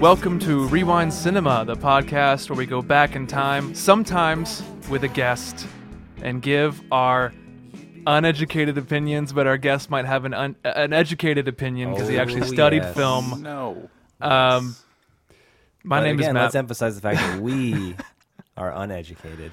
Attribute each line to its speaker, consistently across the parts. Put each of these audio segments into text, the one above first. Speaker 1: Welcome to Rewind Cinema, the podcast where we go back in time, sometimes with a guest, and give our uneducated opinions, but our guest might have an un- an educated opinion because he
Speaker 2: Oh,
Speaker 1: actually studied
Speaker 2: yes.
Speaker 1: film.
Speaker 3: No.
Speaker 1: Um, my
Speaker 2: But
Speaker 1: name
Speaker 2: again,
Speaker 1: is Matt,
Speaker 2: Let's emphasize the fact that we are uneducated.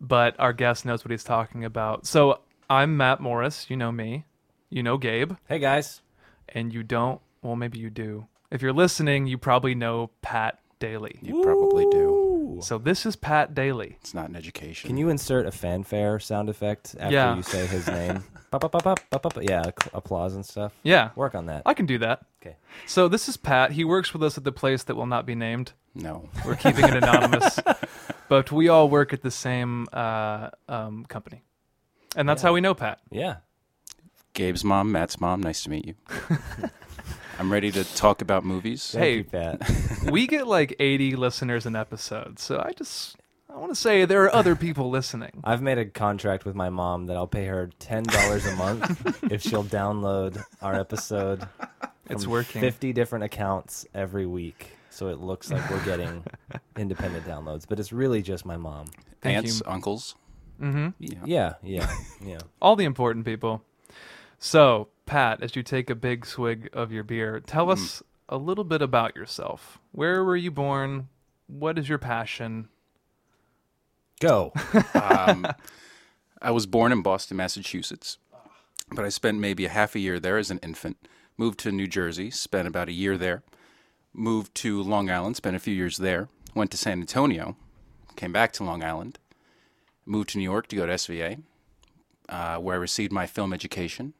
Speaker 1: but our guest knows what he's talking about. So I'm Matt Morris. You know me. You know Gabe.
Speaker 2: Hey guys,
Speaker 1: and you don't, well, maybe you do. If you're listening, you probably know Pat Daly.
Speaker 3: You probably do.
Speaker 1: So this is Pat Daly.
Speaker 3: It's not an education.
Speaker 2: can you insert a fanfare sound effect after
Speaker 1: Yeah.
Speaker 2: you say his name? Pop, pop, pop, pop, pop, pop. Yeah, acc- applause and stuff.
Speaker 1: Yeah,
Speaker 2: Work on that.
Speaker 1: I can do that.
Speaker 2: Okay.
Speaker 1: So this is Pat. He works with us at the place that will not be named.
Speaker 3: No.
Speaker 1: We're keeping it anonymous, but we all work at the same uh, um, company, and that's how we know Pat.
Speaker 2: Yeah.
Speaker 3: Gabe's mom, Matt's mom, nice to meet you. I'm ready to talk about movies.
Speaker 2: Thank
Speaker 1: Hey.
Speaker 2: you, Pat.
Speaker 1: We get like 80 listeners an episode, so I just I want to say there are other people listening.
Speaker 2: I've made a contract with my mom that I'll pay her ten dollars a month if she'll download our episode.
Speaker 1: It's
Speaker 2: from
Speaker 1: working.
Speaker 2: Fifty different accounts every week, so it looks like we're getting independent downloads. But it's really just my mom.
Speaker 1: Thank
Speaker 3: Aunts,
Speaker 1: you.
Speaker 3: uncles.
Speaker 2: Yeah, yeah, yeah.
Speaker 1: Mm-hmm. all the important people. So, Pat, as you take a big swig of your beer, tell
Speaker 2: Mm-hmm.
Speaker 1: us a little bit about yourself. Where were you born? What is your passion?
Speaker 2: Go.
Speaker 3: I was born in Boston, Massachusetts, but I spent maybe a half a year there as an infant. Moved to New Jersey, spent about a year there. Moved to Long Island, spent a few years there. Went to San Antonio, came back to Long Island. Moved to New York to go to SVA, uh, where I received my film education.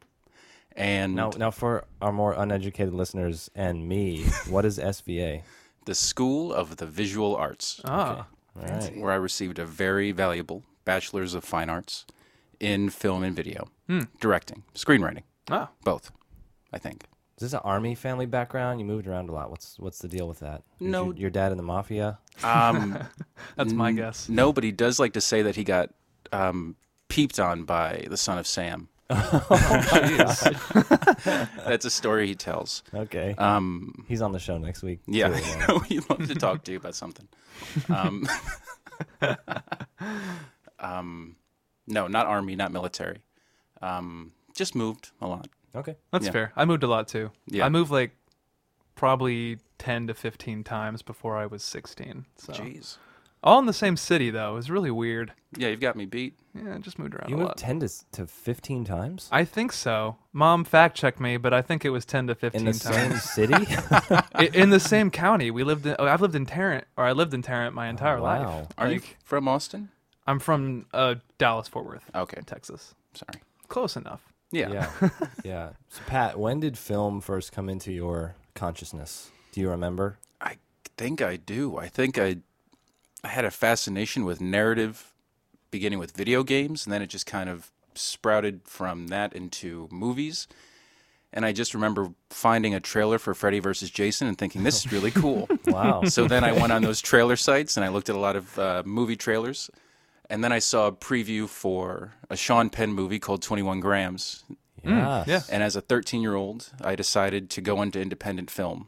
Speaker 3: And
Speaker 2: Now, now for our more uneducated listeners and me, what is SVA?
Speaker 3: the School of the Visual Arts,
Speaker 1: Ah,
Speaker 2: All right.
Speaker 3: where I received a very valuable Bachelor's of Fine Arts in film and video, directing, screenwriting,
Speaker 1: ah.
Speaker 3: both, I think.
Speaker 2: Is this an army family background? You moved around a lot. What's what's the deal with that? Is
Speaker 3: No.
Speaker 2: your, your dad in the mafia.
Speaker 3: Um,
Speaker 1: that's my guess.
Speaker 3: no, but he does like to say that he got um, peeped on by the son of Sam. That's a story he tells.
Speaker 2: Okay,
Speaker 3: Um,
Speaker 2: he's on the show next week.
Speaker 3: yeah,
Speaker 2: too,
Speaker 3: I know he loves to talk to you about something. Um, um, no, not army, not military. Um, just moved a lot.
Speaker 2: uh, Okay.
Speaker 1: That's
Speaker 3: yeah.
Speaker 1: fair. I moved a lot too.
Speaker 3: Yeah.
Speaker 1: I moved like probably 10 to 15 times before I was 16. So,
Speaker 3: Jeez.
Speaker 1: all in the same city though. It was really weird.
Speaker 3: Yeah, you've got me beat.
Speaker 1: Yeah, I just moved around
Speaker 2: You
Speaker 1: a
Speaker 2: moved
Speaker 1: lot.
Speaker 2: ten to s- to fifteen times
Speaker 1: I think so. Mom fact checked me, but I think it was 10 to 15
Speaker 2: in the
Speaker 1: times.
Speaker 2: same city.
Speaker 1: I- in the same county. We lived in. oh, I've lived in Tarrant, or I lived in Tarrant my entire life.
Speaker 2: Oh, wow.
Speaker 3: Are you
Speaker 1: Like,
Speaker 3: from Austin?
Speaker 1: I'm from uh, Dallas Fort Worth,
Speaker 3: Okay,
Speaker 1: Texas.
Speaker 3: sorry.
Speaker 1: Close enough.
Speaker 3: Yeah.
Speaker 2: yeah, yeah. So Pat, when did film first come into your consciousness? Do you remember?
Speaker 3: I think I do. I think I I had a fascination with narrative beginning with video games and then it just kind of sprouted from that into movies. And I just remember finding a trailer for Freddy versus Jason and thinking this is really cool.
Speaker 2: Wow.
Speaker 3: so then I went on those trailer sites and I looked at a lot of uh, movie trailers. And then I saw a preview for a Sean Penn movie called 21 Grams.
Speaker 2: Hmm. yeah.
Speaker 1: yeah.
Speaker 3: And as a 13 year old, I decided to go into independent film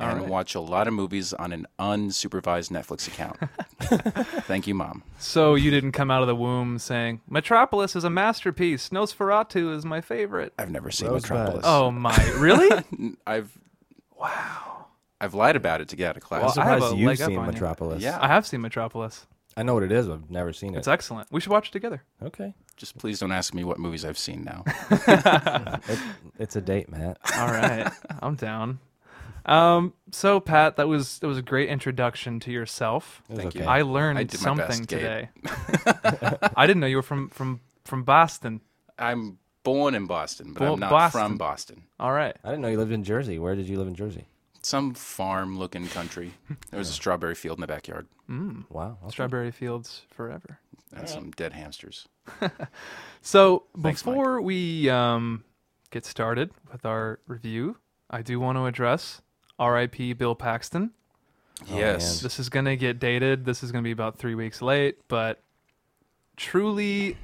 Speaker 3: um, and watch a lot of movies on an unsupervised Netflix account. Thank you, Mom.
Speaker 1: So you didn't come out of the womb saying Metropolis is a masterpiece. Nosferatu is my favorite.
Speaker 3: I've never seen
Speaker 2: Rosebud.
Speaker 3: Metropolis.
Speaker 1: Oh my! Really?
Speaker 3: I've wow. I've lied about it to get out of
Speaker 2: I'm
Speaker 3: class.
Speaker 1: I have
Speaker 2: surprised
Speaker 1: a
Speaker 2: you've
Speaker 1: leg up
Speaker 2: seen
Speaker 1: on you.
Speaker 2: Metropolis.
Speaker 3: yeah.
Speaker 1: I have seen Metropolis.
Speaker 2: I know what it is, but I've never seen it.
Speaker 1: It's excellent. We should watch it together.
Speaker 2: okay.
Speaker 3: Just please don't ask me what movies I've seen now.
Speaker 2: It, it's a date, Matt.
Speaker 1: All right, I'm down. Um, so Pat, that was that was a great introduction to yourself.
Speaker 2: It was
Speaker 3: Thank you.
Speaker 2: okay.
Speaker 1: I learned
Speaker 3: I did my
Speaker 1: something
Speaker 3: best, Gabe.
Speaker 1: today. I didn't know you were from from from Boston.
Speaker 3: I'm born in Boston, but
Speaker 1: Bo-
Speaker 3: I'm not
Speaker 1: Boston.
Speaker 3: from Boston.
Speaker 1: All right.
Speaker 2: I didn't know you lived in Jersey. Where did you live in Jersey?
Speaker 3: Some farm looking country. There was a strawberry field in the backyard
Speaker 2: Wow. okay.
Speaker 1: Mm, Strawberry Fields forever.
Speaker 3: and some dead hamsters.
Speaker 1: So
Speaker 3: Thanks, Mike.
Speaker 1: before we um, get started with our review, I do want to address R.I.P. Bill Paxton.
Speaker 3: Oh, yes.
Speaker 1: This is gonna get dated. This is gonna be about three weeks late, but truly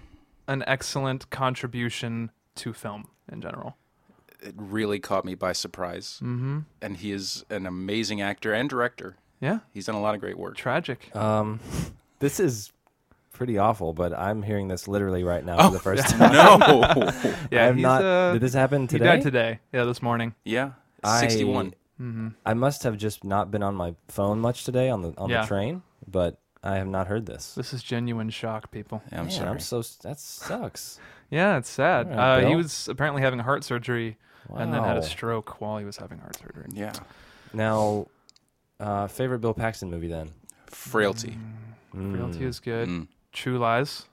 Speaker 1: an excellent contribution to film in general.
Speaker 3: it really caught me by surprise. Mm-hmm. And he is an amazing actor and director.
Speaker 1: Yeah.
Speaker 3: He's done a lot of great work.
Speaker 1: Tragic.
Speaker 2: Um, this is pretty awful, but I'm hearing this literally right now for the first time.
Speaker 3: No.
Speaker 1: yeah.
Speaker 2: I'm
Speaker 1: Oh, he's,
Speaker 2: not.
Speaker 1: uh,
Speaker 2: did this happen
Speaker 1: he
Speaker 2: today?
Speaker 1: died today. Yeah, this morning. Mm-hmm.
Speaker 3: yeah.
Speaker 2: I-
Speaker 3: 61.
Speaker 2: I must have just not been on my phone much today on the on
Speaker 1: Yeah.
Speaker 2: the train, but I have not heard this.
Speaker 1: This is genuine shock, people.
Speaker 3: Yeah, I'm
Speaker 2: Man,
Speaker 3: sorry.
Speaker 2: I'm so that sucks.
Speaker 1: Yeah, it's sad.
Speaker 2: All right,
Speaker 1: uh, he
Speaker 2: Bill.
Speaker 1: was apparently having heart surgery and then had a
Speaker 2: Wow.
Speaker 1: stroke while he was having heart surgery.
Speaker 3: yeah.
Speaker 2: Now, uh, favorite Bill Paxton movie then?
Speaker 3: Frailty.
Speaker 1: Realty is good.
Speaker 3: Mm.
Speaker 1: True Lies.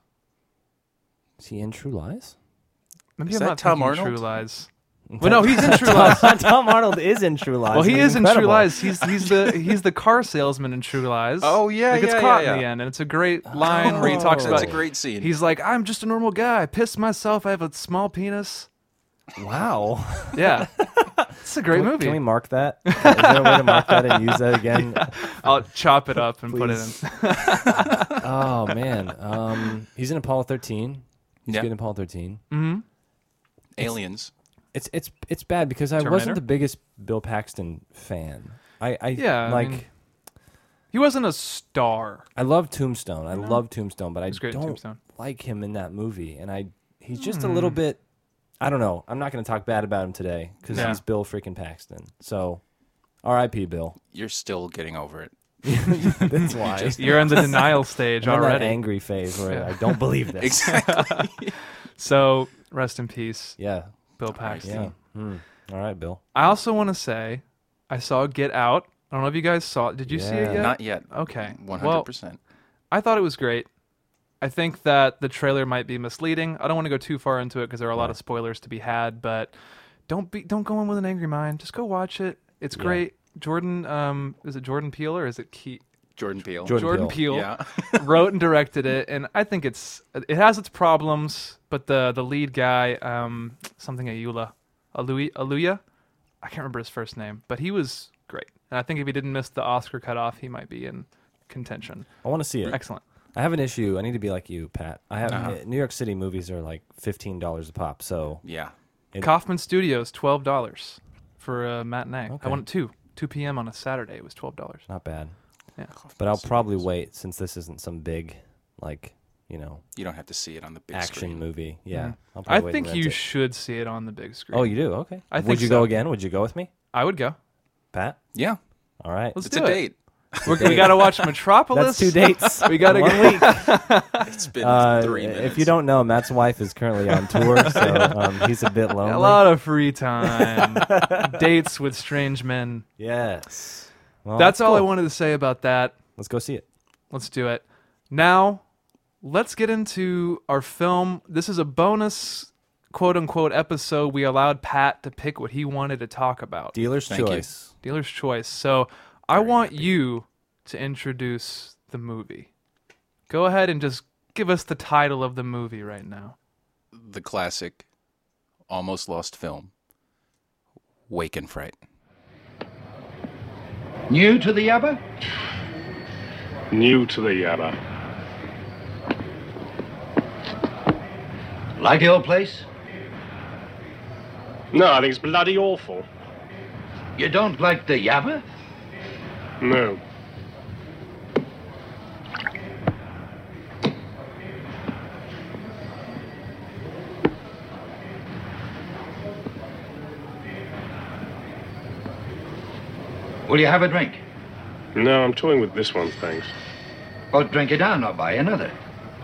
Speaker 2: Is he in True Lies?
Speaker 1: Maybe
Speaker 3: Is
Speaker 1: I'm
Speaker 3: that
Speaker 1: not
Speaker 3: Tom
Speaker 1: thinking True
Speaker 3: Arnold?
Speaker 1: Lies. Well, no, he's in True Lies.
Speaker 2: Tom Arnold is in True Lies.
Speaker 1: Well, he
Speaker 2: It's
Speaker 1: is in True
Speaker 2: incredible.
Speaker 1: Lies. He's he's the he's the car salesman in True Lies.
Speaker 3: Oh, yeah,
Speaker 1: he gets
Speaker 3: yeah,
Speaker 1: caught
Speaker 3: yeah,
Speaker 1: in the
Speaker 3: yeah.
Speaker 1: end, and it's a great line where he
Speaker 2: Oh.
Speaker 1: talks
Speaker 3: That's
Speaker 1: about.
Speaker 3: a great scene.
Speaker 1: He's like, I'm just a normal guy. I pissed myself. I have a small penis.
Speaker 2: Wow.
Speaker 1: Yeah, it's a great
Speaker 2: Can we-
Speaker 1: movie.
Speaker 2: Can we mark that? Is there a way to mark that and use that again?
Speaker 1: I'll chop it up and put it in.
Speaker 2: Please. Oh man. Um, he's in Apollo 13. He's
Speaker 3: Yeah.
Speaker 2: good in Apollo 13.
Speaker 3: Aliens.
Speaker 2: It's it's it's bad because I
Speaker 1: Terminator?
Speaker 2: wasn't the biggest Bill Paxton fan. I, I
Speaker 1: Yeah, I
Speaker 2: like I,
Speaker 1: mean- He wasn't a star.
Speaker 2: love Tombstone. I love Tombstone, but I
Speaker 1: great in
Speaker 2: don't
Speaker 1: Tombstone. Hmm.
Speaker 2: like him in that movie. And I he's just a little bit. I don't know. I'm not going to talk bad about him today because
Speaker 1: Yeah.
Speaker 2: he's Bill freaking Paxton. So, R.I.P. Bill.
Speaker 3: You're still getting over it.
Speaker 2: That's why
Speaker 1: You're in the denial stage
Speaker 2: I'm in that
Speaker 1: already.
Speaker 2: angry phase where I don't believe this.
Speaker 1: So rest in peace,
Speaker 2: Yeah,
Speaker 1: Bill Paxton.
Speaker 2: Ah, yeah. Hmm. All right, Bill.
Speaker 1: I also want to say, I saw Get Out. I don't know if you guys saw it. Did you see it
Speaker 2: Yeah.
Speaker 1: yet?
Speaker 3: Not yet.
Speaker 1: Okay.
Speaker 3: 100%.
Speaker 1: I thought it was great. I think that the trailer might be misleading. I don't want to go too far into it because there are a lot of spoilers to be had. But don't be don't go in with an angry mind. Just go watch it. It's great. Jordan, um, is it Jordan Peele or is it Ke-
Speaker 3: Jordan Peele.
Speaker 2: Jordan
Speaker 1: Jordan
Speaker 2: Peele.
Speaker 1: Peele?
Speaker 3: Yeah.
Speaker 1: wrote and directed it, and I think it's it has its problems. But the the lead guy, um, something Ayula, Aluy, Aluya, I can't remember his first name, but he was great. And I think if he didn't miss the Oscar cutoff, he might be in contention.
Speaker 2: I want to see it.
Speaker 1: Excellent.
Speaker 2: I have an issue. I need to be like you, Pat. I have
Speaker 1: Uh-huh.
Speaker 2: uh, New York City movies are like fifteen dollars a pop. So
Speaker 3: Yeah.
Speaker 1: Kaufman Studios, twelve dollars for a matinee. I
Speaker 2: Okay.
Speaker 1: went two two p.m. on a Saturday. It was twelve dollars.
Speaker 2: not bad.
Speaker 1: Yeah.
Speaker 2: But I'll probably wait since this isn't some big, like you know,
Speaker 3: You don't have to see it on the big
Speaker 2: action
Speaker 3: screen.
Speaker 2: movie. Yeah, I'll
Speaker 1: Mm-hmm. I
Speaker 2: probably wait and
Speaker 1: think
Speaker 2: rent
Speaker 1: you
Speaker 2: it.
Speaker 1: should see it on the big screen.
Speaker 2: oh, you do. Okay.
Speaker 1: I
Speaker 2: Would
Speaker 1: think
Speaker 2: you
Speaker 1: so.
Speaker 2: go again? Would you go with me,
Speaker 1: I would go.
Speaker 2: Pat?
Speaker 3: Yeah.
Speaker 2: All right.
Speaker 1: Let's
Speaker 3: It's
Speaker 1: do
Speaker 3: a
Speaker 1: it.
Speaker 3: date.
Speaker 1: We're, we got to watch Metropolis.
Speaker 2: That's two dates.
Speaker 1: We gotta
Speaker 2: One
Speaker 1: go-
Speaker 2: week.
Speaker 3: It's been
Speaker 2: Uh,
Speaker 3: three minutes.
Speaker 2: if you don't know, Matt's wife is currently on tour, so um, he's a bit lonely.
Speaker 1: A lot of free time. Dates with strange men.
Speaker 2: Yes. Well,
Speaker 1: That's all I
Speaker 2: Oh, cool.
Speaker 1: wanted to say about that.
Speaker 2: Let's go see it.
Speaker 1: Let's do it. Now, let's get into our film. This is a bonus quote unquote episode. We allowed Pat to pick what he wanted to talk about.
Speaker 2: Dealer's
Speaker 3: Thank you.
Speaker 2: choice.
Speaker 1: Dealer's choice. So I want you to introduce the movie. Go ahead and just give us the title of the movie right now.
Speaker 3: the classic, almost lost film, Wake and Fright.
Speaker 4: New to the Yabba?
Speaker 5: New to the Yabba.
Speaker 4: Like the old place?
Speaker 5: No, I think it's bloody awful.
Speaker 4: You don't like the Yabba?
Speaker 5: No.
Speaker 4: Will you have a drink?
Speaker 5: No, I'm toying with this one, thanks.
Speaker 4: Or drink it down or buy another.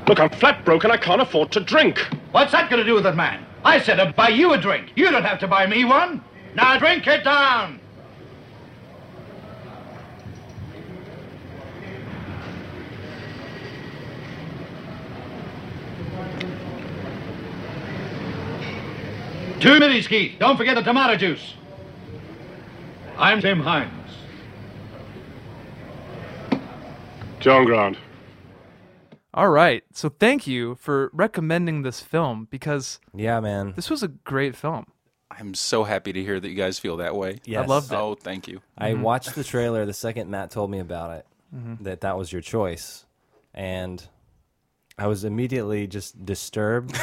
Speaker 5: Look, I'm flat broke and I can't afford to drink.
Speaker 4: What's that gonna do with that man? I said I'd buy you a drink. You don't have to buy me one. Now drink it down. Two minutes, Keith. Don't forget the tomato juice. I'm Tim Hines.
Speaker 5: John Grant.
Speaker 1: All right. So thank you for recommending this film because
Speaker 2: Yeah, man.
Speaker 1: this was a great film.
Speaker 3: I'm so happy to hear that you guys feel that way.
Speaker 2: Yes.
Speaker 1: loved it.
Speaker 3: Oh, thank you.
Speaker 2: I watched the trailer the second Matt told me about it,
Speaker 3: Mm-hmm.
Speaker 2: that that was your choice, and I was immediately just disturbed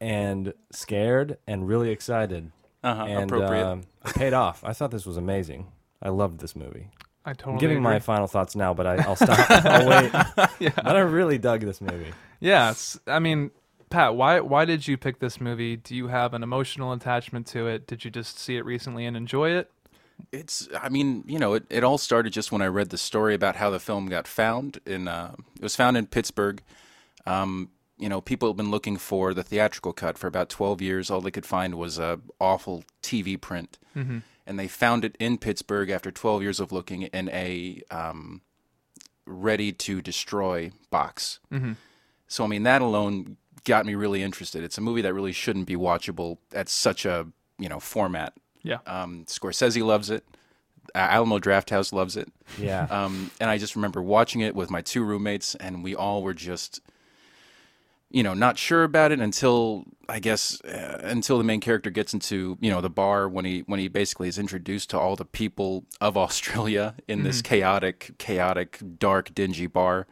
Speaker 2: and scared and really excited.
Speaker 3: Uh-huh,
Speaker 2: and
Speaker 3: appropriate.
Speaker 2: um, it paid off. I thought this was amazing. I loved this movie.
Speaker 1: I
Speaker 2: I'm
Speaker 1: totally
Speaker 2: giving my
Speaker 1: agree.
Speaker 2: final thoughts now, but I, I'll stop. I'll wait. But I really dug this movie.
Speaker 1: Yeah, it's- I mean, Pat, why why did you pick this movie? Do you have an emotional attachment to it? Did you just see it recently and enjoy it?
Speaker 3: It's, I mean, you know, it, it all started just when I read the story about how the film got found. In uh, it was found in Pittsburgh. Um, you know, people have been looking for the theatrical cut for about twelve years. All they could find was a awful TV print, and they found it in Pittsburgh after twelve years of looking in a um, ready to destroy box. So I mean, that alone got me really interested. It's a movie that really shouldn't be watchable at such a you know format.
Speaker 1: Yeah.
Speaker 3: Um, Scorsese loves it. Uh, Alamo Drafthouse loves it.
Speaker 2: Yeah.
Speaker 3: Um, and I just remember watching it with my two roommates, and we all were just, you know, not sure about it until I guess uh, until the main character gets into you know the bar when he when he basically is introduced to all the people of Australia in this
Speaker 1: Mm-hmm.
Speaker 3: chaotic, chaotic, dark, dingy bar.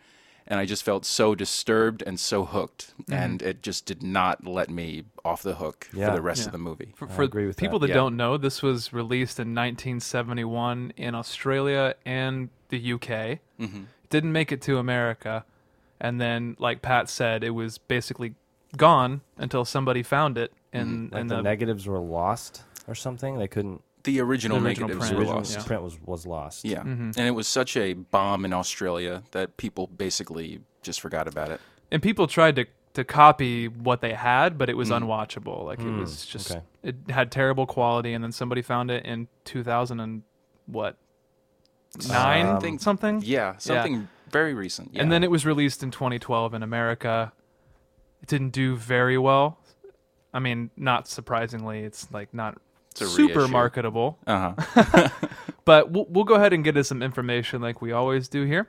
Speaker 3: And I just felt so disturbed and so hooked,
Speaker 1: Mm-hmm.
Speaker 3: and it just did not let me off the hook
Speaker 2: Yeah.
Speaker 3: for the rest of the movie.
Speaker 1: For, for
Speaker 2: agree with
Speaker 1: people
Speaker 2: that.
Speaker 1: that
Speaker 3: Yeah.
Speaker 1: don't know, this was released in 1971 in Australia and the UK. Mm-hmm. Didn't make it to America, and then, like Pat said, it was basically gone until somebody found it
Speaker 3: Mm-hmm.
Speaker 1: in
Speaker 2: Like
Speaker 1: in
Speaker 2: the,
Speaker 1: the,
Speaker 3: um,
Speaker 2: negatives were lost or something. They couldn't.
Speaker 3: The original,
Speaker 1: The original
Speaker 3: negatives
Speaker 1: print.
Speaker 2: The
Speaker 3: were
Speaker 2: original
Speaker 3: lost.
Speaker 2: print was was lost.
Speaker 3: Yeah.
Speaker 1: Mm-hmm.
Speaker 3: And it was such a bomb in Australia that people basically just forgot about it.
Speaker 1: and people tried to to copy what they had, but it
Speaker 3: Mm.
Speaker 1: was unwatchable. Like it was just
Speaker 2: Mm, okay.
Speaker 1: it had terrible quality, and then somebody found it in 2000 and what nine
Speaker 3: Um, think-
Speaker 1: something.
Speaker 3: Yeah. Something very recent. Yeah.
Speaker 1: And then it was released in 2012 in America. It didn't do very well. I mean, not surprisingly, it's like not
Speaker 3: a
Speaker 1: super
Speaker 3: reissue.
Speaker 1: marketable.
Speaker 3: uh
Speaker 1: But we'll, we'll go ahead and get into some information like we always do here.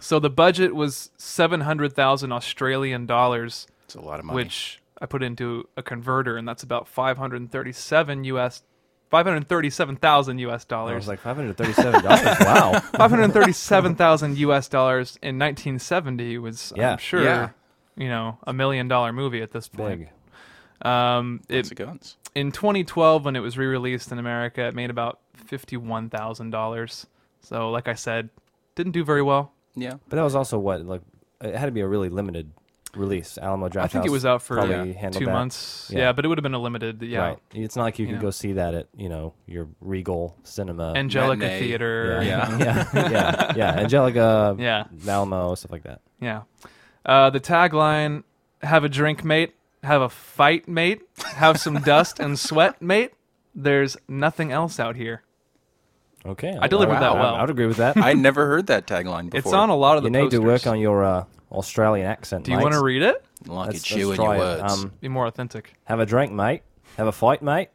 Speaker 1: So the budget was 700,000 Australian dollars,
Speaker 3: It's a lot of money.
Speaker 1: which I put into a converter, and that's about 537 US, 537,000 US
Speaker 2: It
Speaker 1: dollars.
Speaker 2: was like five hundred thirty-seven dollars. wow.
Speaker 1: 537,000 US dollars in 1970 was,
Speaker 2: Yeah.
Speaker 1: I'm sure,
Speaker 3: Yeah.
Speaker 1: you know, a million dollar movie at this point.
Speaker 2: Big.
Speaker 1: Um,
Speaker 3: Lots
Speaker 1: it,
Speaker 3: of guns.
Speaker 1: in 2012, when it was re released in America, it made about $51,000. So, like I said, didn't do very well.
Speaker 3: Yeah.
Speaker 2: But that was also what like it had to be a really limited release. Alamo Draft.
Speaker 1: I think it was out for
Speaker 2: probably
Speaker 1: yeah,
Speaker 2: handled
Speaker 1: two
Speaker 2: that.
Speaker 1: months. Yeah.
Speaker 2: Yeah.
Speaker 1: but it would have been a limited. Yeah.
Speaker 2: Right. It's not like you,
Speaker 1: know.
Speaker 2: could go see that at you know your Regal Cinema.
Speaker 1: Angelica
Speaker 3: Matinee.
Speaker 1: Theater.
Speaker 2: yeah, yeah, yeah, yeah. Angelica,
Speaker 1: Yeah.
Speaker 2: Alamo, stuff like that.
Speaker 1: Yeah. Uh, the tagline have a drink, mate. Have a fight, mate. Have some dust and sweat, mate. There's nothing else out here.
Speaker 2: Okay,
Speaker 1: delivered
Speaker 3: that
Speaker 2: I-
Speaker 1: well.
Speaker 2: I would agree with that.
Speaker 3: I never heard that tagline before.
Speaker 1: It's on a lot of
Speaker 2: you
Speaker 1: the
Speaker 2: need
Speaker 1: posters.
Speaker 2: to work on your uh, Australian accent.
Speaker 1: Do you want to read it?
Speaker 3: Look
Speaker 2: Let's,
Speaker 3: at you
Speaker 2: let's
Speaker 3: and
Speaker 2: try
Speaker 3: your
Speaker 2: it.
Speaker 3: words.
Speaker 2: Um,
Speaker 1: Be more authentic.
Speaker 2: have a drink, mate. Have a fight, mate.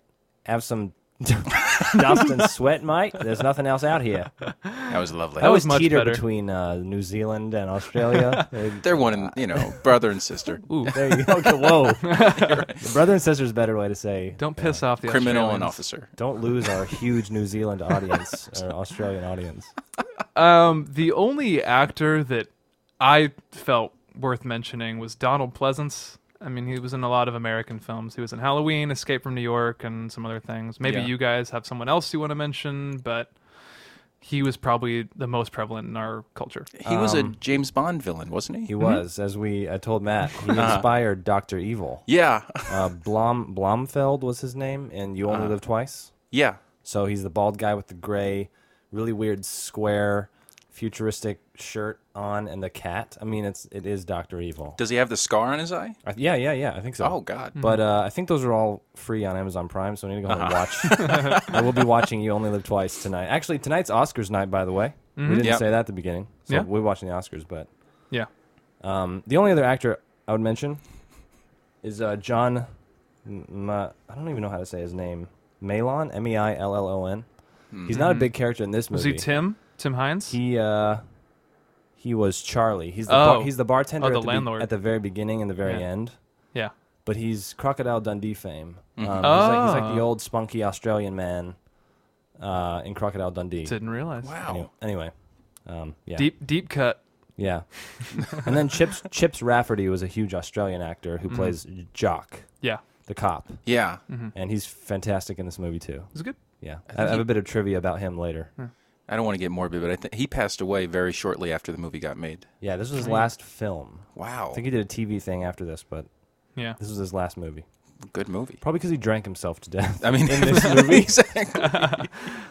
Speaker 2: Have some dust and sweat, mate. There's nothing else out here.
Speaker 3: that was lovely.
Speaker 2: I always
Speaker 1: much
Speaker 2: teeter
Speaker 1: better.
Speaker 2: between uh, New Zealand and Australia. They-
Speaker 3: They're one, and you know,
Speaker 2: uh,
Speaker 3: brother and sister.
Speaker 2: there you go. Okay, whoa, brother and sister's a better way to say.
Speaker 1: Don't piss off the
Speaker 3: Criminal and
Speaker 1: Australians.
Speaker 3: officer.
Speaker 2: Don't lose our huge New Zealand audience or Australian audience.
Speaker 1: Um, the only actor that I felt worth mentioning was Donald Pleasance. I mean, he was in a lot of American films. He was in Halloween, Escape from New York, and some other things. Maybe
Speaker 3: Yeah.
Speaker 1: you guys have someone else you want to mention, but he was probably the most prevalent in our culture.
Speaker 3: He was a Um, James Bond villain, wasn't he?
Speaker 2: He was, as we I told Matt, he
Speaker 3: Uh-huh.
Speaker 2: inspired Doctor Evil.
Speaker 3: yeah.
Speaker 2: Uh, Blom Blomfeld was his name, and you
Speaker 3: Uh-huh.
Speaker 2: only live twice.
Speaker 3: yeah.
Speaker 2: So he's the bald guy with the gray, really weird square, futuristic shirt on, and the cat. I mean, it's it is Doctor Evil.
Speaker 3: Does he have the scar on his eye?
Speaker 2: I, yeah, yeah, yeah. I think so.
Speaker 3: Oh, God.
Speaker 2: But
Speaker 1: Mm-hmm.
Speaker 2: uh, I think those are all free on Amazon Prime, so I need to go home and watch. I will be watching You Only Live Twice tonight. Actually, tonight's Oscars night, by the way. We didn't
Speaker 3: Yep.
Speaker 2: say that at the beginning. So
Speaker 1: Mm-hmm. Yeah.
Speaker 2: we're watching the Oscars, but
Speaker 1: Yeah.
Speaker 2: Um, the only other actor I would mention is uh, John. M- Ma- I don't even know how to say his name. Melon, M E I L L O N. He's not a big character in this movie.
Speaker 1: Mm-hmm. Was he Tim? Tim Hines?
Speaker 2: He uh, he was Charlie. He's the
Speaker 1: Oh.
Speaker 2: bar- he's the bartender
Speaker 1: Oh, the
Speaker 2: at, the be-
Speaker 1: landlord.
Speaker 2: at the very beginning and the very
Speaker 1: Yeah.
Speaker 2: end.
Speaker 1: yeah.
Speaker 2: But he's Crocodile Dundee fame. Um, he's, like, he's like the
Speaker 1: Oh.
Speaker 2: old spunky Australian man uh, in Crocodile Dundee.
Speaker 1: Didn't realize.
Speaker 3: Wow.
Speaker 2: Anyway, um, yeah.
Speaker 1: Deep deep cut.
Speaker 2: Yeah. and then Chips Chips Rafferty was a huge Australian actor who plays Jock,
Speaker 1: Yeah.
Speaker 2: the the cop,
Speaker 3: Yeah.
Speaker 1: Mm-hmm.
Speaker 2: and he's fantastic in this movie too.
Speaker 1: Is it good?
Speaker 2: Yeah, I, I have a bit of trivia about him later.
Speaker 3: I don't want to get morbid, but I think he passed away very shortly after the movie got made.
Speaker 2: Yeah, this was his last film.
Speaker 3: Wow.
Speaker 2: I think he did a TV thing after this, but
Speaker 1: Yeah.
Speaker 2: this was his last movie.
Speaker 3: Good movie.
Speaker 2: Probably because he drank himself to death.
Speaker 3: I mean,
Speaker 2: in this movie.
Speaker 3: exactly.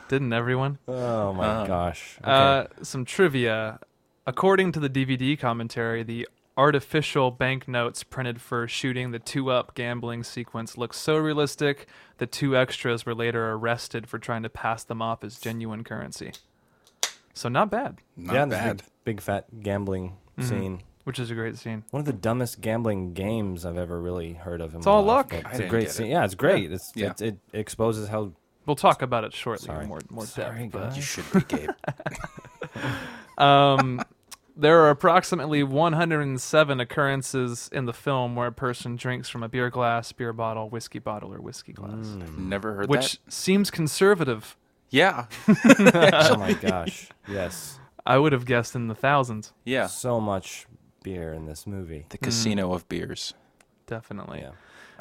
Speaker 1: Didn't everyone?
Speaker 2: Oh my gosh. Okay.
Speaker 1: Uh, some trivia. According to the DVD commentary, the artificial banknotes printed for shooting the two up gambling sequence look so realistic, the two extras were later arrested for trying to pass them off as genuine currency. So, not bad,
Speaker 3: Not
Speaker 2: yeah, this
Speaker 3: bad.
Speaker 2: big, big fat gambling scene.
Speaker 1: which is a great scene.
Speaker 2: One of the dumbest gambling games I've ever really heard of. In
Speaker 1: It's
Speaker 2: my
Speaker 1: all
Speaker 2: life,
Speaker 1: luck.
Speaker 2: but
Speaker 1: I
Speaker 2: It's a
Speaker 3: didn't
Speaker 2: great
Speaker 3: get
Speaker 2: scene.
Speaker 3: it.
Speaker 2: Yeah, it's great. It's,
Speaker 3: Yeah.
Speaker 2: It, it exposes how
Speaker 1: We'll talk about it shortly in
Speaker 2: Sorry.
Speaker 1: more, more
Speaker 2: Sorry,
Speaker 1: depth. but-
Speaker 3: You should be, Gabe.
Speaker 1: Um, there are approximately 107 occurrences in the film where a person drinks from a beer glass, beer bottle, whiskey bottle, or whiskey glass,
Speaker 2: Mm.
Speaker 3: Never heard
Speaker 1: which
Speaker 3: that.
Speaker 1: seems conservative.
Speaker 3: Yeah.
Speaker 2: oh my gosh. Yes.
Speaker 1: I would have guessed in the thousands,
Speaker 3: Yeah. Mm.
Speaker 2: So much beer in this movie.
Speaker 3: The casino of beers.
Speaker 1: definitely.
Speaker 2: Yeah.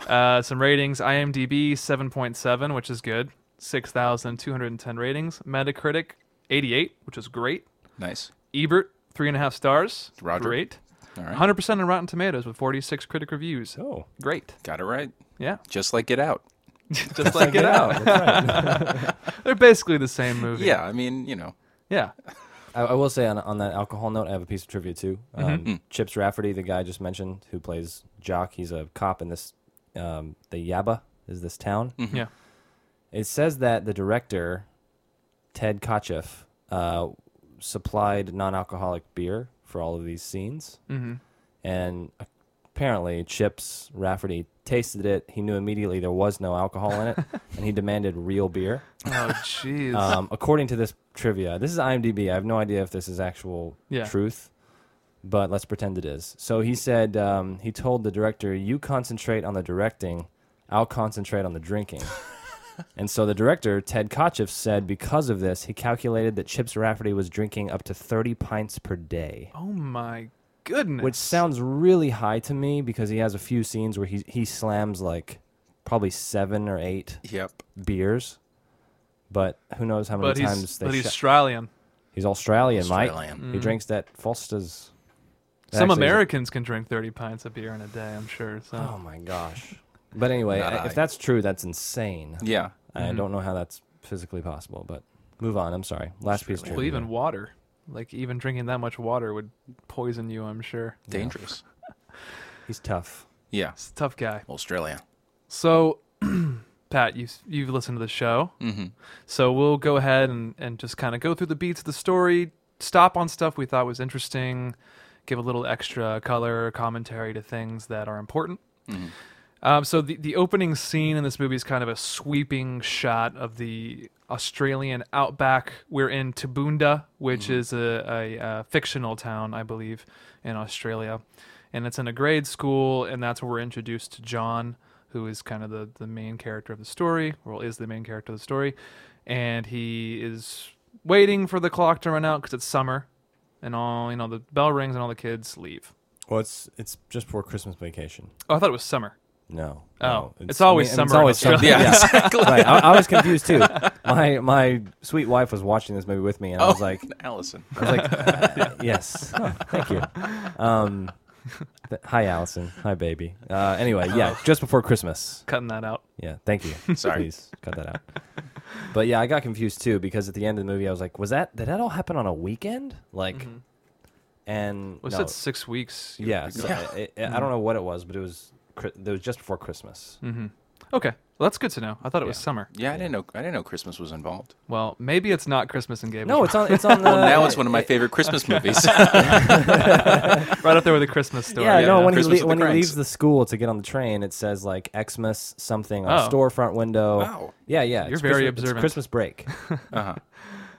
Speaker 1: Uh, some ratings: IMDb 7.7, which is good, 6,210 ratings. Metacritic 88, which is great.
Speaker 3: Nice.
Speaker 1: Ebert three and a half stars,
Speaker 3: Roger.
Speaker 1: great.
Speaker 3: All right.
Speaker 1: 100% on Rotten Tomatoes with 46 critic reviews.
Speaker 2: Oh.
Speaker 1: Great.
Speaker 3: Got it right.
Speaker 1: Yeah.
Speaker 3: Just like Get Out.
Speaker 1: Just like it
Speaker 2: Get
Speaker 1: out.
Speaker 2: out. That's right.
Speaker 1: They're basically the same movie.
Speaker 3: Yeah. I mean, you know.
Speaker 1: Yeah.
Speaker 2: I, I will say on, on that alcohol note, I have a piece of trivia too. Um,
Speaker 3: Hmm.
Speaker 2: Chips Rafferty, the guy I just mentioned who plays Jock, he's a cop in this. Um, the Yaba is this town.
Speaker 1: Yeah.
Speaker 2: It says that the director, Ted Kotcheff, uh, supplied non-alcoholic beer for all of these scenes, mm-hmm. and apparently Chips Rafferty tasted it. He knew immediately there was no alcohol in it, and he demanded real beer.
Speaker 1: Oh jeez.
Speaker 2: Um, according to this trivia, this is IMDb. I have no idea if this is actual
Speaker 1: Yeah.
Speaker 2: truth, but let's pretend it is. So he said um, he told the director, "You concentrate on the directing, I'll concentrate on the drinking." and so the director Ted Kotcheff said because of this, he calculated that Chips Rafferty was drinking up to thirty pints per day.
Speaker 1: oh my goodness.
Speaker 2: Which sounds really high to me because he has a few scenes where he he slams like probably seven or eight
Speaker 3: Yep.
Speaker 2: beers, but who knows how many
Speaker 1: but
Speaker 2: times
Speaker 1: he's
Speaker 2: they
Speaker 1: but he's
Speaker 2: shut-
Speaker 1: Australian.
Speaker 2: He's Australian, Mike.
Speaker 3: Australian.
Speaker 2: He drinks that Foster's. That
Speaker 1: Mm. Some
Speaker 2: actually is-
Speaker 1: Americans can drink 30 pints of beer in a day, I'm sure. So
Speaker 2: Oh my gosh. But anyway,
Speaker 3: Not
Speaker 2: I-
Speaker 3: I.
Speaker 2: if that's true, that's insane.
Speaker 3: Yeah.
Speaker 1: Mm.
Speaker 2: I don't know how that's physically possible, but move on. I'm sorry. Last piece. of
Speaker 1: well,
Speaker 2: trivia.
Speaker 1: even water. Like even drinking that much water would poison you, I'm sure.
Speaker 3: Dangerous.
Speaker 2: he's tough.
Speaker 3: Yeah.
Speaker 1: It's a tough guy.
Speaker 3: Australia.
Speaker 1: So Pat, you you've listened to the show. Mm-hmm. So we'll go ahead and, and just kind of go through the beats of the story, stop on stuff we thought was interesting, give a little extra color commentary to things that are important. Um, so the, the opening scene in this movie is kind of a sweeping shot of the Australian outback. We're in Tabunda, which
Speaker 2: Mm-hmm.
Speaker 1: is a, a, uh fictional town, I believe, in Australia, and it's in a grade school, and that's where we're introduced to John, who is kind of the the main character of the story, or is the main character of the story, and he is waiting for the clock to run out because it's summer, and all you know the bell rings and all the kids leave.
Speaker 2: Well, it's it's just before Christmas vacation.
Speaker 1: Oh, I thought it was summer.
Speaker 2: No.
Speaker 1: Oh,
Speaker 2: no.
Speaker 1: it's always
Speaker 2: It's
Speaker 1: summer in
Speaker 2: always summer.
Speaker 1: Australia.
Speaker 2: Yeah.
Speaker 3: Yeah. Exactly.
Speaker 2: right. I, I was confused too. My my sweet wife was watching this movie with me,
Speaker 1: Oh,
Speaker 2: and I was like,
Speaker 3: Allison.
Speaker 2: I was like, uh, yes, Oh, thank you. Um, th- hi, Allison. Hi, baby. Uh, anyway, yeah, just before Christmas.
Speaker 1: Cutting that out.
Speaker 2: Yeah, thank you.
Speaker 3: Sorry.
Speaker 2: please cut that out. But yeah, I got confused too because at the end of the movie, I was like, was that did that all happen on a weekend? Like,
Speaker 3: Mm-hmm.
Speaker 2: and
Speaker 1: Well, it
Speaker 2: no,
Speaker 1: said six weeks. You-
Speaker 2: yeah, so it- it- I don't know what it was, but it was cri- it was just before Christmas.
Speaker 3: Mm-hmm.
Speaker 1: Okay. Well, that's good to know. I thought it was
Speaker 2: Yeah.
Speaker 1: summer.
Speaker 3: Yeah, I didn't know. I didn't know Christmas was involved.
Speaker 1: Well, maybe it's not Christmas and Gabe.
Speaker 2: No, it's on. It's on. The,
Speaker 3: Well, now it's one of my favorite Christmas movies.
Speaker 1: right up there with a Christmas story.
Speaker 2: Yeah, no. When
Speaker 3: Christmas
Speaker 2: he
Speaker 3: with the
Speaker 2: le- when he
Speaker 3: Cranks.
Speaker 2: leaves the school to get on the train, it says like Xmas something on
Speaker 1: Oh.
Speaker 2: a storefront window.
Speaker 3: Wow.
Speaker 2: Yeah, yeah. it's
Speaker 1: very
Speaker 2: Christmas, it's
Speaker 1: observant.
Speaker 2: Christmas break.
Speaker 3: wow.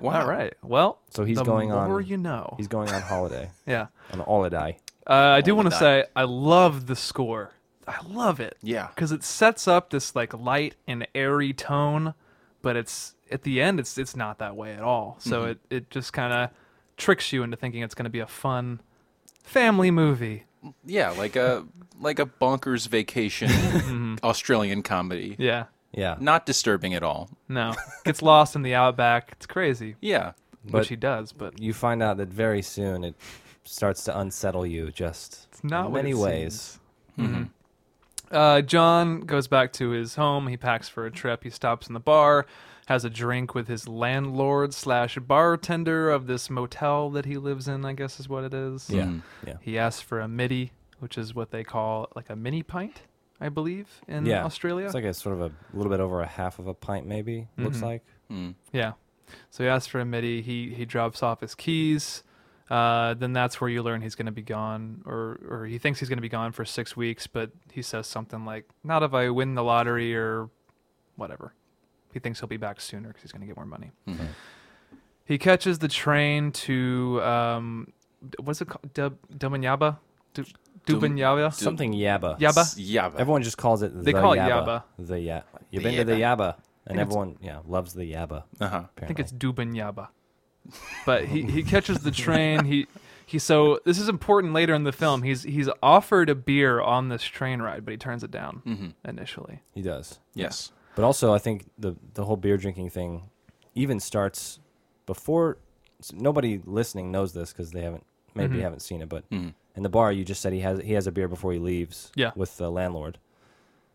Speaker 1: All right. Well,
Speaker 2: So he's
Speaker 1: the
Speaker 2: going on-
Speaker 1: more you know.
Speaker 2: He's going on holiday.
Speaker 1: Yeah.
Speaker 2: on holiday.
Speaker 1: Uh, I do want to
Speaker 3: that.
Speaker 1: say I love the score. I love it.
Speaker 3: Yeah.
Speaker 1: Because it sets up this like light and airy tone, but it's at the end it's it's not that way at all. So
Speaker 2: Mm-hmm.
Speaker 1: it it just kind of tricks you into thinking it's going to be a fun family movie.
Speaker 3: yeah, like a like a bonkers vacation Australian comedy.
Speaker 1: Yeah.
Speaker 2: Yeah.
Speaker 3: Not disturbing at all.
Speaker 1: No. Gets lost in the outback. It's crazy.
Speaker 3: Yeah.
Speaker 2: But-
Speaker 1: which he does, but
Speaker 2: You find out that very soon it starts to unsettle you just
Speaker 1: it's not
Speaker 2: in
Speaker 1: what
Speaker 2: many
Speaker 1: it
Speaker 2: ways.
Speaker 1: seems. Uh, John goes back to his home. He packs for a trip. He stops in the bar, has a drink with his landlord slash bartender of this motel that he lives in. I guess is what it is.
Speaker 2: Yeah. Yeah.
Speaker 1: He asks for a midi, which is what they call like a mini pint, I believe, in
Speaker 2: yeah.
Speaker 1: Australia. Mm-hmm.
Speaker 2: It's like a sort of a little bit over a half of a pint maybe, looks like.
Speaker 1: Yeah. So he asks for a MIDI. He he drops off his keys. Uh, then that's where you learn he's going to be gone, or or he thinks he's going to be gone for six weeks, but he says something like, "Not if I win the lottery or whatever." He thinks he'll be back sooner because he's going to get more money. He catches the train to um, d- what's it called? Dub Dubanyaba, Du-
Speaker 3: Dum-
Speaker 1: Dubanyaba.
Speaker 2: Something yabba.
Speaker 1: Yabba?
Speaker 3: S- Yabba.
Speaker 2: Everyone just calls it
Speaker 1: They
Speaker 2: the
Speaker 1: call it
Speaker 2: yabba. The yabba. You've
Speaker 3: The
Speaker 2: been to the
Speaker 3: yabba.
Speaker 2: yabba. And
Speaker 1: it's-
Speaker 2: everyone, yeah, loves the yabba.
Speaker 3: uh-huh.
Speaker 1: I think it's Dubanyaba. But he, he catches the train. He he so this is important later in the film. He's he's offered a beer on this train ride, but he turns it down initially.
Speaker 2: He does.
Speaker 3: Yes.
Speaker 2: But also, I think the the whole beer drinking thing even starts before s- nobody listening knows this because they haven't maybe haven't seen it. But in the bar, you just said he has he has a beer before he leaves.
Speaker 1: Yeah.
Speaker 2: with the landlord.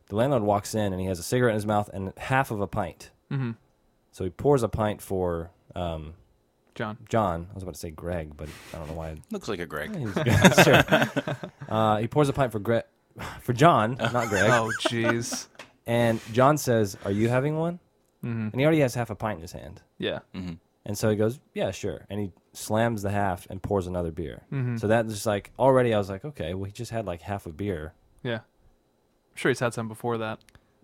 Speaker 2: The landlord walks in and he has a cigarette in his mouth and half of a pint. Mm-hmm. So he pours a pint for um,
Speaker 1: John.
Speaker 2: John. I was about to say Greg, but I don't know why.
Speaker 3: Looks like a Greg.
Speaker 2: I- sure. uh, he pours a pint for Greg, for John, not Greg.
Speaker 1: Oh jeez.
Speaker 2: And John says, "Are you having one?" Mm-hmm. And he already has half a pint in his hand.
Speaker 1: Yeah.
Speaker 2: And so he goes, "Yeah, sure." And he slams the half and pours another beer.
Speaker 1: Mm-hmm.
Speaker 2: So that's just like already, I was like, "Okay, well, he just had like half a beer,
Speaker 1: Yeah. I'm sure he's had some before that.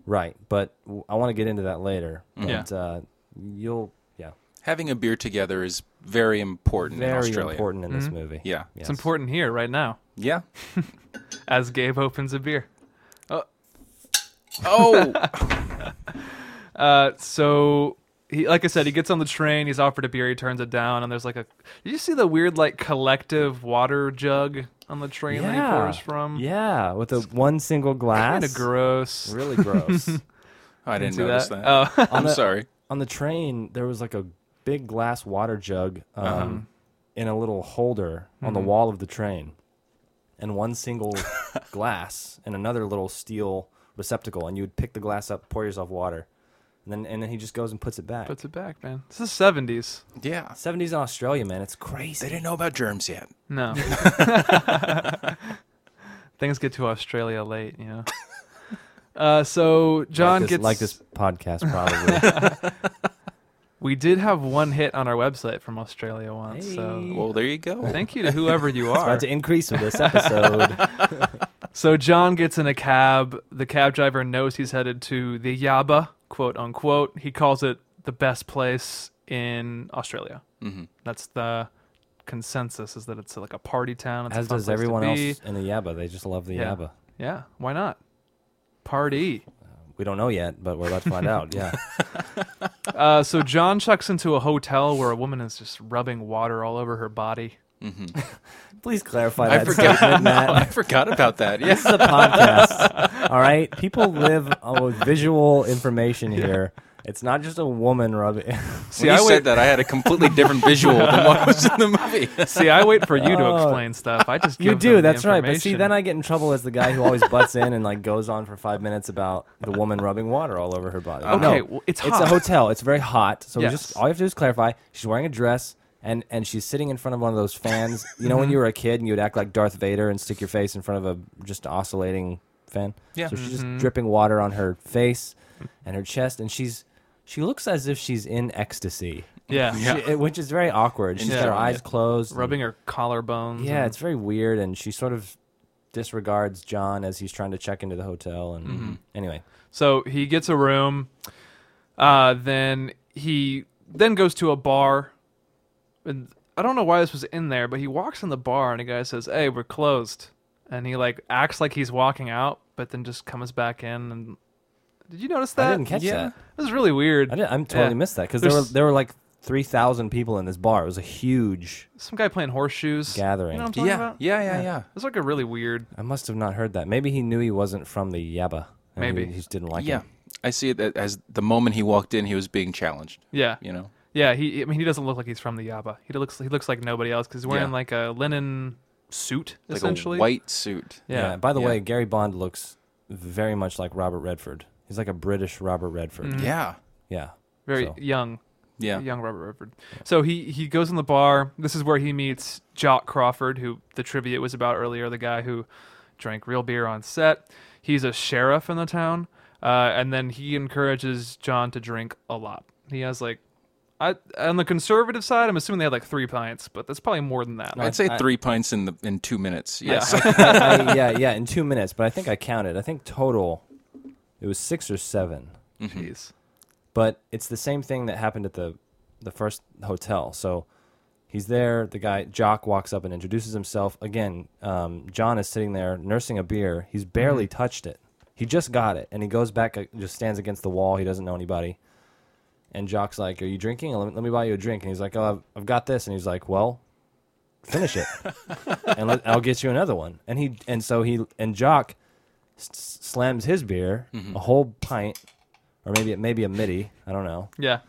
Speaker 2: right?" But w- I want to get into that later.
Speaker 1: Yeah.
Speaker 2: But, uh, you'll, yeah,
Speaker 3: Having a beer together is very important in
Speaker 2: very
Speaker 3: Australia.
Speaker 2: important in this movie.
Speaker 3: Yeah.
Speaker 2: Yes.
Speaker 1: Mm-hmm. It's important here right now
Speaker 3: Yeah.
Speaker 1: as Gabe opens a beer.
Speaker 3: Oh,
Speaker 1: Uh, so he, like I said, he gets on the train. He's offered a beer. He turns it down, and there's like a. Did you see the weird like collective water jug on the train that he pours from?
Speaker 2: Yeah, with a one single glass.
Speaker 1: Kind of gross.
Speaker 2: Really gross.
Speaker 3: I didn't
Speaker 1: See
Speaker 3: notice
Speaker 1: that?
Speaker 3: that.
Speaker 1: Oh,
Speaker 3: I'm sorry.
Speaker 2: on the train there was like a big glass water jug um,
Speaker 1: Uh-huh.
Speaker 2: in a little holder on the
Speaker 1: Mm-hmm.
Speaker 2: wall of the train and one single glass and another little steel receptacle and you would pick the glass up pour yourself water and then and then he just goes and puts it back
Speaker 1: puts it back, man. This is seventies.
Speaker 3: Yeah.
Speaker 2: 70s in australia man it's
Speaker 3: They
Speaker 2: crazy
Speaker 3: didn't know about germs yet.
Speaker 1: No. Things get to Australia late, you know. Uh, so John
Speaker 2: like this,
Speaker 1: gets
Speaker 2: like this podcast probably
Speaker 1: We did have one hit on our website from Australia once, so
Speaker 3: Well, there you go.
Speaker 1: thank you to whoever you are.
Speaker 2: about to increase with this episode
Speaker 1: So John gets in a cab. The cab driver knows he's headed to the Yaba, quote unquote. He calls it the best place in Australia. Mm-hmm. That's the consensus is that it's like a party town. It's a
Speaker 2: as
Speaker 1: fun
Speaker 2: does
Speaker 1: place to
Speaker 2: everyone else
Speaker 1: be.
Speaker 2: in the yabba they just love the
Speaker 1: Yeah.
Speaker 2: yabba
Speaker 1: Yeah, why not? Party.
Speaker 2: we don't know yet but we're about to find out yeah
Speaker 1: Uh, so John chucks into a hotel where a woman is just rubbing water all over her body.
Speaker 2: please clarify
Speaker 3: I
Speaker 2: that
Speaker 3: forgot.
Speaker 2: statement, Matt.
Speaker 3: I forgot about that. Yeah.
Speaker 2: This is a podcast. All right. People live on with visual information here. It's not just a woman rubbing.
Speaker 1: See,
Speaker 3: when
Speaker 1: I
Speaker 3: you
Speaker 1: wait.
Speaker 3: said that, I had a completely different visual than what was in the movie.
Speaker 1: See, I wait for you to
Speaker 2: Oh.
Speaker 1: explain stuff. I just
Speaker 2: you
Speaker 1: give
Speaker 2: do.
Speaker 1: them the
Speaker 2: That's right. But see,
Speaker 1: information.
Speaker 2: then I get in trouble as the guy who always butts in and like goes on for five minutes about the woman rubbing water all over her body.
Speaker 1: Okay,
Speaker 2: No,
Speaker 1: well, it's
Speaker 2: a
Speaker 1: hot.
Speaker 2: hotel. It's very hot. So we
Speaker 1: Yes.
Speaker 2: just all you have to do is clarify. She's wearing a dress. And, and she's sitting in front of one of those fans. You know, when
Speaker 1: Mm-hmm.
Speaker 2: you were a kid and you would act like Darth Vader and stick your face in front of a just oscillating fan.
Speaker 3: Yeah.
Speaker 2: So she's
Speaker 1: Mm-hmm.
Speaker 2: just dripping water on her face and her chest, and she's she looks as if she's in ecstasy,
Speaker 1: yeah,
Speaker 3: Yeah.
Speaker 2: She- which is very awkward. She's got her
Speaker 3: Enjoying
Speaker 2: eyes
Speaker 3: it.
Speaker 2: closed, and-
Speaker 1: rubbing her collarbones.
Speaker 2: yeah,
Speaker 1: and-
Speaker 2: it's very weird, and she sort of disregards John as he's trying to check into the hotel. And
Speaker 1: Mm-hmm.
Speaker 2: anyway,
Speaker 1: So he gets a room. Uh, then he then goes to a bar, and I don't know why this was in there, but he walks in the bar and a guy says, "Hey, we're closed," and he like acts like he's walking out, but then just comes back in. And did you notice that?
Speaker 2: I didn't catch
Speaker 1: yeah.
Speaker 2: that.
Speaker 1: It was really weird.
Speaker 2: I didn't, I'm totally
Speaker 1: Yeah.
Speaker 2: missed that because there were
Speaker 1: There's-
Speaker 2: there were like three thousand people in this bar. It was a huge.
Speaker 1: Some guy playing horseshoes.
Speaker 2: Gathering.
Speaker 1: You know what I'm talking
Speaker 3: Yeah,
Speaker 1: about?
Speaker 3: yeah, yeah, yeah.
Speaker 1: It's like a really weird.
Speaker 2: I must have not heard that. Maybe he knew he wasn't from the Yabba. and he-
Speaker 1: Maybe.
Speaker 2: he, just didn't like
Speaker 3: Yeah,
Speaker 2: it.
Speaker 3: I see it a- as the moment he walked in, he was being challenged.
Speaker 1: Yeah.
Speaker 3: You know,
Speaker 1: Yeah. He. I mean, he doesn't look like he's from the Yaba. He looks. He looks like nobody else because he's wearing
Speaker 3: Yeah.
Speaker 1: like a linen suit,
Speaker 3: like
Speaker 1: essentially.
Speaker 3: a white suit.
Speaker 1: Yeah.
Speaker 2: By the
Speaker 3: yeah.
Speaker 2: way, Gary Bond looks very much like Robert Redford. He's like a British Robert Redford.
Speaker 1: Mm.
Speaker 3: Yeah,
Speaker 2: Yeah.
Speaker 1: Very
Speaker 2: So,
Speaker 1: young.
Speaker 3: yeah.
Speaker 1: Young Robert Redford. So he he goes in the bar. This is where he meets Jock Crawford, who the trivia was about earlier, the guy who drank real beer on set. He's a sheriff in the town, uh, and then he encourages John to drink a lot. He has like, I on the conservative side, I'm assuming they had like three pints, but that's probably more than that.
Speaker 3: I'd say
Speaker 2: I-
Speaker 3: three pints in the in two minutes.
Speaker 1: yeah,
Speaker 3: Yes.
Speaker 2: I- yeah, yeah, in two minutes. But I think I counted. I think total, it was six or seven.
Speaker 1: jeez.
Speaker 2: But it's the same thing that happened at the, the first hotel. So he's there. The guy Jock walks up and introduces himself again. Um, John is sitting there nursing a beer. He's barely touched it. He just got it, and he goes back, uh, just stands against the wall. He doesn't know anybody. And Jock's like, "Are you drinking? Let me, let me buy you a drink." And he's like, "Oh, I've, I've got this." And he's like, "Well, finish it, and let, I'll get you another one." And he and so he and Jock s- s- slams his beer, a whole pint, or maybe maybe a midi, I don't know.
Speaker 1: Yeah,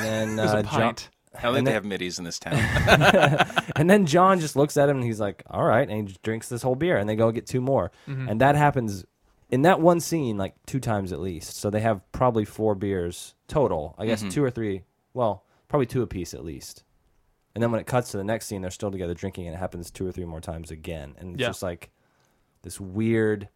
Speaker 2: then
Speaker 1: there's
Speaker 2: uh,
Speaker 1: a
Speaker 2: Jo-
Speaker 1: pint.
Speaker 3: I don't think they have middies in this town.
Speaker 2: And then John just looks at him and he's like, "All right," and he just drinks this whole beer, and they go get two more,
Speaker 1: Mm-hmm.
Speaker 2: and that happens in that one scene like two times at least. So they have probably four beers total, I guess two or three. Well, probably two apiece at least. And then when it cuts to the next scene, they're still together drinking, and it happens two or three more times again, and it's
Speaker 1: Yeah.
Speaker 2: just like this weird.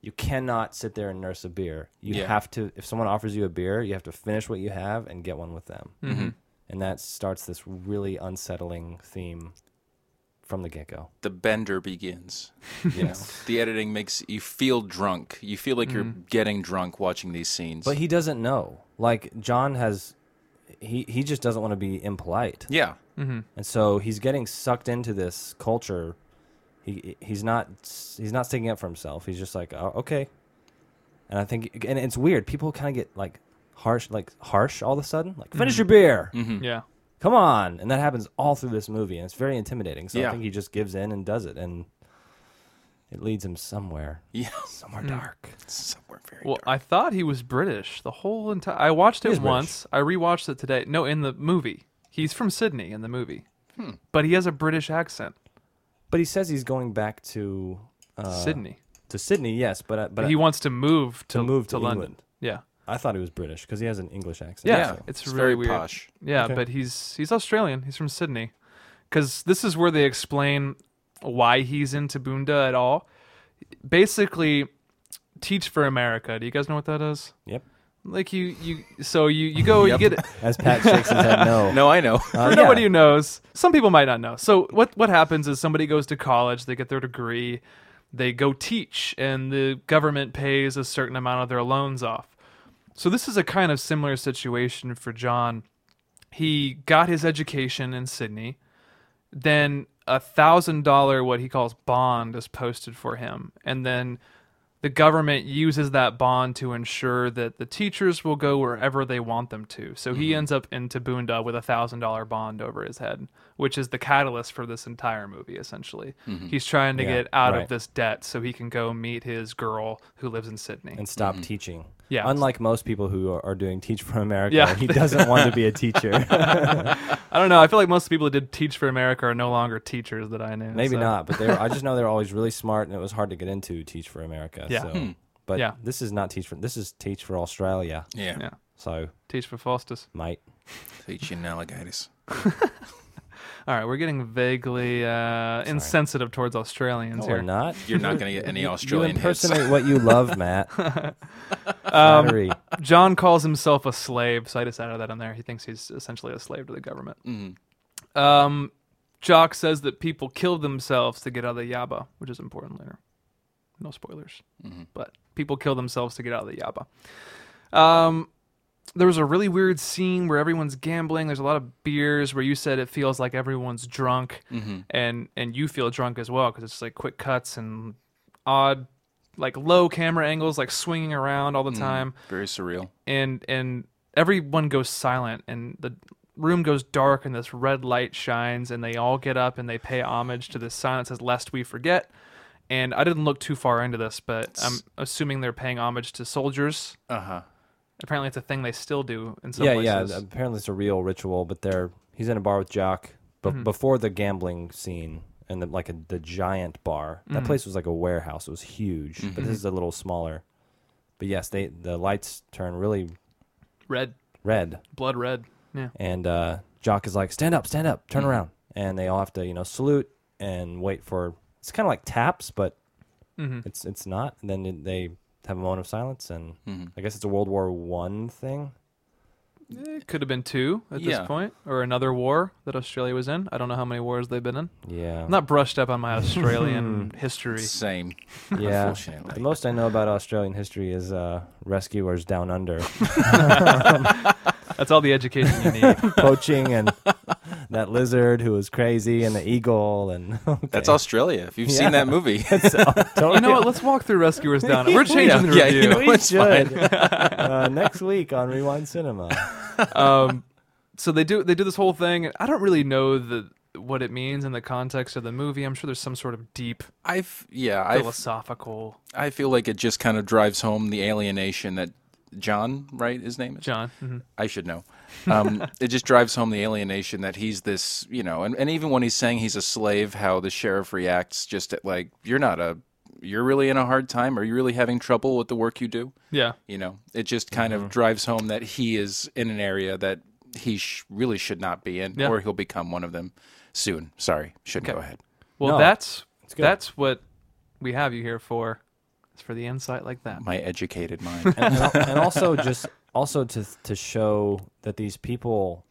Speaker 2: You cannot sit there and nurse a beer. You
Speaker 3: Yeah.
Speaker 2: have to. If someone offers you a beer, you have to finish what you have and get one with them. Mm-hmm. And that starts this really unsettling theme from the get go.
Speaker 3: the bender begins. You know, the editing makes you feel drunk. You feel like you're getting drunk watching these scenes.
Speaker 2: Mm-hmm. But he doesn't know. Like John has, he he just doesn't want to be impolite,
Speaker 3: yeah,
Speaker 2: and so he's getting sucked into this culture. He he's not he's not sticking up for himself. He's just like oh, okay, and I think and it's weird. People kind of get like harsh, like harsh all of a sudden. Like finish your beer,
Speaker 1: Yeah,
Speaker 2: come on, and that happens all through this movie, and it's very intimidating. So I
Speaker 3: Yeah.
Speaker 2: think he just gives in and does it, and it leads him somewhere,
Speaker 3: yeah.
Speaker 2: somewhere
Speaker 1: Hmm.
Speaker 2: dark.
Speaker 3: Somewhere very.
Speaker 1: Well, I thought he was British the whole entire. I watched it
Speaker 2: is British.
Speaker 1: once. I rewatched it today. No, in the movie, he's from Sydney in the movie,
Speaker 2: Hmm.
Speaker 1: but he has a British accent.
Speaker 2: But he says he's going back to
Speaker 1: Sydney.
Speaker 2: to Sydney, yes, but I- but
Speaker 1: he
Speaker 2: I,
Speaker 1: wants to move to,
Speaker 2: move Uh, to
Speaker 1: London.
Speaker 2: England.
Speaker 1: Yeah.
Speaker 2: I thought he was British because he has an English accent.
Speaker 1: yeah,
Speaker 3: Yeah,
Speaker 1: it's,
Speaker 3: it's
Speaker 1: really
Speaker 3: very
Speaker 1: weird.
Speaker 3: posh.
Speaker 1: Yeah, but he's he's Australian. He's from Sydney, because this is where they explain why he's into Boonda at all. Basically, Teach for America. Do you guys know what that is?
Speaker 2: Yep.
Speaker 1: Like you, you so you you go you get
Speaker 2: As Pat shakes his head, no.
Speaker 3: no, I know.
Speaker 2: Uh,
Speaker 1: for
Speaker 2: yeah.
Speaker 1: nobody who knows. Some people might not know. So what what happens is somebody goes to college, they get their degree, they go teach, and the government pays a certain amount of their loans off. So this is a kind of similar situation for John. He got his education in Sydney, then a thousand dollar what he calls bond is posted for him, and then the government uses that bond to ensure that the teachers will go wherever they want them to. So he
Speaker 2: Mm-hmm.
Speaker 1: ends up in Tabunda with a thousand dollar bond over his head, which is the catalyst for this entire movie. Essentially, he's trying to
Speaker 2: Mm-hmm. Yeah,
Speaker 1: get out
Speaker 2: right.
Speaker 1: of this debt so he can go meet his girl who lives in Sydney.
Speaker 2: And stop teaching.
Speaker 1: Yeah.
Speaker 2: Unlike most people who are, are doing Teach for America,
Speaker 1: Yeah.
Speaker 2: he doesn't want to be a teacher.
Speaker 1: I don't know. I feel like most people that did Teach for America are no longer teachers that I knew.
Speaker 2: Maybe
Speaker 1: so-
Speaker 2: not, but they were, I just know they're always really smart, and it was hard to get into Teach for America.
Speaker 1: Yeah.
Speaker 2: So.
Speaker 1: Hmm.
Speaker 2: But
Speaker 1: Yeah.
Speaker 2: this is not Teach for. This is Teach for Australia.
Speaker 3: yeah.
Speaker 1: Yeah,
Speaker 2: So
Speaker 1: Teach for Faustus.
Speaker 2: might.
Speaker 3: Teaching alligators.
Speaker 1: All right, we're getting vaguely uh, insensitive towards Australians
Speaker 2: No,
Speaker 1: here.
Speaker 2: we're not.
Speaker 3: You're not going to get any Australian
Speaker 2: you
Speaker 3: hits.
Speaker 2: impersonate what you love, Matt.
Speaker 1: Um,
Speaker 2: Flattery.
Speaker 1: John calls himself a slave, so I just added that on there. He thinks he's essentially a slave to the government. Um, Jock says that people kill themselves to get out of the Yaba, which is important later. No spoilers, but people kill themselves to get out of the Yaba. Um, there was a really weird scene where everyone's gambling. There's a lot of beers where you said it feels like everyone's drunk, and and you feel drunk as well because it's like quick cuts and odd, like low camera angles, like swinging around all the time
Speaker 3: Very surreal.
Speaker 1: and and everyone goes silent and the room goes dark and this red light shines and they all get up and they pay homage to this sign that says lest we forget and i didn't look too far into this but i'm assuming they're paying homage to soldiers
Speaker 3: Uh huh. apparently
Speaker 1: apparently it's a thing they still do in some
Speaker 2: yeah,
Speaker 1: places
Speaker 2: yeah. Apparently, it's a real ritual, but they're he's in a bar with Jock, but
Speaker 1: Mm-hmm.
Speaker 2: before the gambling scene and the, like a, the giant bar.
Speaker 1: Mm-hmm.
Speaker 2: That place was like a warehouse. It was huge, but this is a little smaller. But yes, they the lights turn really
Speaker 1: red
Speaker 2: red,
Speaker 1: blood red yeah
Speaker 2: and uh, Jock is like, "Stand up, stand up, turn
Speaker 1: Mm.
Speaker 2: around," and they all have to you know salute and wait for. It's kind of like taps, but
Speaker 1: Mm-hmm.
Speaker 2: it's it's not. And then they have a moment of silence, and
Speaker 3: Mm-hmm.
Speaker 2: I guess it's a World War One thing.
Speaker 1: it could have been two at
Speaker 3: Yeah.
Speaker 1: this point or another war that australia was in i don't know how many wars they've been in
Speaker 2: Yeah,
Speaker 1: i'm not brushed up on my australian
Speaker 2: Hmm.
Speaker 1: history
Speaker 3: Same.
Speaker 2: Yeah,
Speaker 3: Unfortunately.
Speaker 2: the most I know about Australian history is uh, rescuers down under,
Speaker 1: that's all the education you need
Speaker 2: poaching, and that lizard who was crazy, and the eagle, and
Speaker 3: That's Australia. If you've seen that movie,
Speaker 1: you know what let's walk through rescuers down we're changing
Speaker 3: Yeah,
Speaker 1: the
Speaker 3: yeah,
Speaker 1: review
Speaker 3: you know
Speaker 2: we
Speaker 3: it's fine.
Speaker 2: should uh, next week on Rewind Cinema.
Speaker 1: so they do they do this whole thing. I don't really know the what it means in the context of the movie. I'm sure there's some sort of deep
Speaker 3: I've yeah, I
Speaker 1: philosophical
Speaker 3: I feel like it just kind of drives home the alienation that John, right? His name is
Speaker 1: John. mhm.
Speaker 3: I should know. Um, it just drives home the alienation that he's this, you know, and, and even when he's saying he's a slave, how the sheriff reacts just at like, you're not a, you're really in a hard time. Are you really having trouble with the work you do?
Speaker 1: Yeah.
Speaker 3: You know, it just kind of drives home that he is in an area that he sh- really should not be in,
Speaker 1: Yeah.
Speaker 3: or he'll become one of them soon. Sorry, shouldn't go ahead.
Speaker 1: Well,
Speaker 2: No,
Speaker 1: that's
Speaker 2: good.
Speaker 1: that's what we have you here for. It's for the insight like that.
Speaker 3: My educated mind.
Speaker 2: and, al- and also just also to to show that these people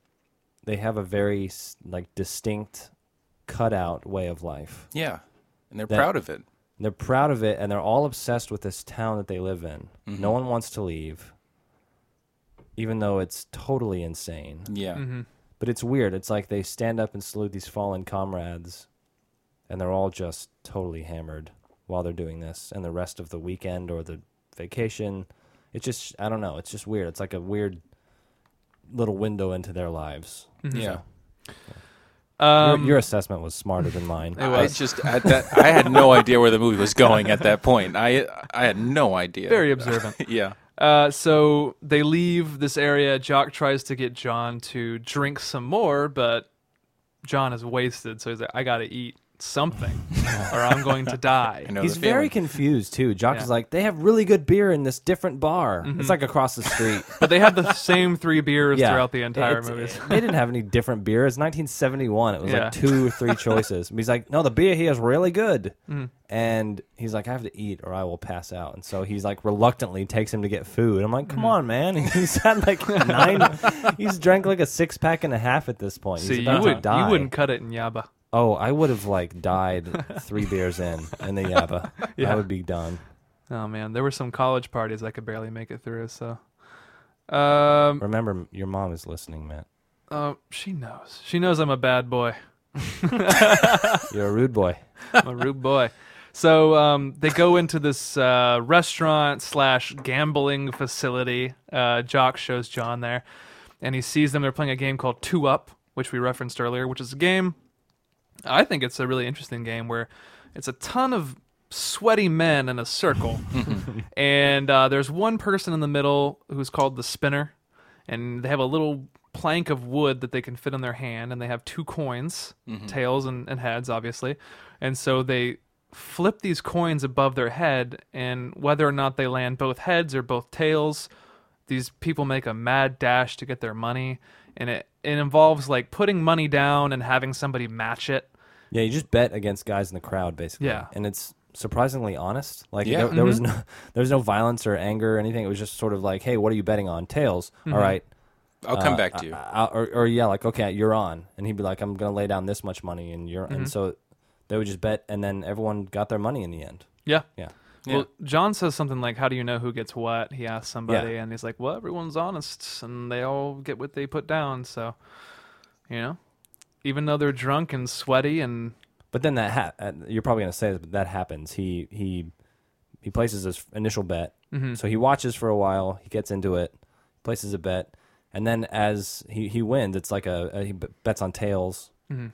Speaker 2: they have a very s- like distinct cutout way of life.
Speaker 3: yeah, and they're proud of it.
Speaker 2: They're proud of it, and they're all obsessed with this town that they live in. No one wants to leave, even though it's totally insane.
Speaker 3: Yeah.
Speaker 2: But it's weird. It's like they stand up and salute these fallen comrades, and they're all just totally hammered while they're doing this. And the rest of the weekend or the vacation, it's just I don't know. It's just weird. It's like a weird little window into their lives.
Speaker 3: Yeah.
Speaker 2: Your, your assessment was smarter than mine.
Speaker 3: I just at that I had no idea where the movie was going at that point. I I had no idea.
Speaker 1: Very observant.
Speaker 3: yeah.
Speaker 1: Uh, so they leave this area. Jock tries to get John to drink some more, but John is wasted. So he's like, "I got to eat something, or I'm going to die."
Speaker 3: I know
Speaker 2: He's
Speaker 3: the feeling.
Speaker 2: very confused too. Jock
Speaker 1: Yeah.
Speaker 2: is like, they have really good beer in this different bar. It's like across the street.
Speaker 1: But they have the same three beers
Speaker 2: yeah,
Speaker 1: throughout the entire
Speaker 2: It's-
Speaker 1: movie.
Speaker 2: they didn't have any different beer. It's 1971. It was
Speaker 1: Yeah.
Speaker 2: like two or three choices. And he's like, no, the beer here is really good.
Speaker 1: Mm.
Speaker 2: And he's like, I have to eat or I will pass out. And so he's like, reluctantly takes him to get food. I'm like,
Speaker 1: Mm.
Speaker 2: come on, man. And he's had like nine. he's drank like a six pack and a half at this point.
Speaker 1: See,
Speaker 2: he's
Speaker 1: you
Speaker 2: about
Speaker 1: would
Speaker 2: to die.
Speaker 1: you wouldn't cut it in Yaba.
Speaker 2: Oh, I would have like died three beers in in the Yabba. I would be done.
Speaker 1: Oh man, there were some college parties I could barely make it through. So, um,
Speaker 2: Remember, your mom is listening, Matt.
Speaker 1: uh, she knows. She knows I'm a bad boy.
Speaker 2: You're a rude boy.
Speaker 1: I'm a rude boy. So um, they go into this uh, restaurant slash gambling facility. Uh, Jock shows John there, and he sees them. They're playing a game called Two Up, which we referenced earlier, which is a game. I think it's a really interesting game where it's a ton of sweaty men in a circle, and uh, there's one person in the middle who's called the spinner, and they have a little plank of wood that they can fit in their hand, and they have two coins, tails and, and heads, obviously, and so they flip these coins above their head, and whether or not they land both heads or both tails, these people make a mad dash to get their money, and it it involves like putting money down and having somebody match it.
Speaker 2: Yeah, you just bet against guys in the crowd, basically.
Speaker 1: Yeah.
Speaker 2: and it's surprisingly honest. Like
Speaker 3: Yeah.
Speaker 2: there, there was no there was no violence or anger or anything. It was just sort of like, hey, what are you betting on? Tails. All right.
Speaker 3: I'll come back to you.
Speaker 2: Uh, or, or yeah, like okay, you're on, and he'd be like, I'm gonna lay down this much money, and you're, and so they would just bet, and then everyone got their money in the end.
Speaker 1: Yeah.
Speaker 2: Yeah.
Speaker 1: Well, John says something like, "How do you know who gets what?" He asks somebody,
Speaker 2: Yeah.
Speaker 1: and he's like, "Well, everyone's honest, and they all get what they put down." So, you know, even though they're drunk and sweaty, and
Speaker 2: But then that ha- uh, you're probably going to say this, but that happens. He he he places his initial bet. So he watches for a while. He gets into it, places a bet, And then as he, he wins, it's like a, a he b- bets on tails, and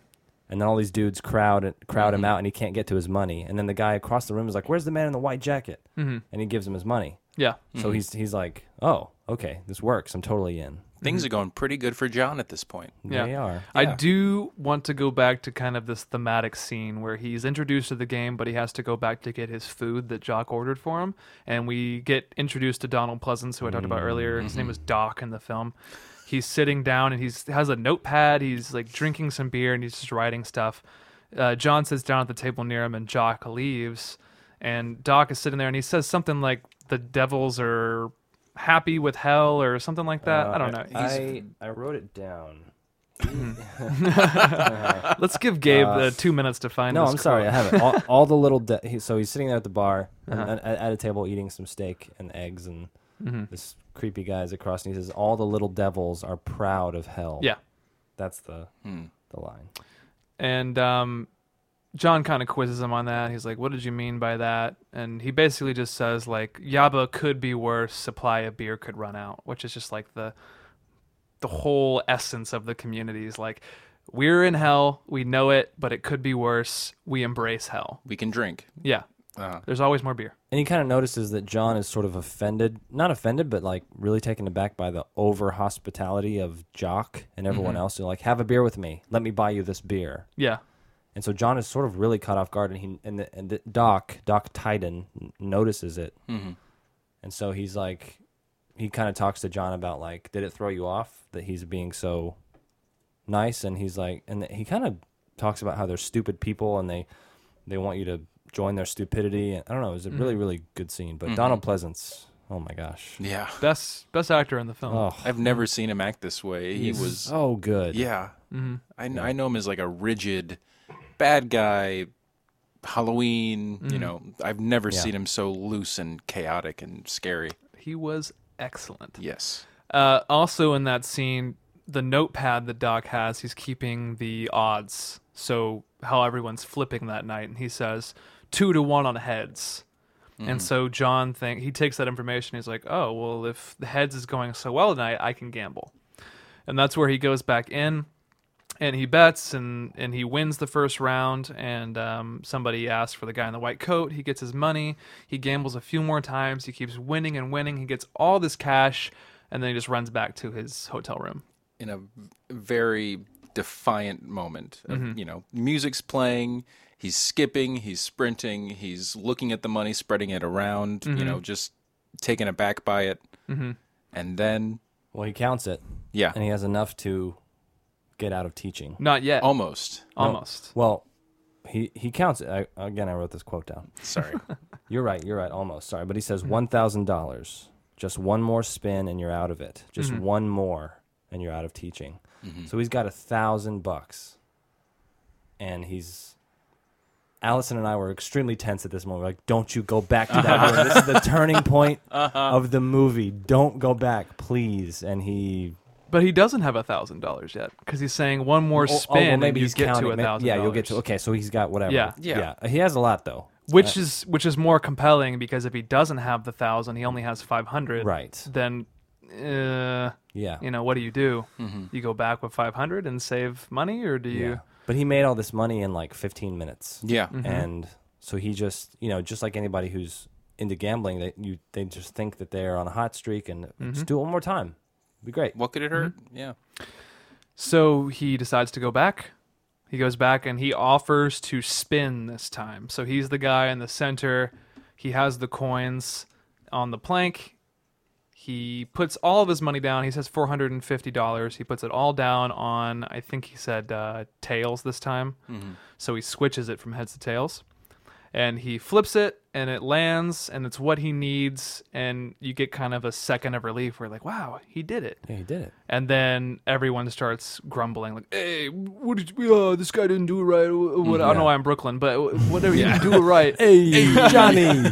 Speaker 2: then all these dudes crowd crowd him out, and he can't get to his money. And then the guy across the room is like, "Where's the man in the white jacket?" And he gives him his money.
Speaker 1: Yeah.
Speaker 2: So he's he's like, "Oh, okay, this works. I'm totally in."
Speaker 3: Things are going pretty good for John at this point.
Speaker 1: Yeah.
Speaker 2: They are.
Speaker 1: I do want to go back to kind of this thematic scene where he's introduced to the game, but he has to go back to get his food that Jock ordered for him. And we get introduced to Donald Pleasance, who I talked about earlier. His
Speaker 2: Mm-hmm.
Speaker 1: name is Doc in the film. He's sitting down and he's has a notepad. He's like drinking some beer and he's just writing stuff. Uh, John sits down at the table near him and Jock leaves. And Doc is sitting there and he says something like, the devils are happy with hell or something like that. I don't know.
Speaker 2: Uh, I I wrote it down.
Speaker 1: Let's give Gabe the two minutes to find.
Speaker 2: No,
Speaker 1: this
Speaker 2: I'm sorry, I
Speaker 1: quote.
Speaker 2: haven't. All, all the little. De- he, so he's sitting there at the bar and- and, at, at a table eating some steak and eggs, and this creepy guy's across, and he says, "All the little devils are proud of hell."
Speaker 1: Yeah,
Speaker 2: that's the the line.
Speaker 1: and um, John kind of quizzes him on that. He's like, "What did you mean by that?" And he basically just says, "Like Yaba could be worse. Supply of beer could run out," which is just like the the whole essence of the community is like. We're in hell. We know it, but it could be worse. We embrace hell.
Speaker 3: We can drink.
Speaker 1: Yeah.
Speaker 2: Uh-huh.
Speaker 3: Uh,
Speaker 1: There's always more beer.
Speaker 2: And he kind of notices that John is sort of offended, not offended, but like really taken aback by the over hospitality of Jock and everyone else. They're like, "Have a beer with me. Let me buy you this beer."
Speaker 1: Yeah.
Speaker 2: And so John is sort of really caught off guard, and he and, the, and the Doc Doc Titan n- notices it,
Speaker 3: Mm-hmm.
Speaker 2: and so he's like, he kind of talks to John about like, did it throw you off that he's being so nice? And he's like, and he kind of talks about how they're stupid people and they they want you to join their stupidity. And I don't know, it was a really
Speaker 3: Mm-hmm.
Speaker 2: really good scene. But Donald Pleasance, oh my gosh,
Speaker 3: yeah.
Speaker 1: Best best actor in the film.
Speaker 2: oh
Speaker 3: I've never seen him act this way. He was,
Speaker 2: so good.
Speaker 3: yeah.
Speaker 2: Mm-hmm.
Speaker 3: I, kn- I know him as like a rigid bad guy, Halloween.
Speaker 2: Mm-hmm.
Speaker 3: You know, I've never seen him so loose and chaotic and scary.
Speaker 1: He was excellent.
Speaker 3: Yes.
Speaker 1: Uh, also in that scene, the notepad that Doc has, he's keeping the odds. So how everyone's flipping that night, and he says two to one on heads. And so John think he takes that information. He's like, oh well, if the heads is going so well tonight, I can gamble. And that's where he goes back in, and he bets, and and he wins the first round. And um, somebody asks for the guy in the white coat. He gets his money. He gambles a few more times. He keeps winning and winning. He gets all this cash, and then he just runs back to his hotel room.
Speaker 3: in a v- very defiant moment. of,
Speaker 1: Mm-hmm.
Speaker 3: You know, music's playing, he's skipping, he's sprinting, he's looking at the money, spreading it around,
Speaker 1: Mm-hmm.
Speaker 3: you know, just taken aback by it. And then,
Speaker 2: Well, he counts it,
Speaker 3: yeah,
Speaker 2: and he has enough to get out of teaching.
Speaker 1: Not yet.
Speaker 3: almost.
Speaker 1: Almost.
Speaker 2: Well, he he counts it. I, again, I wrote this quote down.
Speaker 3: Sorry.
Speaker 2: You're right. You're right. Almost. Sorry, but he says
Speaker 1: Hmm.
Speaker 2: one thousand dollars. Just one more spin, and you're out of it. Just
Speaker 1: Mm-hmm.
Speaker 2: one more, and you're out of teaching. So he's got a thousand bucks, and he's. Allison and I were extremely tense at this moment. We're like, don't you go back to that room. This is the turning point
Speaker 1: Uh-huh.
Speaker 2: of the movie. Don't go back, please. And he,
Speaker 1: But he doesn't have a thousand dollars yet because he's saying one more
Speaker 2: oh, oh, well,
Speaker 1: spin, and
Speaker 2: maybe
Speaker 1: you
Speaker 2: he's
Speaker 1: get
Speaker 2: counting.
Speaker 1: to a
Speaker 2: May-
Speaker 1: thousand.
Speaker 2: Yeah, you'll get to. Okay, so he's got whatever.
Speaker 1: Yeah.
Speaker 3: Yeah.
Speaker 2: yeah. He has a lot though.
Speaker 1: which is which is more compelling because if he doesn't have the thousand, he only has five hundred.
Speaker 2: Right.
Speaker 1: Then, uh,
Speaker 2: Yeah.
Speaker 1: you know, what do you do? You go back with five hundred and save money, or do you?
Speaker 2: But he made all this money in like 15 minutes.
Speaker 3: yeah.
Speaker 1: Mm-hmm.
Speaker 3: Mm-hmm.
Speaker 2: And so he just, you know, just like anybody who's into gambling, they you they just think that they're on a hot streak and just do it one more time. Be great.
Speaker 3: What could it hurt?
Speaker 1: Mm-hmm.
Speaker 3: Yeah.
Speaker 1: So he decides to go back. He goes back and he offers to spin this time. So he's the guy in the center. He has the coins on the plank. He puts all of his money down. He says four hundred and fifty dollars. He puts it all down on I think he said uh, tails this time. So he switches it from heads to tails, and he flips it, and it lands, and it's what he needs. And you get kind of a second of relief. Where like, wow, he did it.
Speaker 2: Yeah, he did it.
Speaker 1: And then everyone starts grumbling, like, "Hey, what did you, uh, this guy didn't do it right? What, I don't know why I'm Brooklyn, but whatever you didn't do it right."
Speaker 2: Hey, Johnny.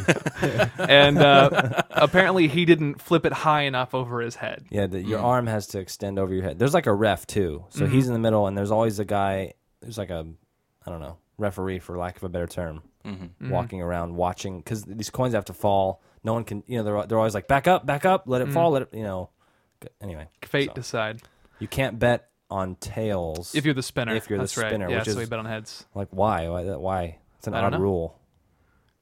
Speaker 1: And uh, apparently, he didn't flip it high enough over his head.
Speaker 2: yeah, the, your arm has to extend over your head. There's like a ref too. So he's in the middle and there's always a guy, there's like a I don't know, referee for lack of a better term, walking around watching cuz these coins have to fall. No one can, you know, they're they're always like back up, back up, let it fall, let it, you know, G- Anyway,
Speaker 1: Fate
Speaker 2: so.
Speaker 1: decide
Speaker 2: You can't bet on tails.
Speaker 1: if you're the spinner.
Speaker 2: If you're the
Speaker 1: that's right.
Speaker 2: spinner,
Speaker 1: yeah.
Speaker 2: which
Speaker 1: so
Speaker 2: is-
Speaker 1: we bet on heads
Speaker 2: like why why that- why it's an
Speaker 1: I
Speaker 2: odd
Speaker 1: don't know.
Speaker 2: rule.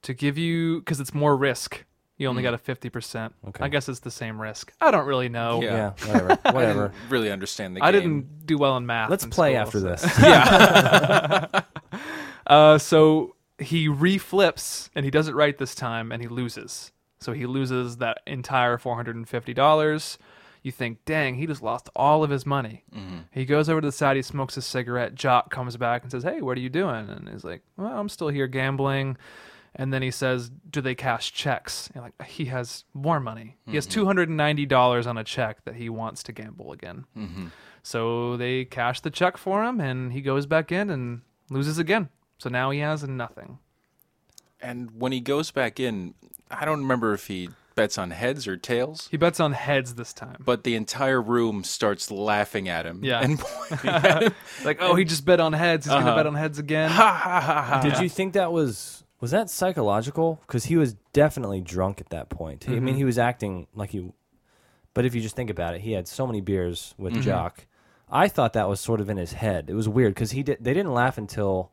Speaker 1: to give you because it's more risk. You only got a fifty percent.
Speaker 2: Hmm. Okay.
Speaker 1: I guess it's the same risk. I don't really know.
Speaker 3: Oh, Yeah.
Speaker 2: Yeah, whatever, whatever.
Speaker 3: Really understand the
Speaker 1: I
Speaker 3: game.
Speaker 1: didn't do well in math.
Speaker 2: Let's
Speaker 1: in
Speaker 2: play
Speaker 1: school,
Speaker 2: after
Speaker 1: so-
Speaker 2: this.
Speaker 1: Uh, so he reflips and he does it right this time and he loses. So he loses that entire four hundred and fifty dollars. You think, dang, he just lost all of his money. He goes over to the side, he smokes a cigarette. Jock comes back and says, "Hey, what are you doing?" And he's like, "Well, I'm still here gambling." And then he says, "Do they cash checks?" And like he has more money. He has two hundred and ninety dollars on a check that he wants to gamble again. So they cash the check for him, and he goes back in and loses again. So now he has nothing.
Speaker 3: And when he goes back in, I don't remember if he bets on heads or tails,
Speaker 1: He bets on heads this time.
Speaker 3: but the entire room starts laughing at him.
Speaker 1: Yeah.
Speaker 3: And pointing at him.
Speaker 1: like, oh, he just bet on heads. He's gonna bet on heads again.
Speaker 2: Did you think that was was that psychological? Because he was definitely drunk at that point. He- I
Speaker 1: Mm-hmm.
Speaker 2: mean, he was acting like he. But if you just think about it, he had so many beers with
Speaker 1: Mm-hmm.
Speaker 2: Jock. I thought that was sort of in his head. It was weird because he did. They didn't laugh until.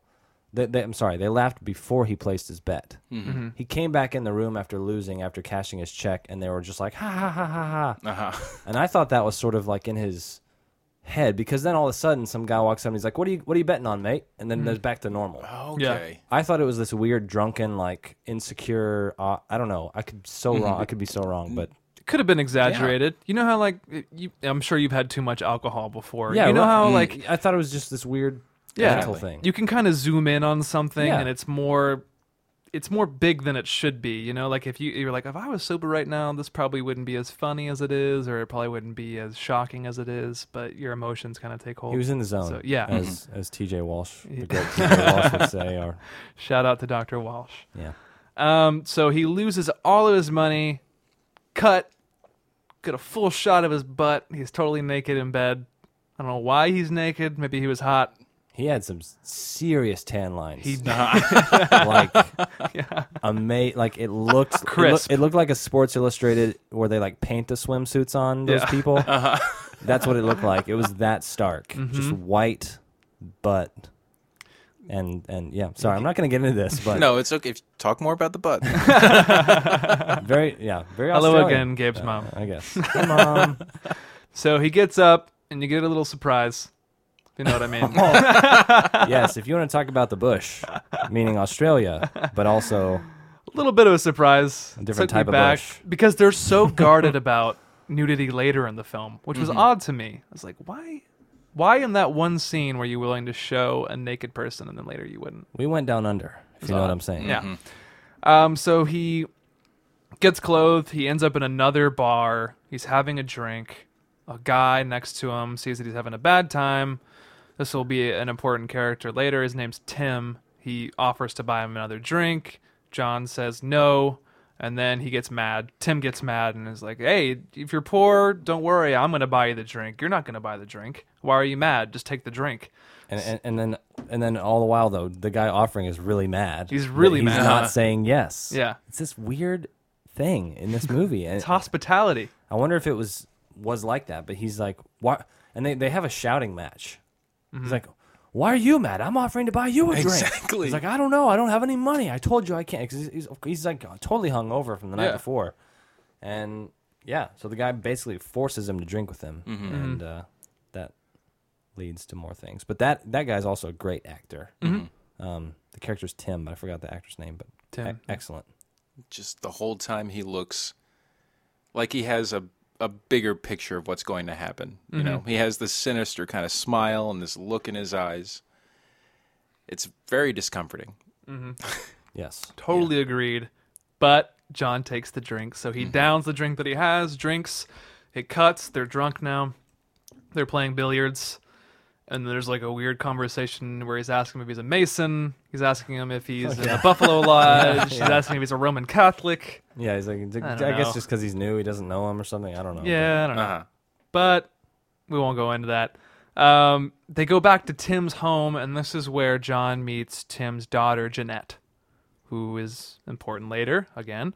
Speaker 2: They, they, I'm sorry. They laughed before he placed his bet.
Speaker 1: Mm-hmm.
Speaker 2: He came back in the room after losing, after cashing his check, and they were just like ha ha ha ha ha.
Speaker 3: Uh-huh.
Speaker 2: And I thought that was sort of like in his head because then all of a sudden some guy walks up and he's like, "What are you What are you betting on, mate?" And then
Speaker 1: Mm.
Speaker 2: there's back to normal.
Speaker 3: okay.
Speaker 2: I thought it was this weird, drunken, like insecure. Uh, I don't know. I could so wrong. I could be so wrong, but
Speaker 1: Could have been exaggerated. You know how like it- you, I'm sure you've had too much alcohol before.
Speaker 2: yeah.
Speaker 1: you know
Speaker 2: right-
Speaker 1: how
Speaker 2: mm,
Speaker 1: like
Speaker 2: I thought it was just this weird
Speaker 1: yeah,
Speaker 2: mental thing.
Speaker 1: you can kind of zoom in on something,
Speaker 2: Yeah.
Speaker 1: and it's more. It's more big than it should be, you know. Like if you you're like, if I was sober right now, this probably wouldn't be as funny as it is, or it probably wouldn't be as shocking as it is. But your emotions kind of take hold.
Speaker 2: he was in the zone.
Speaker 1: So, yeah. Mm-hmm.
Speaker 2: as as T.J. Walsh, the great T.J. Walsh would say, or
Speaker 1: Shout out to Dr. Walsh.
Speaker 2: yeah,
Speaker 1: Um, so he loses all of his money, cut, get a full shot of his butt. He's totally naked in bed. I don't know why he's naked. Maybe he was hot.
Speaker 2: he had some serious tan lines.
Speaker 1: He
Speaker 2: like ama- Like it looked it loo-
Speaker 1: Crisp.
Speaker 2: It, looked like a Sports Illustrated where they like paint the swimsuits on those
Speaker 1: Yeah. Uh-huh.
Speaker 2: people. That's what it looked like. It was that stark,
Speaker 1: Mm-hmm.
Speaker 2: just white butt. And and yeah, sorry, I'm not going to get into this, but
Speaker 3: No, it's okay. Talk more about the butt.
Speaker 2: very yeah, very.
Speaker 1: hello
Speaker 2: Australian,
Speaker 1: again, Gabe's mom.
Speaker 2: I guess. Hi, Mom.
Speaker 1: So he gets up, and you get a little surprise. If you know what I mean?
Speaker 2: yes, if you want to talk about the bush, meaning Australia, but also
Speaker 1: little bit of a surprise.
Speaker 2: different
Speaker 1: Took me
Speaker 2: type of
Speaker 1: back
Speaker 2: bush.
Speaker 1: because they're so guarded about nudity later in the film, which
Speaker 2: Mm-hmm.
Speaker 1: was odd to me. I was like, why? Why in that one scene were you willing to show a naked person and then later you wouldn't?
Speaker 2: we went down under. If you know what I'm saying.
Speaker 1: Yeah. Um, so he gets clothed. He ends up in another bar. He's having a drink. A guy next to him sees that he's having a bad time. This will be an important character later. His name's Tim. He offers to buy him another drink. John says no. And then he gets mad. Tim gets mad and is like, hey, if you're poor, don't worry. I'm going to buy you the drink. You're not going to buy the drink. Why are you mad? Just take the drink.
Speaker 2: And, and and then and then all the while though, the guy offering is really mad.
Speaker 1: He's
Speaker 2: that
Speaker 1: really
Speaker 2: he's
Speaker 1: mad.
Speaker 2: not saying yes.
Speaker 1: Yeah.
Speaker 2: It's this weird thing in this movie. And
Speaker 1: It's hospitality.
Speaker 2: I wonder if it was was like that, but he's like, Why and they, they have a shouting match. He's like, Why are you mad? I'm offering to buy you a drink.
Speaker 3: Exactly.
Speaker 2: He's like, I don't know, I don't have any money. I told you I can't 'Cause he's, he's, he's like uh, totally hung over from the night
Speaker 1: Yeah.
Speaker 2: before. And yeah, so the guy basically forces him to drink with him. And uh, that leads to more things. But that that guy's also a great actor. Um, the character's Tim, but I forgot the actor's name. But
Speaker 1: Tim.
Speaker 2: e- excellent.
Speaker 3: Just the whole time he looks like he has a a bigger picture of what's going to happen. You know, he has this sinister kind of smile and this look in his eyes. It's very discomforting.
Speaker 2: Yes,
Speaker 1: Totally agreed. But John takes the drink, so he downs the drink that he has, drinks, it cuts, they're drunk now. They're playing billiards. And there's like a weird conversation where he's asking him if he's a Mason. He's asking him if he's in the Buffalo Lodge. He's asking if he's a Roman Catholic.
Speaker 2: yeah. He's like, I,
Speaker 1: don't know.
Speaker 2: guess just because he's new, he doesn't know him or something. I don't know.
Speaker 1: Yeah, I don't know.
Speaker 3: Uh-huh.
Speaker 1: But we won't go into that. Um, they go back to Tim's home, and this is where John meets Tim's daughter, Jeanette, who is important later again.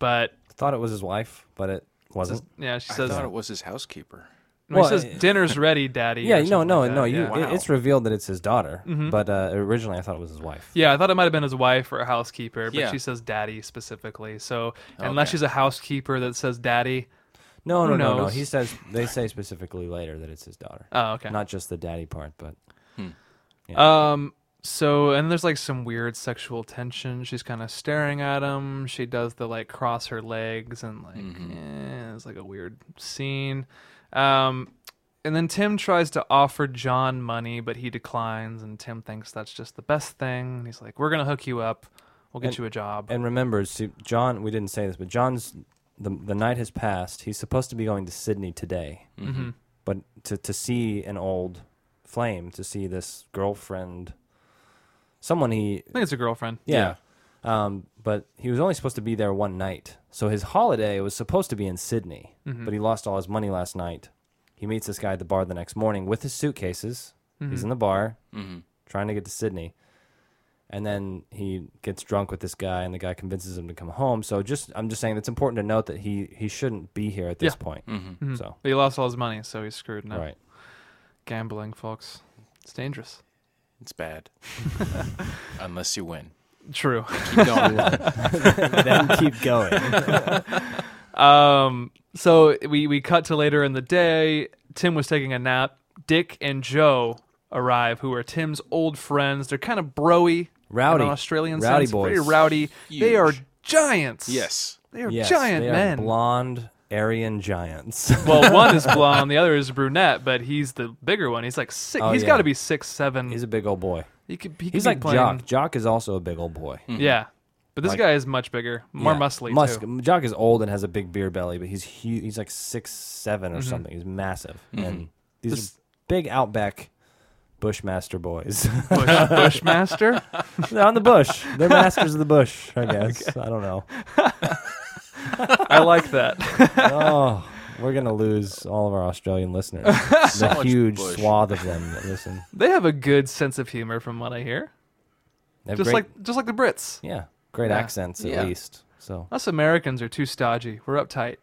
Speaker 1: But
Speaker 2: thought it was his wife, but it Wasn't.
Speaker 1: Yeah, she
Speaker 3: I
Speaker 1: says.
Speaker 3: thought it was his housekeeper.
Speaker 1: no, he
Speaker 2: Well,
Speaker 1: says
Speaker 2: I-
Speaker 1: dinner's ready, Daddy.
Speaker 2: yeah,
Speaker 1: or
Speaker 2: no,
Speaker 1: something
Speaker 2: no,
Speaker 1: like that.
Speaker 2: no. You,
Speaker 1: yeah. Mm-hmm.
Speaker 2: it- it's revealed that it's his daughter, but uh, originally I thought it was his wife.
Speaker 1: Yeah, I thought it might have been his wife or a housekeeper, but
Speaker 3: Yeah.
Speaker 1: she says daddy specifically. So
Speaker 2: Oh,
Speaker 1: unless she's a housekeeper that says daddy,
Speaker 2: No, no,
Speaker 1: Who
Speaker 2: no, no.
Speaker 1: knows?
Speaker 2: He says they say specifically later that it's his daughter,
Speaker 1: oh okay.
Speaker 2: not just the daddy part, but
Speaker 1: Um. So and there's like some weird sexual tension. She's kind of staring at him. She does the like cross her legs and like
Speaker 2: Mm-hmm.
Speaker 1: eh, it's like a weird scene. Um. And then Tim tries to offer John money, but he declines. And Tim thinks that's just the best thing. And he's like, "We're gonna hook you up. We'll get you a job."
Speaker 2: and remember, see, John. We didn't say this, but John's the the night has passed. He's supposed to be going to Sydney today, mm-hmm. but to to see an old flame, to see this girlfriend, someone he
Speaker 1: I think it's a girlfriend.
Speaker 2: yeah. Um, but he was only supposed to be there one night. So his holiday was supposed to be in Sydney, but he lost all his money last night. He meets this guy at the bar the next morning with his suitcases. He's in the bar trying to get to Sydney. And then he gets drunk with this guy, and the guy convinces him to come home. So just, I'm just saying, it's important to note that he he shouldn't be here at this
Speaker 1: Yeah.
Speaker 2: point. So,
Speaker 1: But he lost all his money, so he's screwed now.
Speaker 2: all right,
Speaker 1: Gambling, folks. It's dangerous.
Speaker 3: It's bad. Unless you win.
Speaker 1: True.
Speaker 3: Keep going.
Speaker 2: then keep going.
Speaker 1: Um, so we, we cut to later in the day. Tim was taking a nap. Dick and Joe arrive, who are Tim's old friends. They're kind of broy.
Speaker 2: Rowdy.
Speaker 1: In an Australian
Speaker 2: Rowdy
Speaker 1: sense. Very
Speaker 2: boys.
Speaker 1: rowdy. They are
Speaker 3: Huge.
Speaker 1: giants.
Speaker 3: yes.
Speaker 1: They are
Speaker 2: Yes,
Speaker 1: giant
Speaker 2: they are
Speaker 1: men.
Speaker 2: blonde Aryan giants.
Speaker 1: well, one is blonde, the other is brunette, but he's the bigger one. He's like six.
Speaker 2: Oh,
Speaker 1: He's
Speaker 2: yeah.
Speaker 1: got to be six, seven.
Speaker 2: He's a big old boy.
Speaker 1: he could, he could
Speaker 2: He's
Speaker 1: be
Speaker 2: like
Speaker 1: playing-
Speaker 2: Jock. Jock is also a big old boy.
Speaker 1: Yeah, but this
Speaker 2: Like-
Speaker 1: guy is much bigger, more
Speaker 2: Yeah.
Speaker 1: muscly
Speaker 2: Musk,
Speaker 1: too.
Speaker 2: Jock is old and has a big beer belly, but he's huge. He's like six seven or something. He's massive, and these
Speaker 1: Mm-hmm.
Speaker 2: are
Speaker 1: This-
Speaker 2: big outback bushmaster boys.
Speaker 1: Bush, Bushmaster.
Speaker 2: They're on the bush. They're masters of the bush, I guess. I don't know.
Speaker 1: I like that.
Speaker 2: Oh, we're gonna lose all of our Australian listeners. the
Speaker 3: much
Speaker 2: huge
Speaker 3: bush.
Speaker 2: swath of them that listen.
Speaker 1: They have a good sense of humor, from what I hear.
Speaker 2: They have
Speaker 1: just
Speaker 2: great,
Speaker 1: like just like the Brits.
Speaker 2: yeah, great
Speaker 1: Yeah.
Speaker 2: accents at
Speaker 3: Yeah.
Speaker 2: least. So
Speaker 1: Us Americans are too stodgy. We're uptight.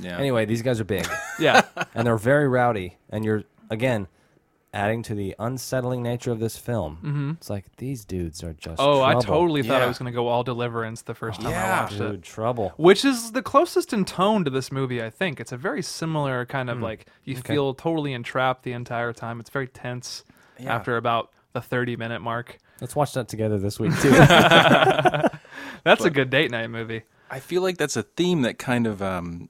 Speaker 3: Yeah.
Speaker 2: anyway, these guys are big.
Speaker 1: Yeah,
Speaker 2: and they're very rowdy. And you're again adding to the unsettling nature of this film. Mm-hmm. It's like these dudes are just
Speaker 1: Oh, I
Speaker 2: trouble.
Speaker 1: totally thought I
Speaker 3: Yeah.
Speaker 1: was going to go all deliverance the first time I
Speaker 3: Yeah.
Speaker 1: watched
Speaker 2: dude
Speaker 1: it.
Speaker 2: trouble.
Speaker 1: Which is the closest in tone to this movie, I think. It's a very similar kind of like you feel totally entrapped the entire time. It's very tense after about the 30 minute mark.
Speaker 2: Let's watch that together this week too.
Speaker 1: That's a good date night movie.
Speaker 3: I feel like that's a theme that kind of um,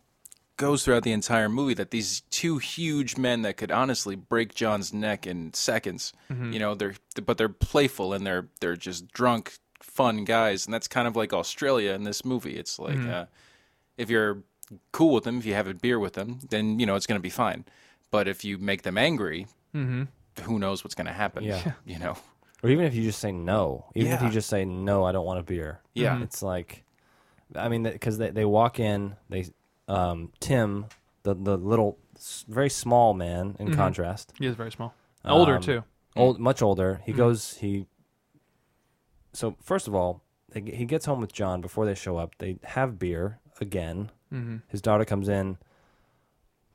Speaker 3: goes throughout the entire movie that these two huge men that could honestly break John's neck in seconds,
Speaker 2: Mm-hmm.
Speaker 3: you know, they're but they're playful and they're they're just drunk fun guys and that's kind of like Australia in this movie. It's like
Speaker 2: Mm-hmm.
Speaker 3: uh, if you're cool with them, if you have a beer with them, then you know it's going to be fine. But if you make them angry, who knows what's going to happen?
Speaker 2: Mm-hmm. Yeah.
Speaker 3: You know.
Speaker 2: or even if you just say no, even if you
Speaker 3: Yeah.
Speaker 2: just say no, I don't want a beer.
Speaker 3: Yeah.
Speaker 2: it's like, I mean, because they they walk in, they um, Tim, the the little s- very small man
Speaker 1: Mm-hmm.
Speaker 2: in contrast,
Speaker 1: He is very small. Older,
Speaker 2: Um,
Speaker 1: too.
Speaker 2: old, much older. He goes. He. So first of all, they, he gets home with John before they show up. They have beer again. Mm-hmm. His daughter comes in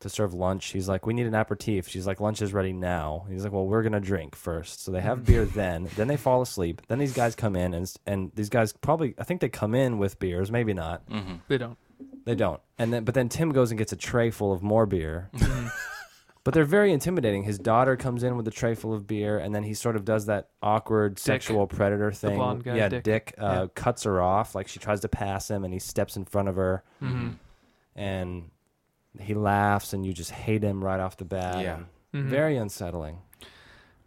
Speaker 2: to serve lunch. He's like, "We need an aperitif." She's like, "Lunch is ready now." He's like, "Well, we're gonna drink first. So they have beer then. Then they fall asleep. Then these guys come in and s- and these guys probably I think they come in with beers, maybe not.
Speaker 1: They don't.
Speaker 2: They don't. And then but then Tim goes and gets a tray full of more beer. but they're very intimidating. His daughter comes in with a tray full of beer and then he sort of does that awkward sexual predator thing.
Speaker 1: blonde guy,
Speaker 2: yeah,
Speaker 1: Dick.
Speaker 2: uh, cuts her off like she tries to pass him and he steps in front of her.
Speaker 1: Mm-hmm.
Speaker 2: And he laughs and you just hate him right off the bat.
Speaker 3: Yeah.
Speaker 1: Mm-hmm.
Speaker 2: And Very unsettling.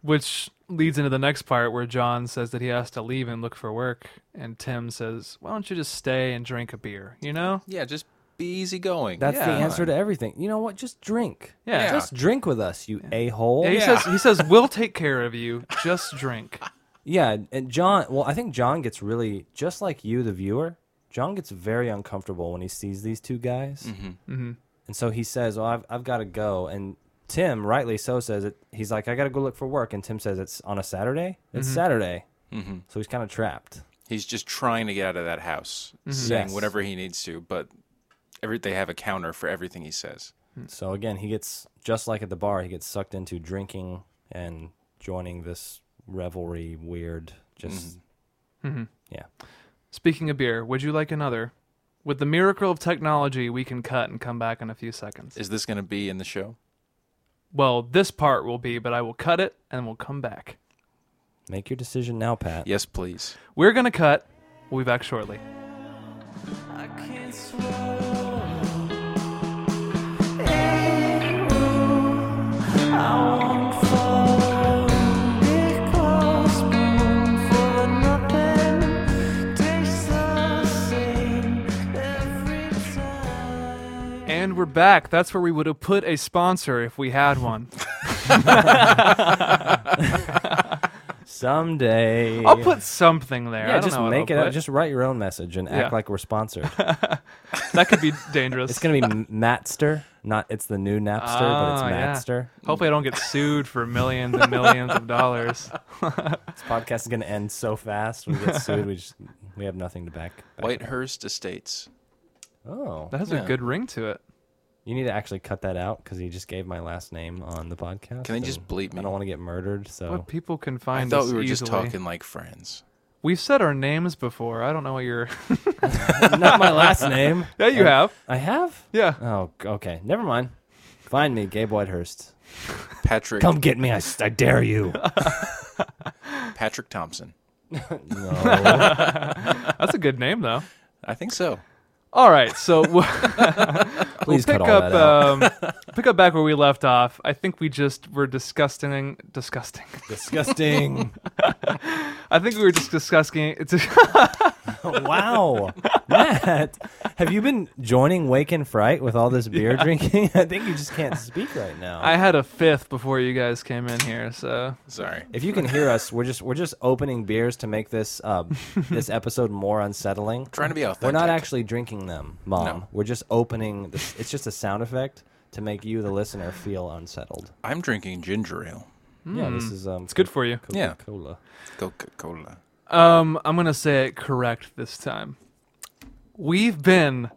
Speaker 1: Which leads into the next part where John says that he has to leave and look for work. And Tim says, Why don't you just stay and drink a beer? You know?
Speaker 3: Yeah, just be easygoing.
Speaker 2: That's the
Speaker 3: Yeah.
Speaker 2: answer to everything. You know what? Just drink.
Speaker 1: Yeah.
Speaker 2: Just drink with us, you a hole.
Speaker 1: Yeah, he
Speaker 3: Yeah.
Speaker 1: says he says we'll take care of you. Just drink.
Speaker 2: Yeah, and John. Well, I think John gets really just like you, the viewer. John gets very uncomfortable when he sees these two guys, mm-hmm. and so he says, "Well, I've I've got to go." And Tim, rightly so, says it. He's like, "I got to go look for work," and Tim says, "It's on a Saturday. It's Saturday." Mm-hmm. So he's kind of trapped.
Speaker 3: He's just trying to get out of that house, saying
Speaker 2: Mm-hmm. Yes.
Speaker 3: whatever he needs to, but Every, they have a counter for everything he says.
Speaker 1: Mm.
Speaker 2: So again, he gets just like at the bar, he gets sucked into drinking and joining this revelry weird just Mm-hmm.
Speaker 1: Mm-hmm.
Speaker 2: yeah.
Speaker 1: Speaking of beer, would you like another? With the miracle of technology, we can cut and come back in a few seconds.
Speaker 3: Is this going to be in the show?
Speaker 1: Well, this part will be, but I will cut it and we'll come back.
Speaker 2: Make your decision now, Pat.
Speaker 3: Yes, please.
Speaker 1: We're going to cut. We'll be back shortly.
Speaker 6: I can't swallow I won't fall because for nothing tastes the same every time.
Speaker 1: And we're back. That's where we would have put a sponsor if we had one.
Speaker 2: Someday
Speaker 1: I'll put something there. I
Speaker 2: yeah,
Speaker 1: don't
Speaker 2: just
Speaker 1: know what
Speaker 2: make it
Speaker 1: I'll
Speaker 2: up.
Speaker 1: put.
Speaker 2: Just write your own message and
Speaker 1: Yeah.
Speaker 2: act like we're sponsored.
Speaker 1: that could be dangerous.
Speaker 2: it's gonna be M- Matster, not it's the new Napster,
Speaker 1: Ah,
Speaker 2: but
Speaker 1: yeah.
Speaker 2: it's Matster.
Speaker 1: Hopefully, I don't get sued for millions and millions of dollars.
Speaker 2: This podcast is gonna end so fast. We get sued. we just we have nothing to back. back.
Speaker 3: Whitehurst Estates.
Speaker 2: Oh,
Speaker 1: That has
Speaker 3: Yeah.
Speaker 1: a good ring to it.
Speaker 2: you need to actually cut that out because he just gave my last name on the podcast.
Speaker 3: Can they just
Speaker 2: and
Speaker 3: bleep
Speaker 2: I
Speaker 3: me?
Speaker 2: don't want to get murdered. So
Speaker 1: But people can
Speaker 3: I
Speaker 1: find
Speaker 3: thought
Speaker 1: us
Speaker 3: we were
Speaker 1: easily.
Speaker 3: just talking like friends.
Speaker 1: We've said our names before. I don't know what you're.
Speaker 2: not my last name.
Speaker 1: yeah, you
Speaker 2: I-
Speaker 1: have.
Speaker 2: I have.
Speaker 1: Yeah.
Speaker 2: Oh, g- okay. Never mind. Find me, Gabe Whitehurst.
Speaker 3: Patrick
Speaker 2: Come get me. I, s- I dare you.
Speaker 3: Patrick Thompson.
Speaker 2: No.
Speaker 1: That's a good name, though.
Speaker 3: I think so.
Speaker 1: All right, so we'll, we'll
Speaker 2: Please
Speaker 1: pick
Speaker 2: cut all
Speaker 1: up
Speaker 2: that out.
Speaker 1: um, pick up back where we left off. I think we just were discussing disgusting.
Speaker 2: Disgusting.
Speaker 1: I think we were just discussing. It's
Speaker 2: wow. Matt, have you been joining Wake and Fright with all this beer drinking? I think you just can't speak right now.
Speaker 1: I had a fifth before you guys came in here, so
Speaker 3: Sorry.
Speaker 2: if you can hear us, we're just we're just opening beers to make this uh, this episode more unsettling.
Speaker 3: Trying to be authentic.
Speaker 2: We're not actually drinking them, Mom.
Speaker 3: No.
Speaker 2: We're just opening. The, it's just a sound effect to make you, the listener, feel unsettled.
Speaker 3: I'm drinking ginger ale.
Speaker 2: Yeah, this is um,
Speaker 1: Hmm. it's good for you.
Speaker 3: Yeah.
Speaker 2: Coca-Cola.
Speaker 3: Coca Cola.
Speaker 1: Um, I'm gonna say it correct this time. We've been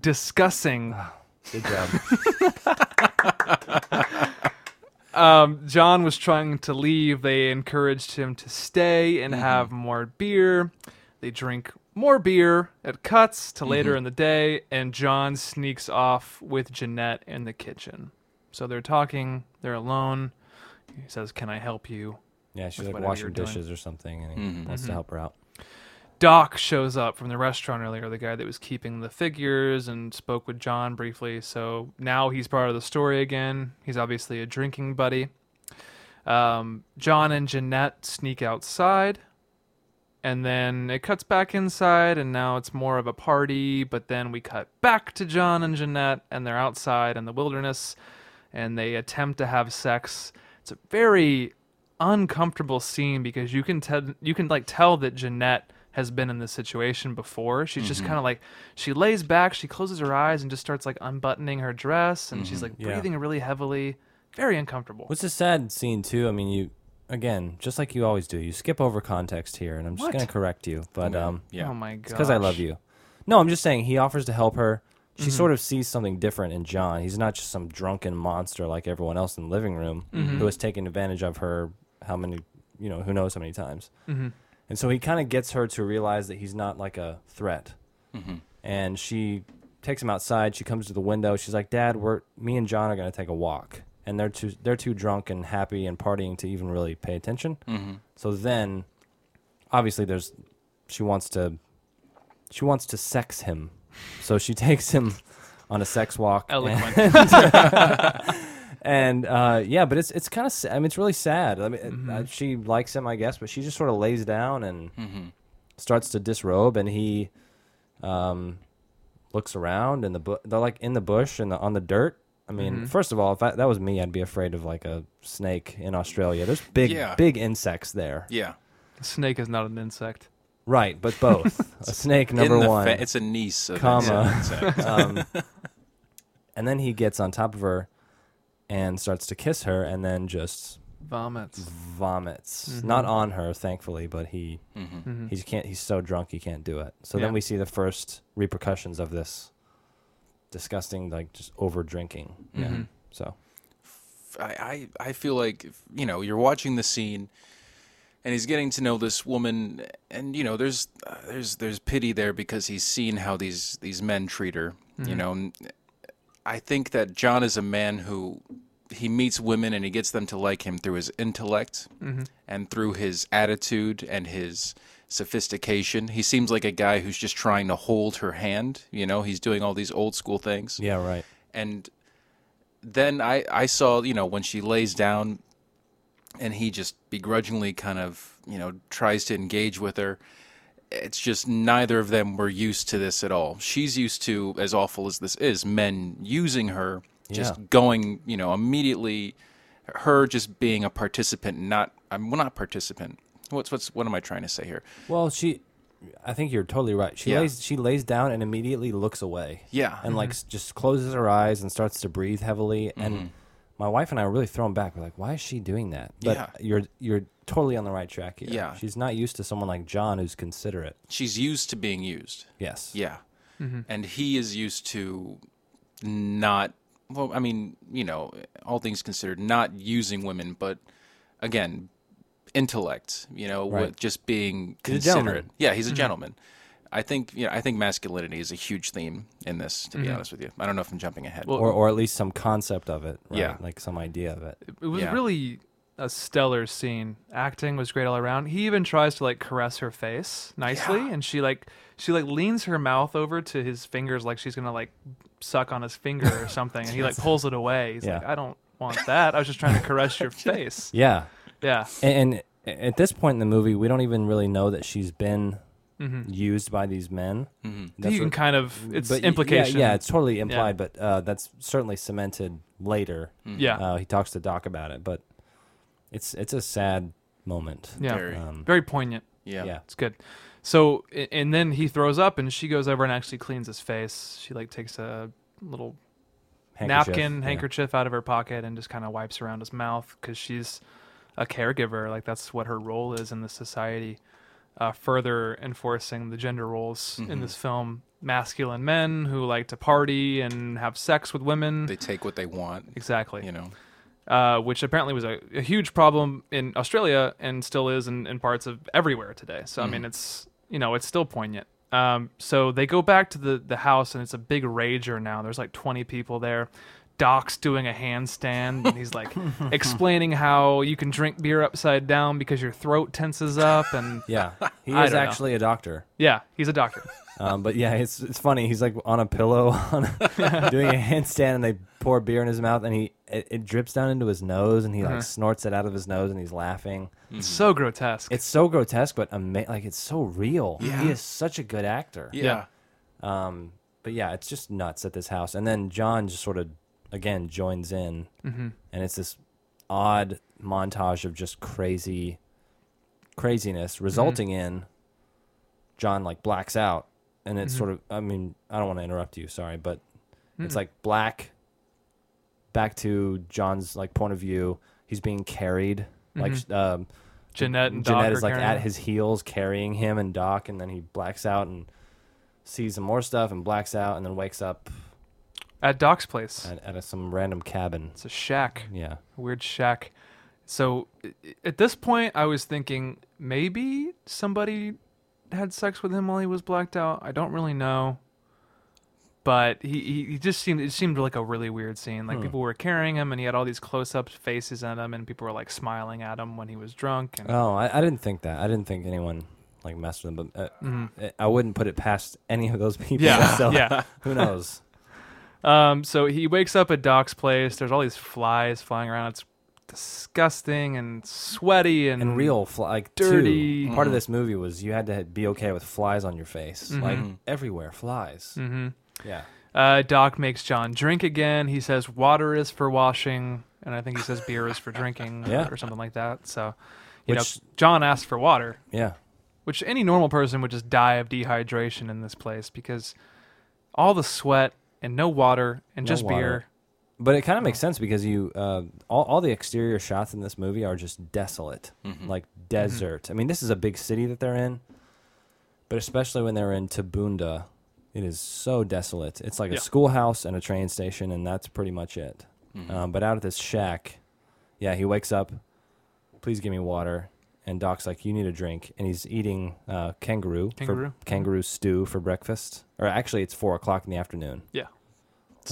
Speaker 1: discussing.
Speaker 2: Good job.
Speaker 1: John was trying to leave. They encouraged him to stay and have more beer. They drink more beer. It cuts to later in the day, and John sneaks off with Jeanette in the kitchen. So they're talking. They're alone. He says, "Can I help you?"
Speaker 2: yeah, she's
Speaker 1: With
Speaker 2: like
Speaker 1: whatever
Speaker 2: washing
Speaker 1: you're doing. Mm-hmm.
Speaker 2: dishes or something, and he wants to help her out.
Speaker 1: Doc shows up from the restaurant earlier, the guy that was keeping the figures and spoke with John briefly. So now he's part of the story again. He's obviously a drinking buddy. Um, John and Jeanette sneak outside, and then it cuts back inside, and now it's more of a party. But then we cut back to John and Jeanette, and they're outside in the wilderness, and they attempt to have sex. It's a very uncomfortable scene because you can tell you can like tell that Jeanette has been in this situation before. She's just kind of like she lays back, she closes her eyes and just starts like unbuttoning her dress and she's like breathing really heavily, very uncomfortable.
Speaker 2: What's a sad scene too? I mean, you again, just like you always do, you skip over context here, and I'm just
Speaker 1: What?
Speaker 2: going to correct you. But um,
Speaker 3: Yeah.
Speaker 1: Oh my god.
Speaker 2: because I love you. No, I'm just saying he offers to help her. She sort of sees something different in John. He's not just some drunken monster like everyone else in the living room who has taken advantage of her how many, you know, who knows how many times. And so he kind of gets her to realize that he's not like a threat. And she takes him outside. She comes to the window. She's like, "Dad, we're me and John are going to take a walk." And they're too they're too drunk and happy and partying to even really pay attention. So then, obviously, there's she wants to she wants to sex him. So she takes him on a sex walk.
Speaker 3: Oh,
Speaker 2: and-
Speaker 1: Eloquent.
Speaker 2: and uh, yeah, but it's it's kind of I mean it's really sad. I mean,
Speaker 3: Mm-hmm.
Speaker 2: uh, she likes him, I guess, but she just sort of lays down and
Speaker 3: Mm-hmm.
Speaker 2: starts to disrobe, and he um, looks around, and the bu- they're like in the bush and the, on the dirt. I mean,
Speaker 3: Mm-hmm.
Speaker 2: first of all, if I, that was me, I'd be afraid of like a snake in Australia. There's big
Speaker 3: Yeah.
Speaker 2: big insects there,
Speaker 3: Yeah.
Speaker 1: Snake is not an insect.
Speaker 2: right? But both a snake number
Speaker 3: In the
Speaker 2: one.
Speaker 3: Fa- it's a niece of
Speaker 2: Comma.
Speaker 3: insect.
Speaker 2: and then he gets on top of her and starts to kiss her, and then just
Speaker 1: Vomits.
Speaker 2: Mm-hmm. vomits. Not on her, thankfully, but he Mm-hmm. he can't. He's so drunk he can't do it. So
Speaker 1: Yeah.
Speaker 2: then we see the first repercussions of this disgusting, like just over drinking. Yeah. So
Speaker 3: I, I I feel like you know you're watching the scene, and he's getting to know this woman, and you know there's uh, there's there's pity there because he's seen how these these men treat her. You know, and I think that John is a man who he meets women and he gets them to like him through his intellect and through his attitude and his sophistication. He seems like a guy who's just trying to hold her hand. You know, he's doing all these old school things
Speaker 2: yeah, right.
Speaker 3: and then I, I saw you know when she lays down and he just begrudgingly kind of you know tries to engage with her it's just neither of them were used to this at all she's used to as awful as this is men using her just
Speaker 2: Yeah.
Speaker 3: going you know immediately her just being a participant not i'm well, not participant what's what's what am i trying to say here
Speaker 2: Well, she, I think you're totally right. She
Speaker 3: Yeah.
Speaker 2: lays she lays down and immediately looks away.
Speaker 3: Yeah.
Speaker 2: and like s- just closes her eyes and starts to breathe heavily. And my wife and I were really thrown back. We're like, why is she doing that? But
Speaker 3: Yeah.
Speaker 2: you're you're totally on the right track here.
Speaker 3: Yeah.
Speaker 2: she's not used to someone like John who's considerate.
Speaker 3: she's used to being used
Speaker 2: Yes.
Speaker 3: Yeah.
Speaker 2: Mm-hmm.
Speaker 3: And he is used to not, well, I mean, you know, all things considered, not using women, but again, intellect, you know,
Speaker 2: Right.
Speaker 3: with just being
Speaker 2: He's a gentleman. Mm-hmm.
Speaker 3: considerate. yeah, he's a gentleman. I think, you know, I think masculinity is a huge theme in this, to
Speaker 2: Mm-hmm.
Speaker 3: be honest with you. I don't know if I'm jumping ahead.
Speaker 1: Well,
Speaker 2: Or, or at least some concept of it, right?
Speaker 3: Yeah.
Speaker 2: like some idea of it.
Speaker 1: It was
Speaker 3: Yeah.
Speaker 1: really a stellar scene. Acting was great all around. He even tries to like caress her face nicely, and she like she like leans her mouth over to his fingers like she's gonna like suck on his finger or something, and he like pulls it away. He's like,
Speaker 2: Yeah.
Speaker 1: I don't want that. I was just trying to caress your face.
Speaker 2: Yeah,
Speaker 1: Yeah.
Speaker 2: and, and at this point in the movie, we don't even really know that she's been used by these men. Mm-hmm.
Speaker 1: you can kind of it's
Speaker 2: Mm, but y- yeah,
Speaker 1: implication.
Speaker 2: Yeah, it's totally implied, but uh, that's certainly cemented later.
Speaker 1: Yeah.
Speaker 2: Uh, he talks to Doc about it, but it's it's a sad moment.
Speaker 1: yeah.
Speaker 3: Very.
Speaker 1: Very,
Speaker 2: um,
Speaker 1: poignant.
Speaker 3: yeah.
Speaker 2: yeah.
Speaker 1: It's good. So a- and then he throws up, and she goes over and actually cleans his face. She like takes a little
Speaker 2: Handkerchief,
Speaker 1: napkin
Speaker 2: yeah.
Speaker 1: handkerchief out of her pocket and just kind of wipes around his mouth because she's a caregiver like that's what her role is in this society uh, further enforcing the gender roles
Speaker 2: Mm-hmm.
Speaker 1: in this film masculine men who like to party and have sex with women
Speaker 3: They take what they want,
Speaker 1: exactly
Speaker 3: you know.
Speaker 1: uh, which apparently was a, a huge problem in Australia and still is in, in parts of everywhere today. So
Speaker 2: Mm-hmm.
Speaker 1: I mean, it's you know, it's still poignant. Um, so they go back to the the house and it's a big rager now. There's like 20 people there. Doc's doing a handstand and he's like explaining how you can drink beer upside down because your throat tenses up and yeah,
Speaker 2: Yeah, he
Speaker 1: I
Speaker 2: is
Speaker 1: don't know.
Speaker 2: actually a doctor.
Speaker 1: he's a doctor.
Speaker 2: Um, but yeah, it's it's funny. He's like on a pillow, on a, doing a handstand, and they pour beer in his mouth, and he it, it drips down into his nose, and he
Speaker 1: Uh-huh.
Speaker 2: like snorts it out of his nose, and he's laughing.
Speaker 1: It's so grotesque.
Speaker 2: Mm-hmm. It's so grotesque, but ama- like it's so real. He is such a good actor.
Speaker 1: yeah.
Speaker 2: but yeah, it's just nuts at this house. And then John just sort of again joins in, and it's this odd montage of just crazy craziness, resulting in John like blacks out, and it's sort of. I mean, I don't want to interrupt you, sorry, but it's like black back to John's like point of view. He's being carried, like um,
Speaker 1: Jeanette and Doc
Speaker 2: Jeanette
Speaker 1: are
Speaker 2: is like
Speaker 1: carrying
Speaker 2: at
Speaker 1: him.
Speaker 2: his heels carrying him and Doc, and then he blacks out and sees some more stuff and blacks out and then wakes up
Speaker 1: at Doc's place.
Speaker 2: at, at a, some random cabin.
Speaker 1: it's a shack.
Speaker 2: Yeah.
Speaker 1: weird shack. So i- i- at this point, I was thinking maybe somebody had sex with him while he was blacked out. I don't really know, but he he, he just seemed it seemed like a really weird scene.
Speaker 2: Hmm.
Speaker 1: Like people were carrying him, and he had all these close up faces at him, and people were like smiling at him when he was drunk. And
Speaker 2: Oh, I, I didn't think that. I didn't think anyone like messed with him, but uh, I- I wouldn't put it past any of those people.
Speaker 1: Mm-hmm. Yeah,
Speaker 2: so
Speaker 1: yeah.
Speaker 2: Who knows?
Speaker 1: Um, so he wakes up at Doc's place. There's all these flies flying around. It's disgusting and sweaty and,
Speaker 2: And real fly, like too.
Speaker 1: Dirty. Mm-hmm.
Speaker 2: Part of this movie was you had to be okay with flies on your face, like
Speaker 1: Mm-hmm.
Speaker 2: everywhere, flies. Mm-hmm. Yeah.
Speaker 1: Uh, Doc makes John drink again. He says water is for washing, and I think he says beer is for drinking,
Speaker 2: Yeah.
Speaker 1: or something like that. So, you
Speaker 2: Which-
Speaker 1: know, John asked for water,
Speaker 2: Yeah.
Speaker 1: which any normal person would just die of dehydration in this place because all the sweat and no water and just
Speaker 2: water.
Speaker 1: beer.
Speaker 2: But it kind of makes sense because you uh, all, all the exterior shots in this movie are just desolate,
Speaker 1: Mm-hmm.
Speaker 2: like desert. I mean, this is a big city that they're in, but especially when they're in Tabunda, It is so desolate. It's like
Speaker 1: Yeah.
Speaker 2: a schoolhouse and a train station, and that's pretty much it.
Speaker 1: Mm-hmm.
Speaker 2: Um, but out at this shack, yeah, he wakes up. Please give me water. And Doc's like, "You need a drink." And he's eating uh, kangaroo,
Speaker 1: Kangaroo.
Speaker 2: for, kangaroo stew for breakfast. Or actually, it's four o'clock in the afternoon.
Speaker 1: Yeah.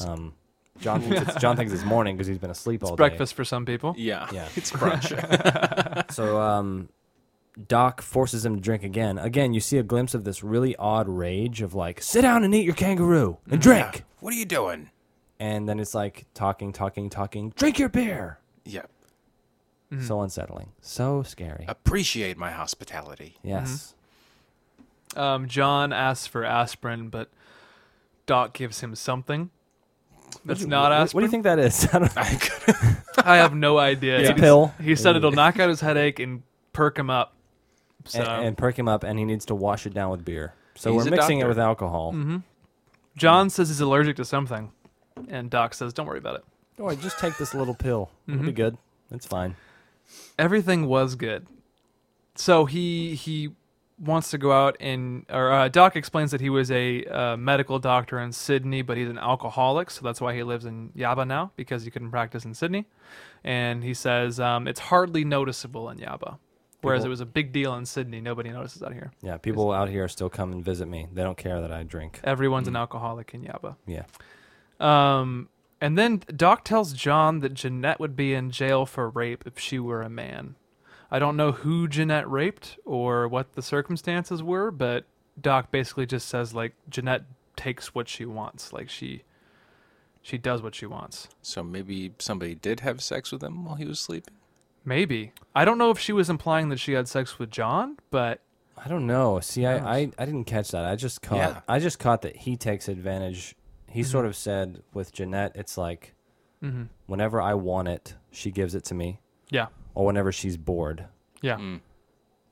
Speaker 2: Um, John thinks it's, John thinks it's morning because he's been asleep all day.
Speaker 1: Breakfast for some people.
Speaker 3: Yeah.
Speaker 2: Yeah.
Speaker 3: It's brunch.
Speaker 2: So um, Doc forces him to drink again. Again, you see a glimpse of this really odd rage of like, sit down and eat your kangaroo and drink.
Speaker 3: what are you doing?
Speaker 2: And then it's like talking, talking, talking, drink your beer.
Speaker 3: Yeah.
Speaker 2: So unsettling. So scary.
Speaker 3: Appreciate my hospitality.
Speaker 2: yes.
Speaker 1: Um, John asks for aspirin, but Doc gives him something. That's not
Speaker 2: What-
Speaker 1: aspirin.
Speaker 2: What do you think that is? I don't know.
Speaker 1: I have no idea.
Speaker 2: It's a
Speaker 1: He-
Speaker 2: pill.
Speaker 1: He said it'll knock out his headache and perk him up. So
Speaker 2: And, and perk him up, and he needs to wash it down with beer. So
Speaker 3: He's
Speaker 2: we're
Speaker 3: a
Speaker 2: mixing it
Speaker 3: doctor.
Speaker 2: with alcohol.
Speaker 1: John says he's allergic to something, and Doc says, "Don't worry about it."
Speaker 2: Don't worry, Oh, just take this little pill. It'll be good. It's fine.
Speaker 1: Everything was good. So he he wants to go out and or uh, Doc explains that he was a uh, medical doctor in Sydney, but he's an alcoholic, so that's why he lives in Yaba now because he couldn't practice in Sydney. And he says um, it's hardly noticeable in Yaba, whereas
Speaker 2: People-
Speaker 1: it was a big deal in Sydney. Nobody notices out here.
Speaker 2: Yeah, people out here still come and visit me. They don't care that I drink.
Speaker 1: Everyone's an alcoholic in Yaba.
Speaker 2: Yeah.
Speaker 1: Um, and then Doc tells John that Jeanette would be in jail for rape if she were a man. I don't know who Jeanette raped or what the circumstances were, but Doc basically just says like Jeanette takes what she wants, like she she does what she wants.
Speaker 3: So maybe somebody did have sex with him while he was sleeping?
Speaker 1: Maybe I don't know if she was implying that she had sex with John, but
Speaker 2: I don't know. See, I, I, I didn't catch that. I just caught
Speaker 3: Yeah.
Speaker 2: I just caught that he takes advantage. He sort of said with Jeanette, it's like whenever I want it, she gives it to me,
Speaker 1: yeah,
Speaker 2: or whenever she's bored.
Speaker 1: yeah,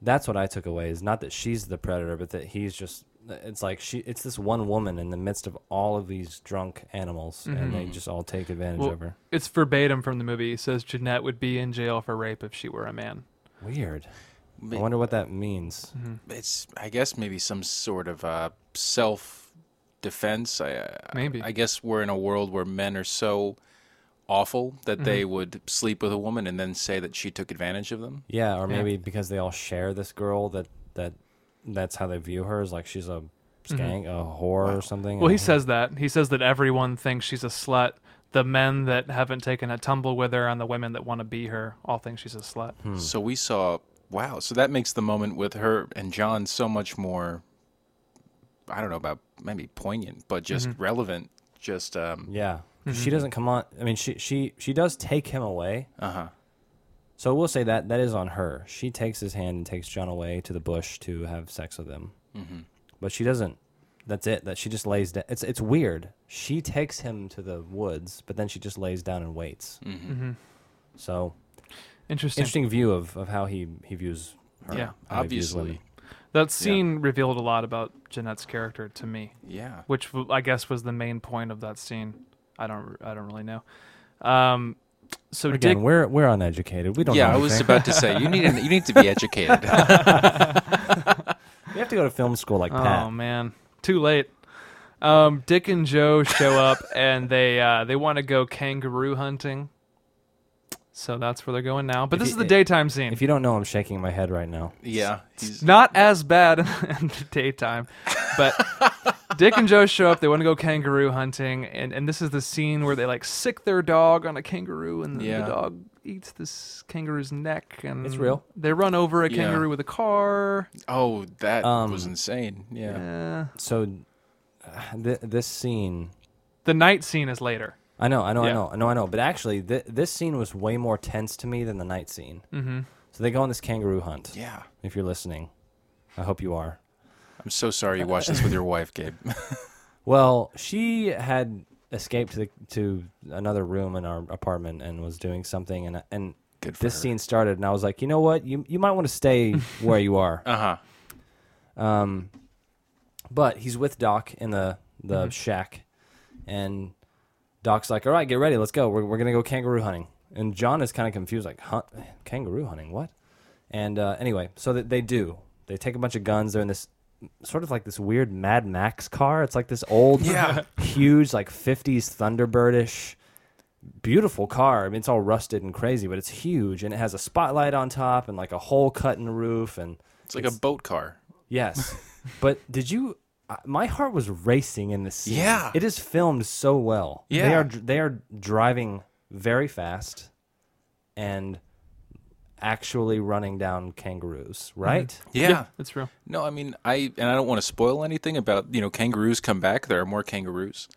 Speaker 2: That's what I took away. Is not that she's the predator, but that he's just. It's like she. It's this one woman in the midst of all of these drunk animals, and they just all take advantage
Speaker 1: Well,
Speaker 2: of her.
Speaker 1: it's verbatim from the movie. It says Jeanette would be in jail for rape if she were a man.
Speaker 2: Weird. I
Speaker 3: Ma-
Speaker 2: wonder what that means.
Speaker 3: It's, I guess, maybe some sort of uh, self defense. I, I-
Speaker 1: Maybe.
Speaker 3: I guess we're in a world where men are so awful that
Speaker 1: Mm-hmm.
Speaker 3: they would sleep with a woman and then say that she took advantage of them.
Speaker 2: Yeah, or maybe because they all share this girl that that that's how they view her is like she's a skank, a whore or something.
Speaker 1: Well,
Speaker 2: and-
Speaker 1: he says that. He says that everyone thinks she's a slut. The men that haven't taken a tumble with her and the women that want to be her all think she's a slut.
Speaker 2: Hmm.
Speaker 3: So we saw, wow. So that makes the moment with her and John so much more, I don't know about maybe poignant, but just
Speaker 1: Mm-hmm.
Speaker 3: relevant. Just, um,
Speaker 2: yeah, she doesn't come on. I mean, she she she does take him away.
Speaker 3: uh huh.
Speaker 2: So we'll say that that is on her. She takes his hand and takes John away to the bush to have sex with him. Mm-hmm. But she doesn't. That's it. That she just lays down. It's it's weird. She takes him to the woods, but then she just lays down and waits. Mm-hmm. So
Speaker 1: Interesting.
Speaker 2: interesting view of, of how he he views her.
Speaker 1: Yeah.
Speaker 2: how he views women.
Speaker 3: Obviously.
Speaker 1: That scene revealed a lot about Jeanette's character to me,
Speaker 3: Yeah.
Speaker 1: which w- I guess was the main point of that scene. I don't. I don't really know. Um, so
Speaker 2: Again,
Speaker 1: Dick.
Speaker 2: we're we're uneducated. We don't.
Speaker 3: Yeah,
Speaker 2: know
Speaker 3: I was
Speaker 2: anything.
Speaker 3: about to say you need you need to be educated.
Speaker 2: We have to go to film school like
Speaker 1: Oh
Speaker 2: Pat.
Speaker 1: man, too late. Um, Dick and Joe show up and they uh, they want to go kangaroo hunting. So that's where they're going now. But this
Speaker 2: you-
Speaker 1: is the daytime scene.
Speaker 2: If you don't know, I'm shaking my head right now.
Speaker 3: yeah, he's,
Speaker 1: not as bad in the daytime, but Dick and Joe show up. They want to go kangaroo hunting, and, and this is the scene where they like sick their dog on a kangaroo, and the,
Speaker 3: Yeah.
Speaker 1: the dog eats this kangaroo's neck, and
Speaker 2: It's real.
Speaker 1: They run over a
Speaker 3: Yeah.
Speaker 1: kangaroo with a car.
Speaker 3: oh that
Speaker 2: Um,
Speaker 3: was insane. Yeah.
Speaker 1: Eh.
Speaker 2: So, uh, th- this scene,
Speaker 1: the night scene is later.
Speaker 2: I know, I know,
Speaker 1: Yeah.
Speaker 2: I know, I know, I know. But actually, th- this scene was way more tense to me than the night scene. Mm-hmm. So they go on this kangaroo hunt.
Speaker 3: yeah,
Speaker 2: If you're listening, I hope you are.
Speaker 3: I'm so sorry you watched this with your wife, Gabe.
Speaker 2: Well, she had escaped to the, to another room in our apartment and was doing something, and and
Speaker 3: Good for
Speaker 2: this
Speaker 3: her.
Speaker 2: scene started, and I was like, you know what, you you might want to stay where you are. Um,
Speaker 3: Uh huh.
Speaker 2: But he's with Doc in the the
Speaker 3: Mm-hmm.
Speaker 2: shack, and Doc's like, "All right, get ready, let's go. We're we're gonna go kangaroo hunting." And John is kind of confused, like, "Hunt kangaroo hunting? What?" And uh, anyway, so that they do, they take a bunch of guns. They're in this sort of like this weird Mad Max car. It's like this old,
Speaker 3: Yeah.
Speaker 2: huge, like '50s Thunderbirdish, beautiful car. I mean, it's all rusted and crazy, but it's huge, and it has a spotlight on top and like a hole cut in the roof, and
Speaker 3: It's like a boat car.
Speaker 2: Yes. but did you? I- My heart was racing in this scene.
Speaker 3: Yeah.
Speaker 2: It is filmed so well. They
Speaker 3: Yeah.
Speaker 2: are they are driving very fast and actually running down kangaroos, right?
Speaker 3: yeah.
Speaker 1: That's real.
Speaker 3: No, I mean I and I don't want to spoil anything about you know kangaroos come back. There are more kangaroos,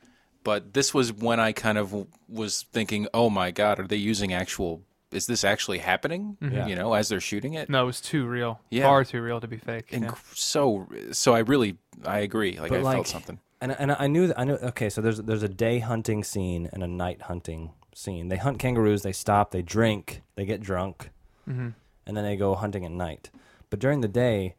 Speaker 3: but this was when I kind of w- was thinking, oh my god, are they using actual? Is this actually happening? You know, as they're shooting it.
Speaker 1: No, it was too real.
Speaker 3: Yeah.
Speaker 1: Far too real to be fake.
Speaker 3: And
Speaker 1: yeah.
Speaker 3: cr- so so I really I agree. Like
Speaker 2: But
Speaker 3: I
Speaker 2: like
Speaker 3: felt something.
Speaker 2: And and I knew I knew okay, so there's there's a day hunting scene and a night hunting scene. They hunt kangaroos, they stop, they drink, they get drunk. And then they go hunting at night. But during the day,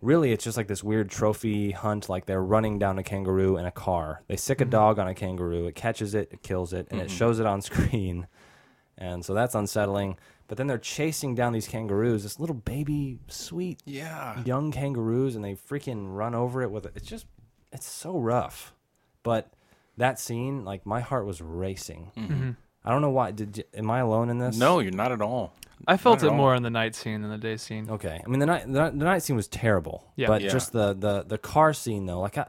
Speaker 2: really it's just like this weird trophy hunt like they're running down a kangaroo in a car. They sick a dog on a kangaroo, it catches it, it kills it,
Speaker 3: Mm-hmm.
Speaker 2: and it shows it on screen. And so that's unsettling. But then they're chasing down these kangaroos, this little baby sweet
Speaker 3: Yeah.
Speaker 2: young kangaroos and they freaking run over it with it. It's just, it's so rough. But that scene, like my heart was racing.
Speaker 1: Mm-hmm.
Speaker 2: I don't know why. Did you, am I alone in this?
Speaker 3: No, you're not at all.
Speaker 1: I felt
Speaker 3: not
Speaker 1: it
Speaker 3: at all.
Speaker 1: more in the night scene than the day scene.
Speaker 2: Okay. I mean, the night the, night- the night scene was terrible.
Speaker 1: Yeah.
Speaker 2: But
Speaker 3: Yeah.
Speaker 2: just the the the car scene though, like I,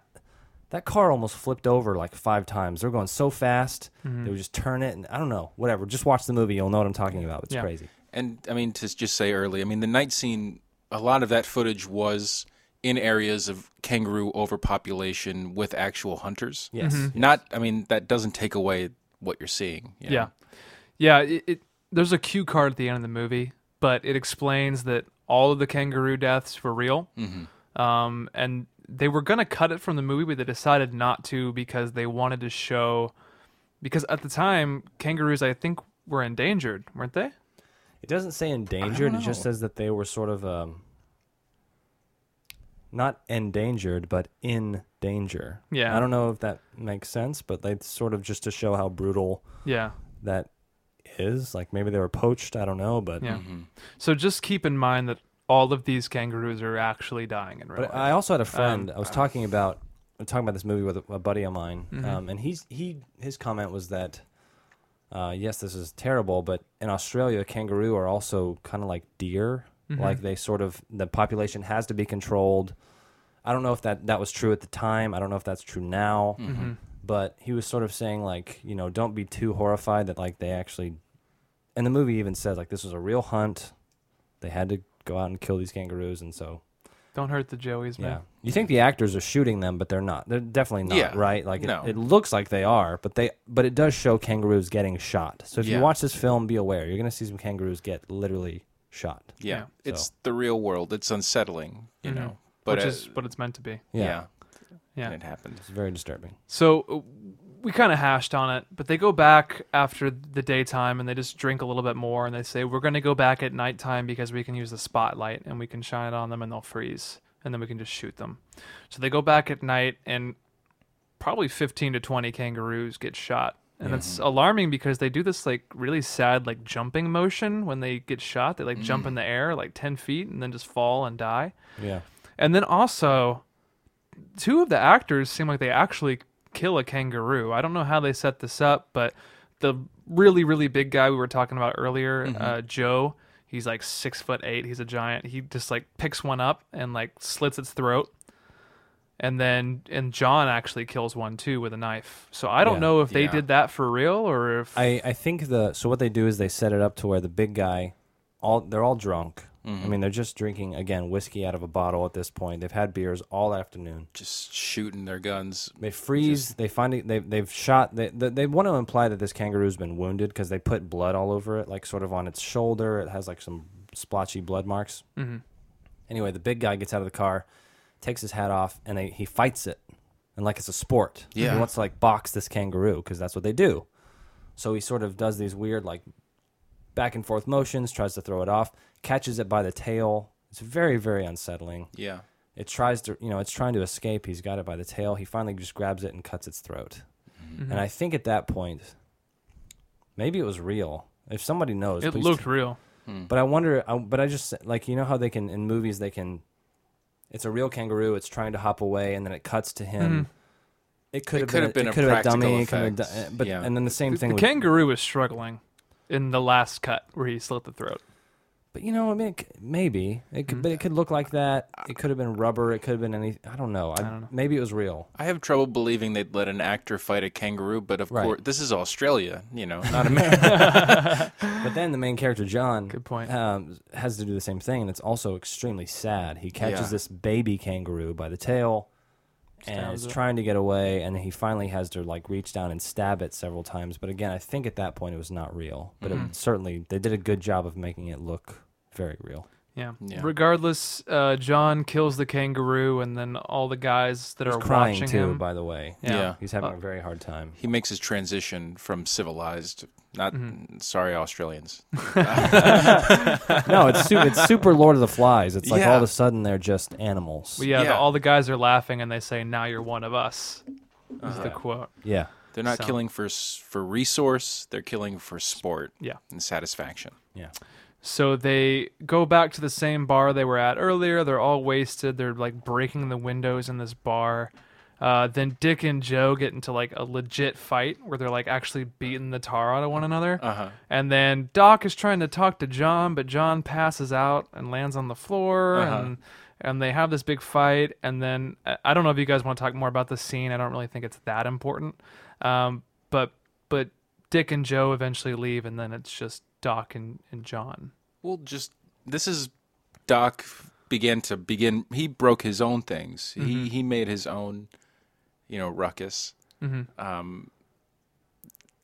Speaker 2: that car almost flipped over like five times. They were going so fast,
Speaker 1: Mm-hmm.
Speaker 2: they would just turn it, and I don't know. Whatever. Just watch the movie. You'll know what I'm talking about. It's
Speaker 1: Yeah.
Speaker 2: crazy.
Speaker 3: And I mean, to just say early, I mean, the night scene, a lot of that footage was in areas of kangaroo overpopulation with actual hunters.
Speaker 2: Yes.
Speaker 1: Mm-hmm.
Speaker 2: Mhm.
Speaker 3: Not, I mean, that doesn't take away what you're seeing. you know?
Speaker 1: Yeah. Yeah, it, it there's a cue card at the end of the movie, but it explains that all of the kangaroo deaths were real. Um, and they were going to cut it from the movie, but they decided not to because they wanted to show because at the time kangaroos I think were endangered, weren't they?
Speaker 2: It doesn't say endangered. It just says that they were sort of um, not endangered, but in danger.
Speaker 1: Yeah.
Speaker 2: I don't know if that makes sense, but they sort of just to show how brutal
Speaker 1: Yeah.
Speaker 2: that is. Like maybe they were poached. I don't know, but
Speaker 1: Yeah. So just keep in mind that all of these kangaroos are actually dying in real
Speaker 2: But
Speaker 1: life.
Speaker 2: I also had a friend. I was talking about I was talking about this movie with a, a buddy of mine, um, and he's he his comment was that uh, yes, this is terrible, but in Australia, kangaroo are also kind of like deer. Like they sort of the population has to be controlled. I don't know if that that was true at the time. I don't know if that's true now. But he was sort of saying like you know don't be too horrified that like they actually, and the movie even says like this was a real hunt. They had to go out and kill these kangaroos, and so
Speaker 1: Don't hurt the joeys,
Speaker 2: yeah.
Speaker 1: man.
Speaker 2: You think the actors are shooting them, but they're not. They're definitely not,
Speaker 3: Yeah.
Speaker 2: right? Like it,
Speaker 3: No.
Speaker 2: it looks like they are, but they but it does show kangaroos getting shot. So if
Speaker 3: Yeah.
Speaker 2: you watch this film, be aware. You're gonna see some kangaroos get literally shot.
Speaker 3: Yeah.
Speaker 1: Yeah. Mm-hmm.
Speaker 3: It's the real world. It's unsettling, you know. But
Speaker 1: Which
Speaker 3: uh,
Speaker 1: is what it's meant to be.
Speaker 2: Yeah.
Speaker 3: yeah.
Speaker 1: Yeah.
Speaker 3: And it happened.
Speaker 2: It's very disturbing.
Speaker 1: So uh, we kind of hashed on it, but they go back after the daytime and they just drink a little bit more and they say, We're going to go back at nighttime because we can use the spotlight and we can shine it on them and they'll freeze and then we can just shoot them. So they go back at night and probably 15 to 20 kangaroos get shot. And it's alarming because they do this like really sad like jumping motion when they get shot. They like jump in the air like 10 feet and then just fall and die.
Speaker 2: Yeah.
Speaker 1: And then also, two of the actors seem like they actually kill a kangaroo. I don't know how they set this up, but the really, really big guy we were talking about earlier,
Speaker 2: Mm-hmm.
Speaker 1: uh, Joe, he's like six foot eight. He's a giant. He just like picks one up and like slits its throat. And then, and John actually kills one too with a knife. So I don't
Speaker 2: Yeah,
Speaker 1: know if they
Speaker 3: yeah.
Speaker 1: did that for real or if.
Speaker 2: I, I think the so what they do is they set it up to where the big guy all they're all drunk. I mean, they're just drinking again whiskey out of a bottle at this point. They've had beers all afternoon.
Speaker 3: Just shooting their guns.
Speaker 2: They freeze. they find it. They they've shot. They they, they want to imply that this kangaroo's been wounded because they put blood all over it, like sort of on its shoulder. It has like some splotchy blood marks. Mm-hmm. Anyway, the big guy gets out of the car, takes his hat off, and they, he fights it, and like it's a sport.
Speaker 3: Yeah.
Speaker 2: he wants to like box this kangaroo because that's what they do. So he sort of does these weird like back and forth motions, tries to throw it off, catches it by the tail. It's very very unsettling.
Speaker 3: Yeah.
Speaker 2: It tries to, you know, it's trying to escape. He's got it by the tail. He finally just grabs it and cuts its throat. And I think at that point, maybe it was real. If somebody knows,
Speaker 1: it
Speaker 2: please
Speaker 1: looked
Speaker 2: t-
Speaker 1: real.
Speaker 2: But I wonder. I, but I just like you know how they can in movies they can It's a real kangaroo. It's trying to hop away, and then it cuts to him. It could
Speaker 3: It
Speaker 2: have
Speaker 3: could
Speaker 2: been,
Speaker 3: have been
Speaker 2: it
Speaker 3: a
Speaker 2: could have
Speaker 3: practical
Speaker 2: dummy. it could have
Speaker 3: effect.
Speaker 2: done- eh, but
Speaker 3: Yeah.
Speaker 2: and then the same thing.
Speaker 1: The
Speaker 2: with,
Speaker 1: kangaroo is struggling in the last cut where he slit the throat.
Speaker 2: but you know, I mean, it, c- maybe it could, but it could look like that. It could have been rubber. It could have been any. I don't know. I,
Speaker 1: don't know.
Speaker 2: Maybe it was real.
Speaker 3: I have trouble believing they'd let an actor fight a kangaroo, but of
Speaker 2: Right.
Speaker 3: course, this is Australia, you know, not America.
Speaker 2: But then the main character John,
Speaker 1: Good point.
Speaker 2: um, has to do the same thing, and it's also extremely sad. He catches
Speaker 3: Yeah.
Speaker 2: this baby kangaroo by the tail, and
Speaker 1: Stabs
Speaker 2: is
Speaker 1: it.
Speaker 2: trying to get away, and he finally has to like reach down and stab it several times. But again, I think at that point it was not real, but
Speaker 3: Mm-hmm.
Speaker 2: it certainly they did a good job of making it look very real.
Speaker 1: Yeah.
Speaker 3: Yeah.
Speaker 1: Regardless, uh, John kills the kangaroo, and then all the guys that are
Speaker 2: Crying
Speaker 1: watching
Speaker 2: too,
Speaker 1: him.
Speaker 2: by the way.
Speaker 1: yeah.
Speaker 3: Yeah.
Speaker 2: He's having a very hard time.
Speaker 3: he makes his transition from civilized, not sorry, Australians.
Speaker 2: No, it's su- it's super Lord of the Flies. It's like
Speaker 3: Yeah.
Speaker 2: all of a sudden they're just animals.
Speaker 1: Well, yeah, the-
Speaker 3: Yeah.
Speaker 1: all the guys are laughing, and they say, "Now you're one of us." Is the quote?
Speaker 2: yeah.
Speaker 3: They're not
Speaker 1: So-
Speaker 3: killing for s- for resource; they're killing for sport
Speaker 1: Yeah.
Speaker 3: and satisfaction.
Speaker 2: Yeah.
Speaker 1: So they go back to the same bar they were at earlier. They're all wasted. They're like breaking the windows in this bar. Uh, then Dick and Joe get into like a legit fight where they're like actually beating the tar out of one another. Uh-huh. And then Doc is trying to talk to John, but John passes out and lands on the floor. And and they have this big fight. And then I- I don't know if you guys want to talk more about this scene. I don't really think it's that important. Um, but but Dick and Joe eventually leave, and then it's just Doc and, and John.
Speaker 3: Well, just this is Doc began to begin. He broke his own things. He he made his own, you know, ruckus. Um,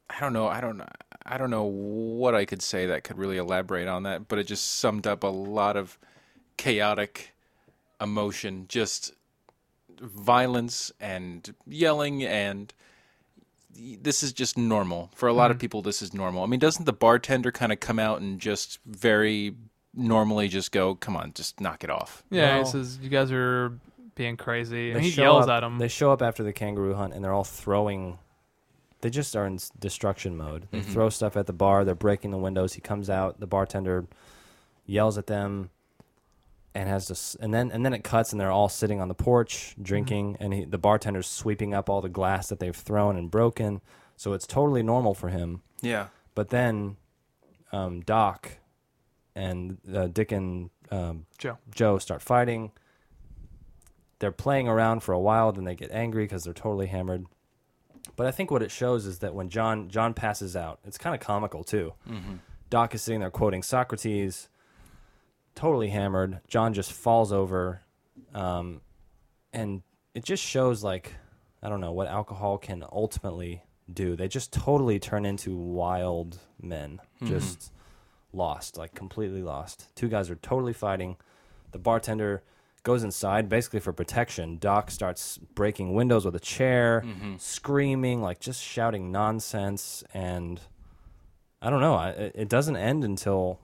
Speaker 3: I don't know. I don't. I don't know what I could say that could really elaborate on that. But it just summed up a lot of chaotic emotion, just violence and yelling and. This is just normal for a lot of people. This is normal. I mean, doesn't the bartender kind of come out and just very normally just go, "Come on, just knock it off."
Speaker 1: Yeah, he
Speaker 2: No.
Speaker 1: says you guys are being crazy, and
Speaker 2: They
Speaker 1: he
Speaker 2: show
Speaker 1: yells
Speaker 2: up-
Speaker 1: at him.
Speaker 2: They show up after the kangaroo hunt, and they're all throwing. They just are in s- destruction mode. They throw stuff at the bar. They're breaking the windows. He comes out. The bartender yells at them, and has to. s- And then and then it cuts, and they're all sitting on the porch drinking. And he, the bartender's sweeping up all the glass that they've thrown and broken. So it's totally normal for him.
Speaker 3: Yeah.
Speaker 2: But then, um, Doc and uh, Dick and um,
Speaker 1: Joe,
Speaker 2: Joe start fighting. They're playing around for a while, then they get angry because they're totally hammered. But I think what it shows is that when John John passes out, it's kind of comical too. Doc is sitting there quoting Socrates, totally hammered. John just falls over, um, and it just shows like I don't know what alcohol can ultimately do. They just totally turn into wild men, just lost, like completely lost. Two guys are totally fighting. The bartender goes inside basically for protection. Doc starts breaking windows with a chair,
Speaker 1: Mm-hmm.
Speaker 2: screaming, like just shouting nonsense. And I don't know. I, it it doesn't end until.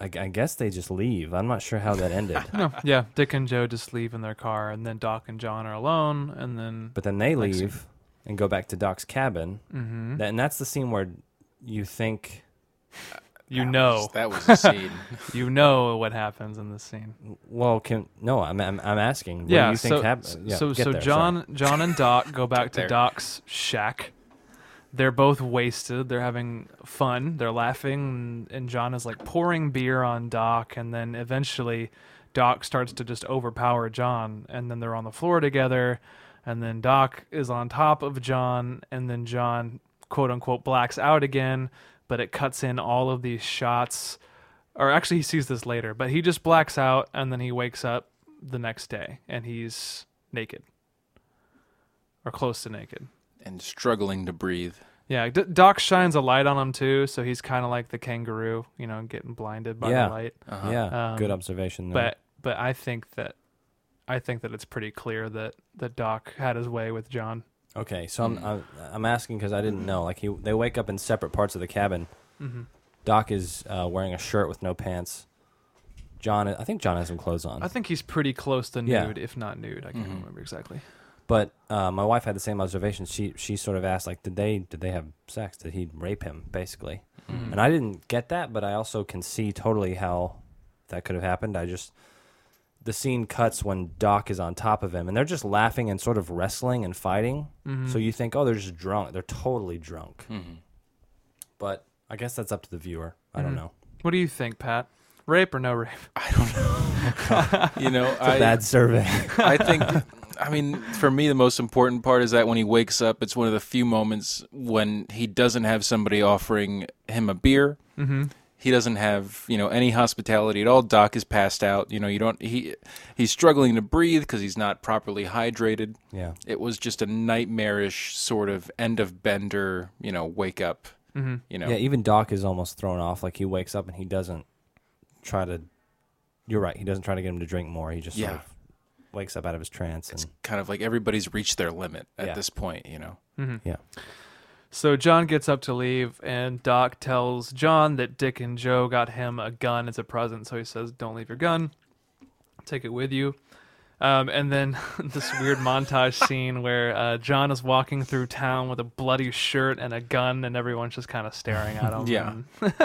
Speaker 2: I, I guess they just leave. I'm not sure how that ended.
Speaker 1: no, Oh, yeah, Dick and Joe just leave in their car, and then Doc and John are alone, and then
Speaker 2: But then they leave and go back to Doc's cabin. Mm-hmm. And that's the scene where you think
Speaker 1: you know,
Speaker 3: That was the scene.
Speaker 1: you know what happens in this scene.
Speaker 2: Well, can no? I'm I'm, I'm asking. What
Speaker 1: yeah,
Speaker 2: do you think
Speaker 1: so
Speaker 2: happened?
Speaker 1: so, so, John John and Doc go back to
Speaker 3: There.
Speaker 1: Doc's shack. They're both wasted. They're having fun. They're laughing, and, and John is like pouring beer on Doc, and then eventually, Doc starts to just overpower John, and then they're on the floor together, and then Doc is on top of John, and then John quote unquote blacks out again, but it cuts in all of these shots or actually he sees this later, but he just blacks out and then he wakes up the next day and he's naked or close to naked.
Speaker 3: and struggling to breathe.
Speaker 1: Yeah, D- Doc shines a light on him too, so he's kind of like the kangaroo, you know, getting blinded by
Speaker 2: Yeah.
Speaker 1: the light.
Speaker 2: Yeah,
Speaker 1: Um,
Speaker 2: good observation. There.
Speaker 1: But but I think that I think that it's pretty clear that that Doc had his way with John.
Speaker 2: okay, so I'm I'm, I'm asking because I didn't know. Like he, they wake up in separate parts of the cabin. Doc is uh, wearing a shirt with no pants. John, I think John has some clothes on.
Speaker 1: I think he's pretty close to
Speaker 2: Yeah. Mm-hmm.
Speaker 1: nude, if not nude. I can't remember exactly.
Speaker 2: But uh, my wife had the same observation. She she sort of asked like, did they did they have sex? Did he rape him basically? And I didn't get that, but I also can see totally how that could have happened. I just the scene cuts when Doc is on top of him, and they're just laughing and sort of wrestling and fighting. So you think, oh, they're just drunk. They're totally drunk. But I guess that's up to the viewer. I don't know.
Speaker 1: What do you think, Pat? Rape or no rape?
Speaker 3: You know, I,
Speaker 2: Bad survey.
Speaker 3: I think, I mean, for me, the most important part is that when he wakes up, it's one of the few moments when he doesn't have somebody offering him a beer. Mm-hmm. He doesn't have, you know, any hospitality at all. Doc is passed out. You know, you don't. He he's struggling to breathe because he's not properly hydrated.
Speaker 2: Yeah.
Speaker 3: it was just a nightmarish sort of end of bender. You know, wake up. You know,
Speaker 2: yeah, even Doc is almost thrown off. Like he wakes up and he doesn't try to. You're right. He doesn't try to get him to drink more. He just
Speaker 3: Yeah.
Speaker 2: sort of wakes up out of his trance and
Speaker 3: kind of like everybody's reached their limit at
Speaker 2: Yeah.
Speaker 3: this point. You know.
Speaker 2: yeah.
Speaker 1: So John gets up to leave, and Doc tells John that Dick and Joe got him a gun as a present. So he says, "Don't leave your gun. Take it with you." Um, and then this weird montage scene where uh, John is walking through town with a bloody shirt and a gun, and everyone's just kind of staring at him.
Speaker 3: Yeah.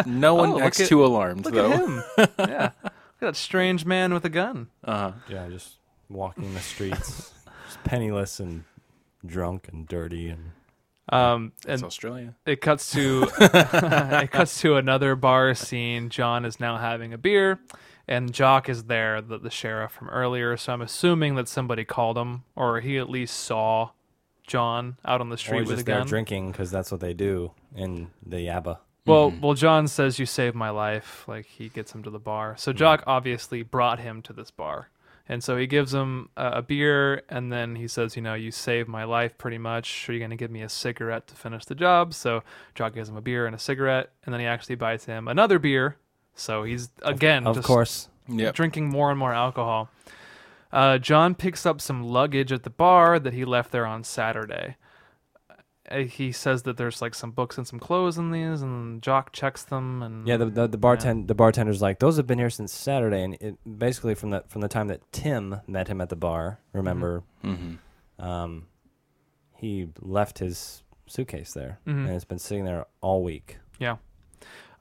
Speaker 1: And
Speaker 3: No one
Speaker 1: look
Speaker 3: acts
Speaker 1: at-
Speaker 3: too alarmed
Speaker 1: look
Speaker 3: though.
Speaker 1: at him. yeah. Look at that strange man with a gun.
Speaker 2: Yeah, just walking the streets, just penniless and drunk and dirty and
Speaker 1: Um,
Speaker 3: It's
Speaker 1: and
Speaker 3: Australia.
Speaker 1: it cuts to it cuts to another bar scene. John is now having a beer, and Jock is there, the, the sheriff from earlier. So I'm assuming that somebody called him, or he at least saw John out on the
Speaker 2: or
Speaker 1: street
Speaker 2: he's
Speaker 1: with a
Speaker 2: just there
Speaker 1: gun.
Speaker 2: drinking because that's what they do in the Yabba.
Speaker 1: Well,
Speaker 2: Mm-hmm.
Speaker 1: well, John says you saved my life. Like he gets him to the bar.
Speaker 2: Mm.
Speaker 1: So Jock obviously brought him to this bar, and so he gives him uh, a beer, and then he says, you know, you saved my life, pretty much. Are you gonna give me a cigarette to finish the job? So Jock gives him a beer and a cigarette, and then he actually buys him another beer. So he's again
Speaker 2: Of
Speaker 1: just
Speaker 2: course,
Speaker 3: Yep.
Speaker 1: drinking more and more alcohol. Uh, John picks up some luggage at the bar that he left there on Saturday. Uh, He says that there's like some books and some clothes in these, and Jock checks them. And
Speaker 2: yeah. The the, the bartend the bartender's like those have been here since Saturday, and it, basically from the from the time that Tim met him at the bar. Remember, um, he left his suitcase there, and it's been sitting there all week.
Speaker 1: yeah,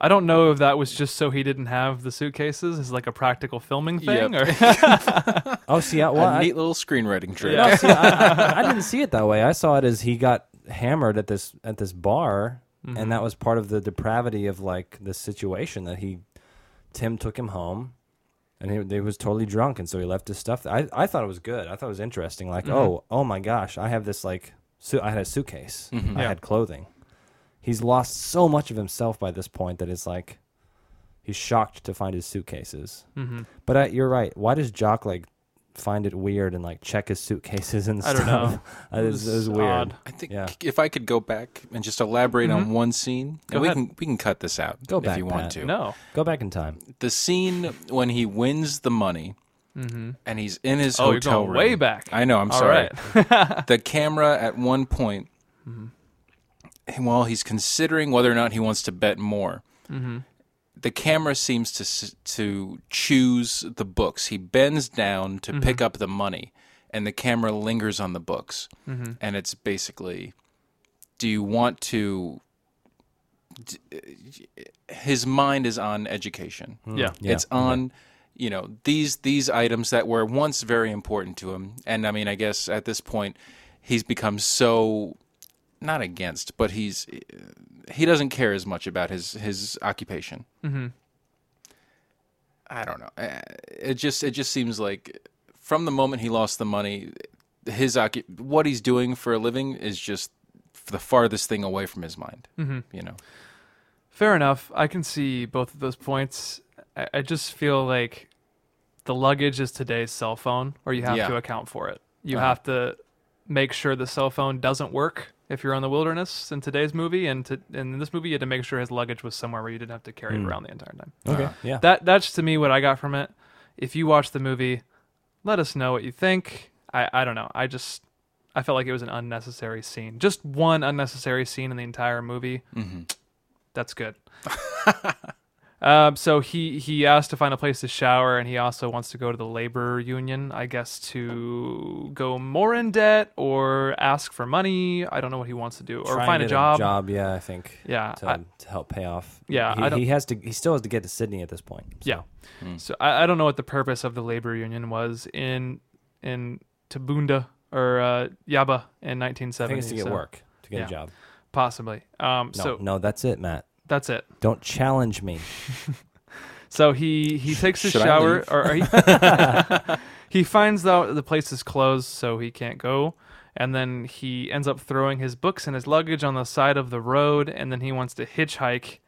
Speaker 1: I don't know if that was just so he didn't have the suitcases as like a practical filming thing, or
Speaker 2: Oh, see, I, well,
Speaker 3: A
Speaker 2: I-
Speaker 3: neat little screenwriting trick.
Speaker 2: No, see, I, I, I didn't see it that way. I saw it as he got hammered at this at this bar, and that was part of the depravity of like the situation that he Tim took him home, and he, he was totally drunk, and so he left his stuff. I I thought it was good. I thought it was interesting. Like, oh, oh my gosh, I have this like su- I had a suitcase. I
Speaker 1: Yeah.
Speaker 2: had clothing. He's lost so much of himself by this point that it's like he's shocked to find his suitcases. Mm-hmm. But I, you're right. Why does Jock like find it weird and like check his suitcases and
Speaker 1: I
Speaker 2: stuff?
Speaker 1: don't know.
Speaker 2: That
Speaker 1: was
Speaker 2: is- that is weird.
Speaker 1: odd.
Speaker 3: I think
Speaker 2: Yeah.
Speaker 3: if I could go back and just elaborate on one scene, and
Speaker 1: Mm-hmm.
Speaker 3: we
Speaker 1: ahead.
Speaker 3: can we can cut this out
Speaker 2: Go
Speaker 3: if
Speaker 2: back,
Speaker 3: you want
Speaker 2: Pat.
Speaker 3: to.
Speaker 1: no,
Speaker 2: Go back in time.
Speaker 3: The scene when he wins the money and he's in his
Speaker 1: Mm-hmm. Oh, you're
Speaker 3: hotel
Speaker 1: going
Speaker 3: room.
Speaker 1: way back.
Speaker 3: I know. I'm
Speaker 1: All
Speaker 3: sorry. the camera at one point,
Speaker 1: Mm-hmm.
Speaker 3: and while he's considering whether or not he wants to bet more, the camera seems to s- to choose the books. He bends down to pick up the money, and the camera lingers on the books, and it's basically, do you want to? d- His mind is on education.
Speaker 1: yeah,
Speaker 2: Yeah.
Speaker 3: It's on, you know, these these items that were once very important to him, and I mean, I guess at this point, he's become so not against, but he's he doesn't care as much about his his occupation. Mm-hmm. I don't know. Uh, It just it just seems like from the moment he lost the money, his occu- what he's doing for a living is just the farthest thing away from his mind. Mm-hmm. You know.
Speaker 1: Fair enough. I can see both of those points. I, I just feel like the luggage is today's cell phone, or you have
Speaker 3: Yeah.
Speaker 1: to account for it. You have to make sure the cell phone doesn't work if you're in the wilderness in today's movie, and to, and in this movie, you had to make sure his luggage was somewhere where you didn't have to carry it around the entire time.
Speaker 2: Okay. yeah.
Speaker 1: That that's to me what I got from it. If you watch the movie, let us know what you think. I I don't know. I just I felt like it was an unnecessary scene. Just Mm-hmm. one unnecessary scene in the entire movie. That's good. Um, so he he asked to find a place to shower, and he also wants to go to the labor union, I guess, to go more in debt or ask for money. I don't know what he wants to do, or
Speaker 2: Try and
Speaker 1: find a
Speaker 2: get
Speaker 1: job.
Speaker 2: job, yeah, I think.
Speaker 1: Yeah,
Speaker 2: to,
Speaker 1: I-
Speaker 2: to help pay off.
Speaker 1: Yeah,
Speaker 2: he,
Speaker 1: I don't-
Speaker 2: he has to. He still has to get to Sydney at this point. so-
Speaker 1: Yeah.
Speaker 2: Hmm.
Speaker 1: So I, I don't know what the purpose of the labor union was in in Tabunda or uh, Yaba in 1970.
Speaker 2: I think it's to get
Speaker 1: so
Speaker 2: work to get
Speaker 1: yeah.
Speaker 2: a job.
Speaker 1: possibly. Um,
Speaker 2: No,
Speaker 1: so
Speaker 2: no, that's it, Matt.
Speaker 1: that's it.
Speaker 2: Don't challenge me.
Speaker 1: So he he takes a
Speaker 3: should I
Speaker 1: shower,
Speaker 3: leave?
Speaker 1: or, or he, he finds out the place is closed, so he can't go. And then he ends up throwing his books and his luggage on the side of the road, and then he wants to hitchhike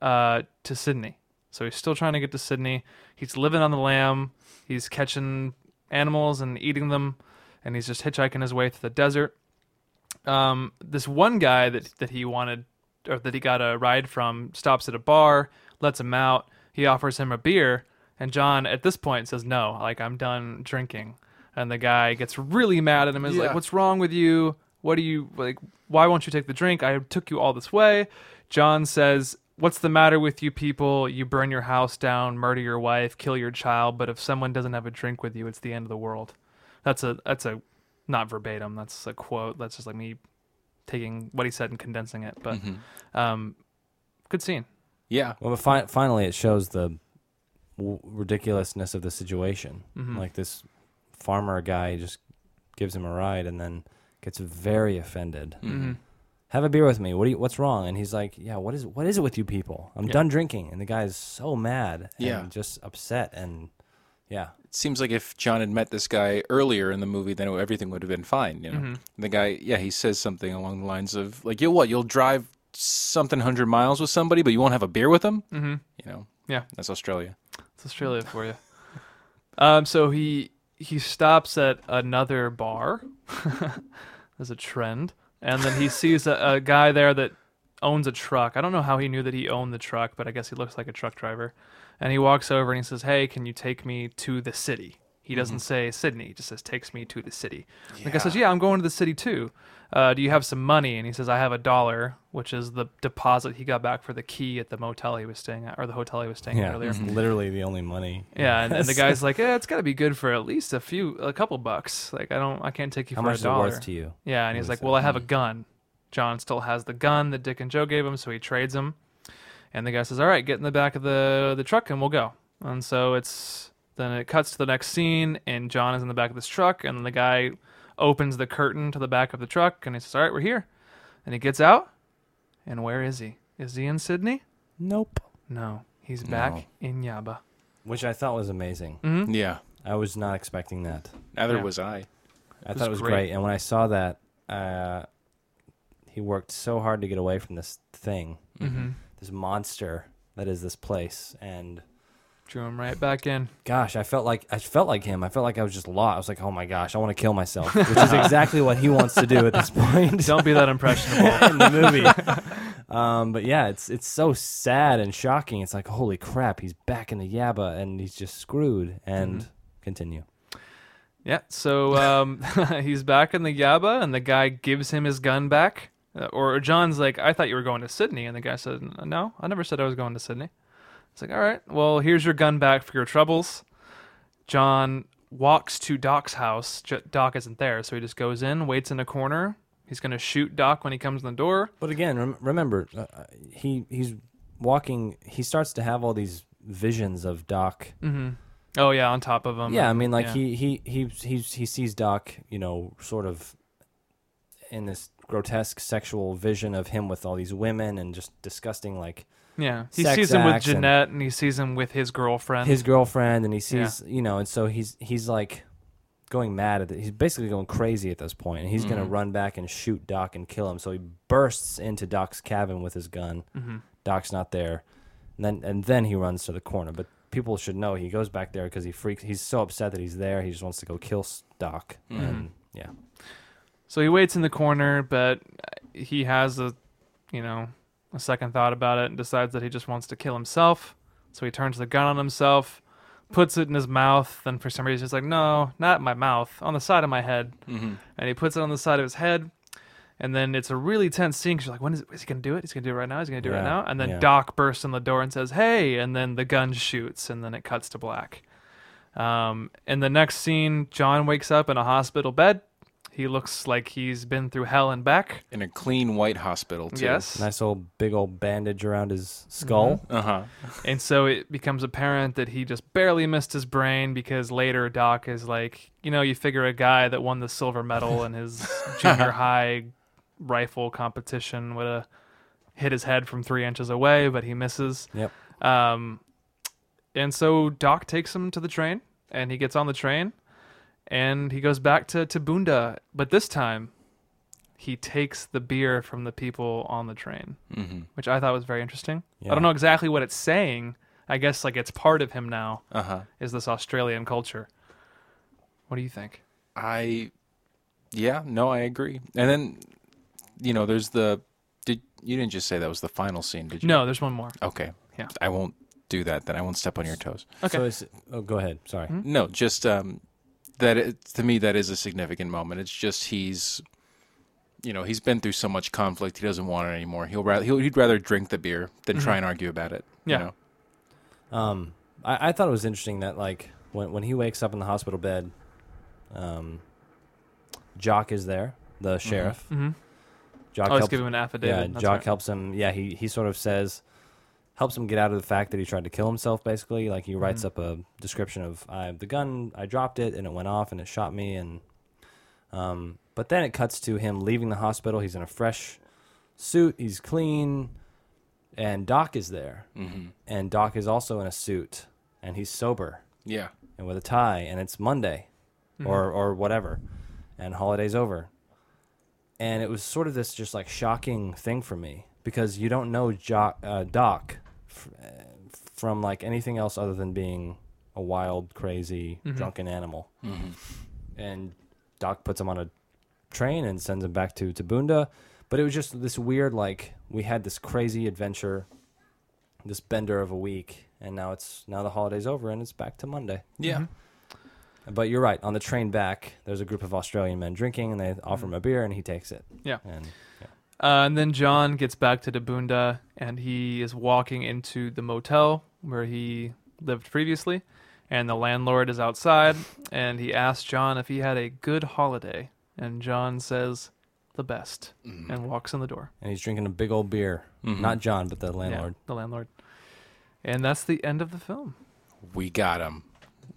Speaker 1: uh, to Sydney. So he's still trying to get to Sydney. He's living on the lamb. He's catching animals and eating them, and he's just hitchhiking his way through the desert. Um, this one guy that that he wanted or that he got a ride from stops at a bar, lets him out. He offers him a beer, and John at this point says no, like I'm done drinking. And the guy gets really mad at him. Is
Speaker 3: Yeah.
Speaker 1: like, "What's wrong with you? What do you like? Why won't you take the drink? I took you all this way." John says, "What's the matter with you people? You burn your house down, murder your wife, kill your child, but if someone doesn't have a drink with you, it's the end of the world." That's a that's a not verbatim. That's a quote. That's just like me taking what he said and condensing it. But um, good scene.
Speaker 3: Yeah.
Speaker 2: Well, but fi- finally, it shows the w- ridiculousness of the situation.
Speaker 1: Mm-hmm.
Speaker 2: Like this farmer guy just gives him a ride and then gets very offended.
Speaker 1: Mm-hmm.
Speaker 2: Have a beer with me. What do you? What's wrong? And he's like, Yeah. What is? What is it with you people? I'm done drinking. And the guy is so mad. And
Speaker 3: Yeah.
Speaker 2: Just upset and yeah.
Speaker 3: It seems like if John had met this guy earlier in the movie, then everything would have been fine. You know,
Speaker 1: Mm-hmm.
Speaker 3: And the guy, yeah, he says something along the lines of like, "You'll what? You'll drive something hundred miles with somebody, but you won't have a beer with them." Mm-hmm. You know,
Speaker 1: Yeah.
Speaker 3: that's Australia.
Speaker 1: It's Australia for you. Um, so he he stops at another bar. There's a trend, and then he sees a, a guy there that owns a truck. I don't know how he knew that he owned the truck, but I guess he looks like a truck driver. And he walks over and he says, "Hey, can you take me to the city?" He doesn't say Sydney. He just says, "Takes me to the city." The guy says, "Yeah, I'm going to the city too. Uh, do you have some money?" And he says, "I have a dollar, which is the deposit he got back for the key at the motel he was staying at or the hotel he was staying at
Speaker 2: Yeah. Mm-hmm.
Speaker 1: earlier."
Speaker 2: it's Literally the only money.
Speaker 1: Yeah, and, and the
Speaker 2: Yes.
Speaker 1: guy's like, "Eh, it's got to be good for at least a few, a couple bucks. Like, I don't, I can't take you
Speaker 2: How
Speaker 1: for
Speaker 2: much
Speaker 1: a
Speaker 2: is it
Speaker 1: dollar."
Speaker 2: worth to you?
Speaker 1: Yeah, and he's like, "Well, I have
Speaker 2: Hmm.
Speaker 1: a gun." John still has the gun that Dick and Joe gave him, so he trades him. And the guy says, "All right, get in the back of the the truck, and we'll go." And so it's then it cuts to the next scene, and John is in the back of this truck, and the guy opens the curtain to the back of the truck, and he says, "All right, we're here." And he gets out, and where is he? Is he in Sydney?
Speaker 2: Nope.
Speaker 1: No, he's back in Yaba.
Speaker 2: Which I thought was amazing.
Speaker 1: Mm-hmm.
Speaker 3: Yeah,
Speaker 2: I was not expecting that.
Speaker 3: neither
Speaker 1: Yeah.
Speaker 3: was I.
Speaker 2: I thought it was
Speaker 1: great.
Speaker 2: great. And when I saw that, uh, he worked so hard to get away from this thing, mm-hmm. this monster that is this place. And
Speaker 1: Drew him right back in.
Speaker 2: gosh, I felt like I felt like him. I felt like I was just lost. I was like, oh my gosh, I want to kill myself, which is exactly what he wants to do at this point
Speaker 1: Don't be that impressionable.
Speaker 2: in the movie. um, but yeah, it's it's so sad and shocking. It's like, holy crap, he's back in the Yabba and he's just screwed. And continue.
Speaker 1: Yeah, so um, he's back in the Yaba, and the guy gives him his gun back. Uh, Or John's like, I thought you were going to Sydney. And the guy said, "N- No, I never said I was going to Sydney. It's like, All right, well, here's your gun back for your troubles. John walks to Doc's house. J- Doc isn't there, so he just goes in, waits in a corner. He's going to shoot Doc when he comes in the door.
Speaker 2: But again, rem- remember, uh, uh, he he's walking. He starts to have all these visions of Doc.
Speaker 1: Oh, yeah, on top of him.
Speaker 2: Yeah, I mean, like
Speaker 1: Yeah.
Speaker 2: he he he he he sees Doc, you know, sort of in this grotesque sexual vision of him with all these women and just disgusting, like
Speaker 1: Yeah, he
Speaker 2: sex
Speaker 1: sees him with
Speaker 2: acts and-
Speaker 1: Jeanette, and, he sees him with his girlfriend.
Speaker 2: his girlfriend, and he sees, you know, and so he's he's like going mad at it. He's basically going crazy at this point, and he's gonna run back and shoot Doc and kill him. So he bursts into Doc's cabin with his gun. Doc's not there, and then and then he runs to the corner. But people should know he goes back there because he freaks. He's so upset that he's there. He just wants to go kill s- Doc. And yeah,
Speaker 1: So he waits in the corner, but he has a, you know, a second thought about it and decides that he just wants to kill himself. So he turns the gun on himself, puts it in his mouth, then for some reason
Speaker 2: Mm-hmm.
Speaker 1: he's like, no, not my mouth, on the side of my head. And he puts it on the side of his head, And then it's a really tense scene because you're like, when is, is he going to do it? He's going to do it right now. He's going to do it right
Speaker 2: Yeah,
Speaker 1: now. And then
Speaker 2: yeah.
Speaker 1: Doc bursts in the door and says, hey. And then the gun shoots and then it cuts to black. Um, in the next scene, John wakes up in a hospital bed. He looks like he's been through hell and back.
Speaker 3: in a clean white hospital too.
Speaker 1: Yes.
Speaker 2: Nice old big old bandage around his skull.
Speaker 3: Uh huh.
Speaker 1: And so it becomes apparent that he just barely missed his brain because later Doc is like, you know, you figure a guy that won the silver medal in his junior high rifle competition would have hit his head from three inches away, but he misses.
Speaker 2: Yep.
Speaker 1: Um, and so Doc takes him to the train, and he gets on the train, and he goes back to Tabunda. But this time, he takes the beer from the people on the train, mm-hmm. which I thought was very interesting. I
Speaker 2: Yeah.
Speaker 1: don't know exactly what it's saying. I guess like it's part of him now.
Speaker 3: Uh huh.
Speaker 1: Is this Australian culture? What do you think?
Speaker 3: I, yeah, no, I agree. And then, you know, there's the. Did you didn't just say that was the final scene? Did you?
Speaker 1: No, there's one more.
Speaker 3: Okay.
Speaker 1: Yeah. uh,
Speaker 3: I won't do that. Then I won't step on your toes.
Speaker 1: Okay.
Speaker 2: So it's, oh, go ahead. Sorry.
Speaker 3: No, just um, that it, to me that is a significant moment. It's just he's, you know, he's been through so much conflict. He doesn't want it anymore. He'll rather he'll, he'd rather drink the beer than try and argue about it.
Speaker 1: Mm-hmm. Yeah.
Speaker 3: You know?
Speaker 2: Um, I, I thought it was interesting that like when when he wakes up in the hospital bed, um, Jock is there, the sheriff.
Speaker 1: Mhm.
Speaker 2: Jock
Speaker 1: I'll just
Speaker 2: helps,
Speaker 1: give him an
Speaker 2: yeah,
Speaker 1: affidavit. That's
Speaker 2: Jock
Speaker 1: right.
Speaker 2: helps him. Yeah, he he sort of says, helps him get out of the fact that he tried to kill himself. Basically, like he writes
Speaker 1: Mm-hmm.
Speaker 2: up a description of I the gun I dropped it and it went off and it shot me and um, but then it cuts to him leaving the hospital. He's in a fresh suit. He's clean, and Doc is there. Mm-hmm. And Doc is also in a suit, and he's sober
Speaker 3: Yeah.
Speaker 2: and with a tie. And it's Monday, or or whatever, and holiday's over. And it was sort of this just like shocking thing for me because you don't know jo- uh, Doc f- uh, from like anything else other than being a wild, crazy, drunken animal. And Doc puts him on a train and sends him back to Tabunda. But it was just this weird, like we had this crazy adventure, this bender of a week, and now it's now the holiday's over and it's back to Monday.
Speaker 1: Mm-hmm.
Speaker 3: Yeah.
Speaker 2: But you're right. On the train back, there's a group of Australian men drinking, and they offer him a beer, and he takes it.
Speaker 1: Yeah.
Speaker 2: And yeah.
Speaker 1: Uh, and then John gets back to Dabunda and he is walking into the motel where he lived previously. And the landlord is outside and he asks John if he had a good holiday. And John says, the best, and walks in the door.
Speaker 2: and he's drinking a big old beer. Not John, but the
Speaker 1: Yeah,
Speaker 2: landlord.
Speaker 1: the landlord. And that's the end of the film.
Speaker 3: We got him.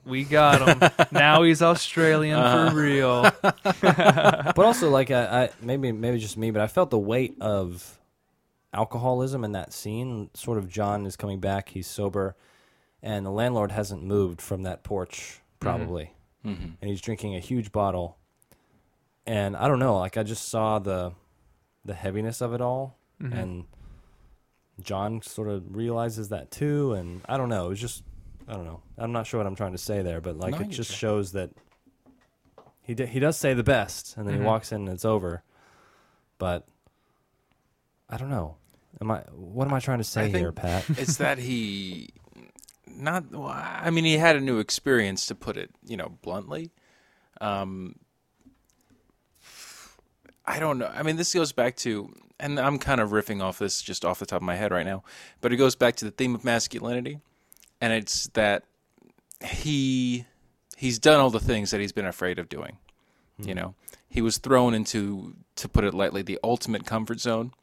Speaker 1: We got him. now he's Australian for real.
Speaker 2: but also, like, I, I maybe maybe just me, but I felt the weight of alcoholism in that scene. Sort of, John is coming back. He's sober, and the landlord hasn't moved from that porch
Speaker 3: Mm-hmm.
Speaker 2: probably, and he's drinking a huge bottle. And I don't know. Like, I just saw the the heaviness of it all,
Speaker 3: Mm-hmm.
Speaker 2: and John sort of realizes that too. And I don't know. It was just I don't know. I'm not sure what I'm trying to say there, but like
Speaker 3: No,
Speaker 2: it
Speaker 3: you
Speaker 2: just
Speaker 3: can.
Speaker 2: shows that he d- he does say the best, and then
Speaker 3: Mm-hmm.
Speaker 2: he walks in and it's over. But I don't know. Am I? What am I trying to say
Speaker 3: I
Speaker 2: here,
Speaker 3: think-
Speaker 2: Pat?
Speaker 3: it's that he not well, i mean he had a new experience to put it you know bluntly um i don't know i mean this goes back to and i'm kind of riffing off this just off the top of my head right now but it goes back to the theme of masculinity and it's that he he's done all the things that he's been afraid of doing you know he was thrown into to put it lightly the ultimate comfort zone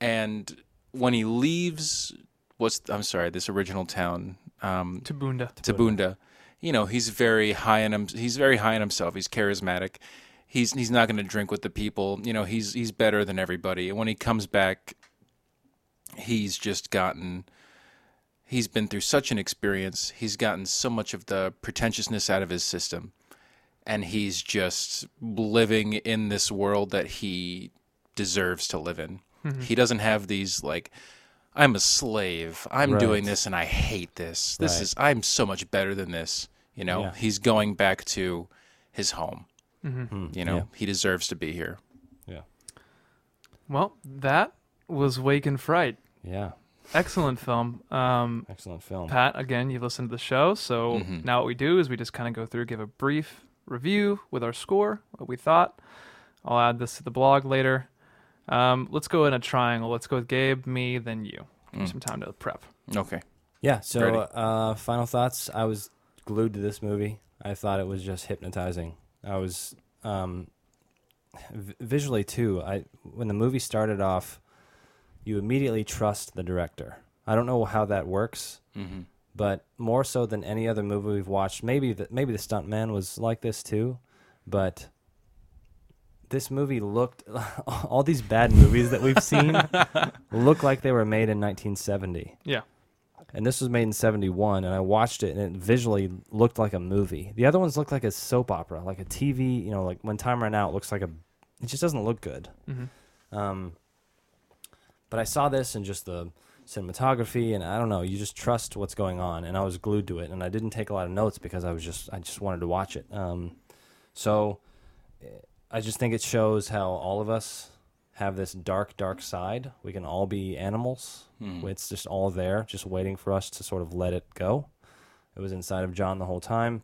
Speaker 3: and when he leaves what's i'm sorry this original town um
Speaker 1: Tabunda.
Speaker 3: tabunda you know he's very high in him he's very high in himself he's charismatic he's he's not going to drink with the people you know he's he's better than everybody and when he comes back he's just gotten he's been through such an experience he's gotten so much of the pretentiousness out of his system and he's just living in this world that he deserves to live in.
Speaker 2: Mm-hmm.
Speaker 3: He doesn't have these like I'm a slave. I'm
Speaker 2: Right.
Speaker 3: doing this and I hate this. This
Speaker 2: Right.
Speaker 3: is I'm so much better than this, you know.
Speaker 2: Yeah.
Speaker 3: He's going back to his home. You know,
Speaker 2: Mm-hmm. yeah.
Speaker 3: he deserves to be here.
Speaker 2: yeah.
Speaker 1: Well, that was Wake and Fright.
Speaker 2: Yeah.
Speaker 1: Excellent film. Um,
Speaker 2: Excellent film.
Speaker 1: Pat, again, you've listened to the show. So now what we do is we just kind of go through, give a brief review with our score, what we thought, I'll add this to the blog later. Um, let's go in a triangle. Let's go with Gabe, me, then you. Give me Some time to prep.
Speaker 3: Okay.
Speaker 2: Yeah. So,
Speaker 3: Ready.
Speaker 2: uh, final thoughts. I was glued to this movie. I thought it was just hypnotizing. I was um, v- visually too. I when the movie started off, you immediately trust the director. I don't know how that works, but more so than any other movie we've watched, maybe the, maybe the stuntman was like this too, but this movie looked all these bad movies that we've seen look like they were made in 1970
Speaker 1: Yeah.
Speaker 2: and this was made in 71 and i watched it and it visually looked like a movie the other ones looked like a soap opera like a tv you know like when time ran out it looks like a it just doesn't look good um, but i saw this and just the cinematography and i don't know you just trust what's going on and i was glued to it and i didn't take a lot of notes because i was just i just wanted to watch it um, so eh, i just think it shows how all of us have this dark dark side we can all be animals it's just all there just waiting for us to sort of let it go it was inside of john the whole time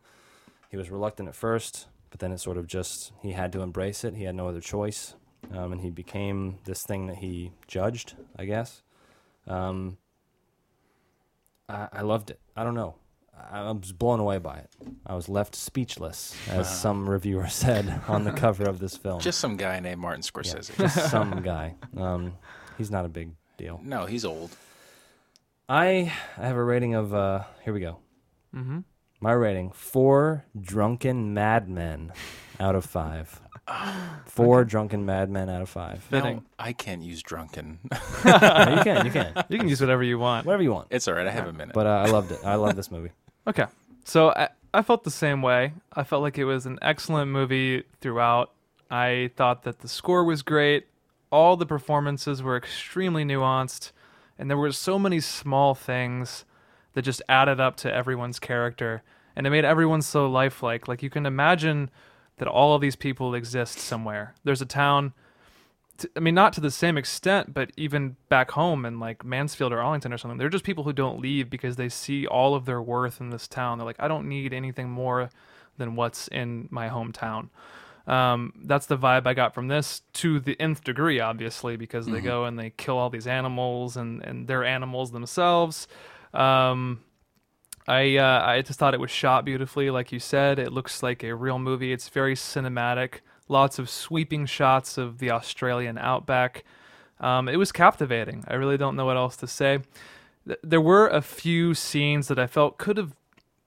Speaker 2: he was reluctant at first but then it sort of just he had to embrace it he had no other choice um, and he became this thing that he judged i guess um, I, I loved it i don't know I, I was blown away by it i was left speechless as some reviewer said on the cover of this film
Speaker 3: Just some guy named Martin Scorsese.
Speaker 2: just some guy um, he's not a big deal
Speaker 3: No, he's old.
Speaker 2: I I have a rating of uh here we go. Mm-hmm. My rating four drunken madmen out of five. Four drunken madmen out of five.
Speaker 3: No,
Speaker 1: Fitting.
Speaker 3: I can't use drunken.
Speaker 2: No, you can, you can,
Speaker 1: You can use whatever you want.
Speaker 2: whatever you want.
Speaker 3: it's all right. I have a minute.
Speaker 2: But uh, I loved it. I love this movie.
Speaker 1: Okay. So I, I felt the same way. I felt like it was an excellent movie throughout. I thought that the score was great. All the performances were extremely nuanced. And there were so many small things that just added up to everyone's character. And it made everyone so lifelike. Like you can imagine that all of these people exist somewhere. There's a town t- I mean, not to the same extent, but even back home in like Mansfield or Arlington or something, they're just people who don't leave because they see all of their worth in this town. They're like, I don't need anything more than what's in my hometown. Um, that's the vibe I got from this to the nth degree, obviously, because they go and they kill all these animals and, and they're animals themselves. Um, I uh, I just thought it was shot beautifully, like you said. It looks like a real movie. It's very cinematic. Lots of sweeping shots of the Australian outback. Um, it was captivating. I really don't know what else to say. Th- there were a few scenes that I felt could have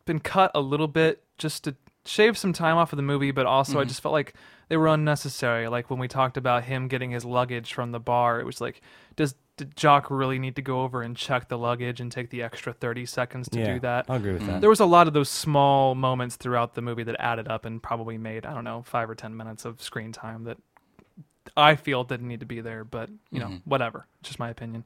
Speaker 1: been cut a little bit just to shave some time off of the movie, but also I just felt like they were unnecessary. Like when we talked about him getting his luggage from the bar, it was like, does did Jock really need to go over and check the luggage and take the extra 30 seconds to do that?
Speaker 2: I agree with that.
Speaker 1: There was a lot of those small moments throughout the movie that added up and probably made, I don't know, five or 10 minutes of screen time that I feel didn't need to be there, but, you know,
Speaker 3: Mm-hmm.
Speaker 1: whatever. Just my opinion.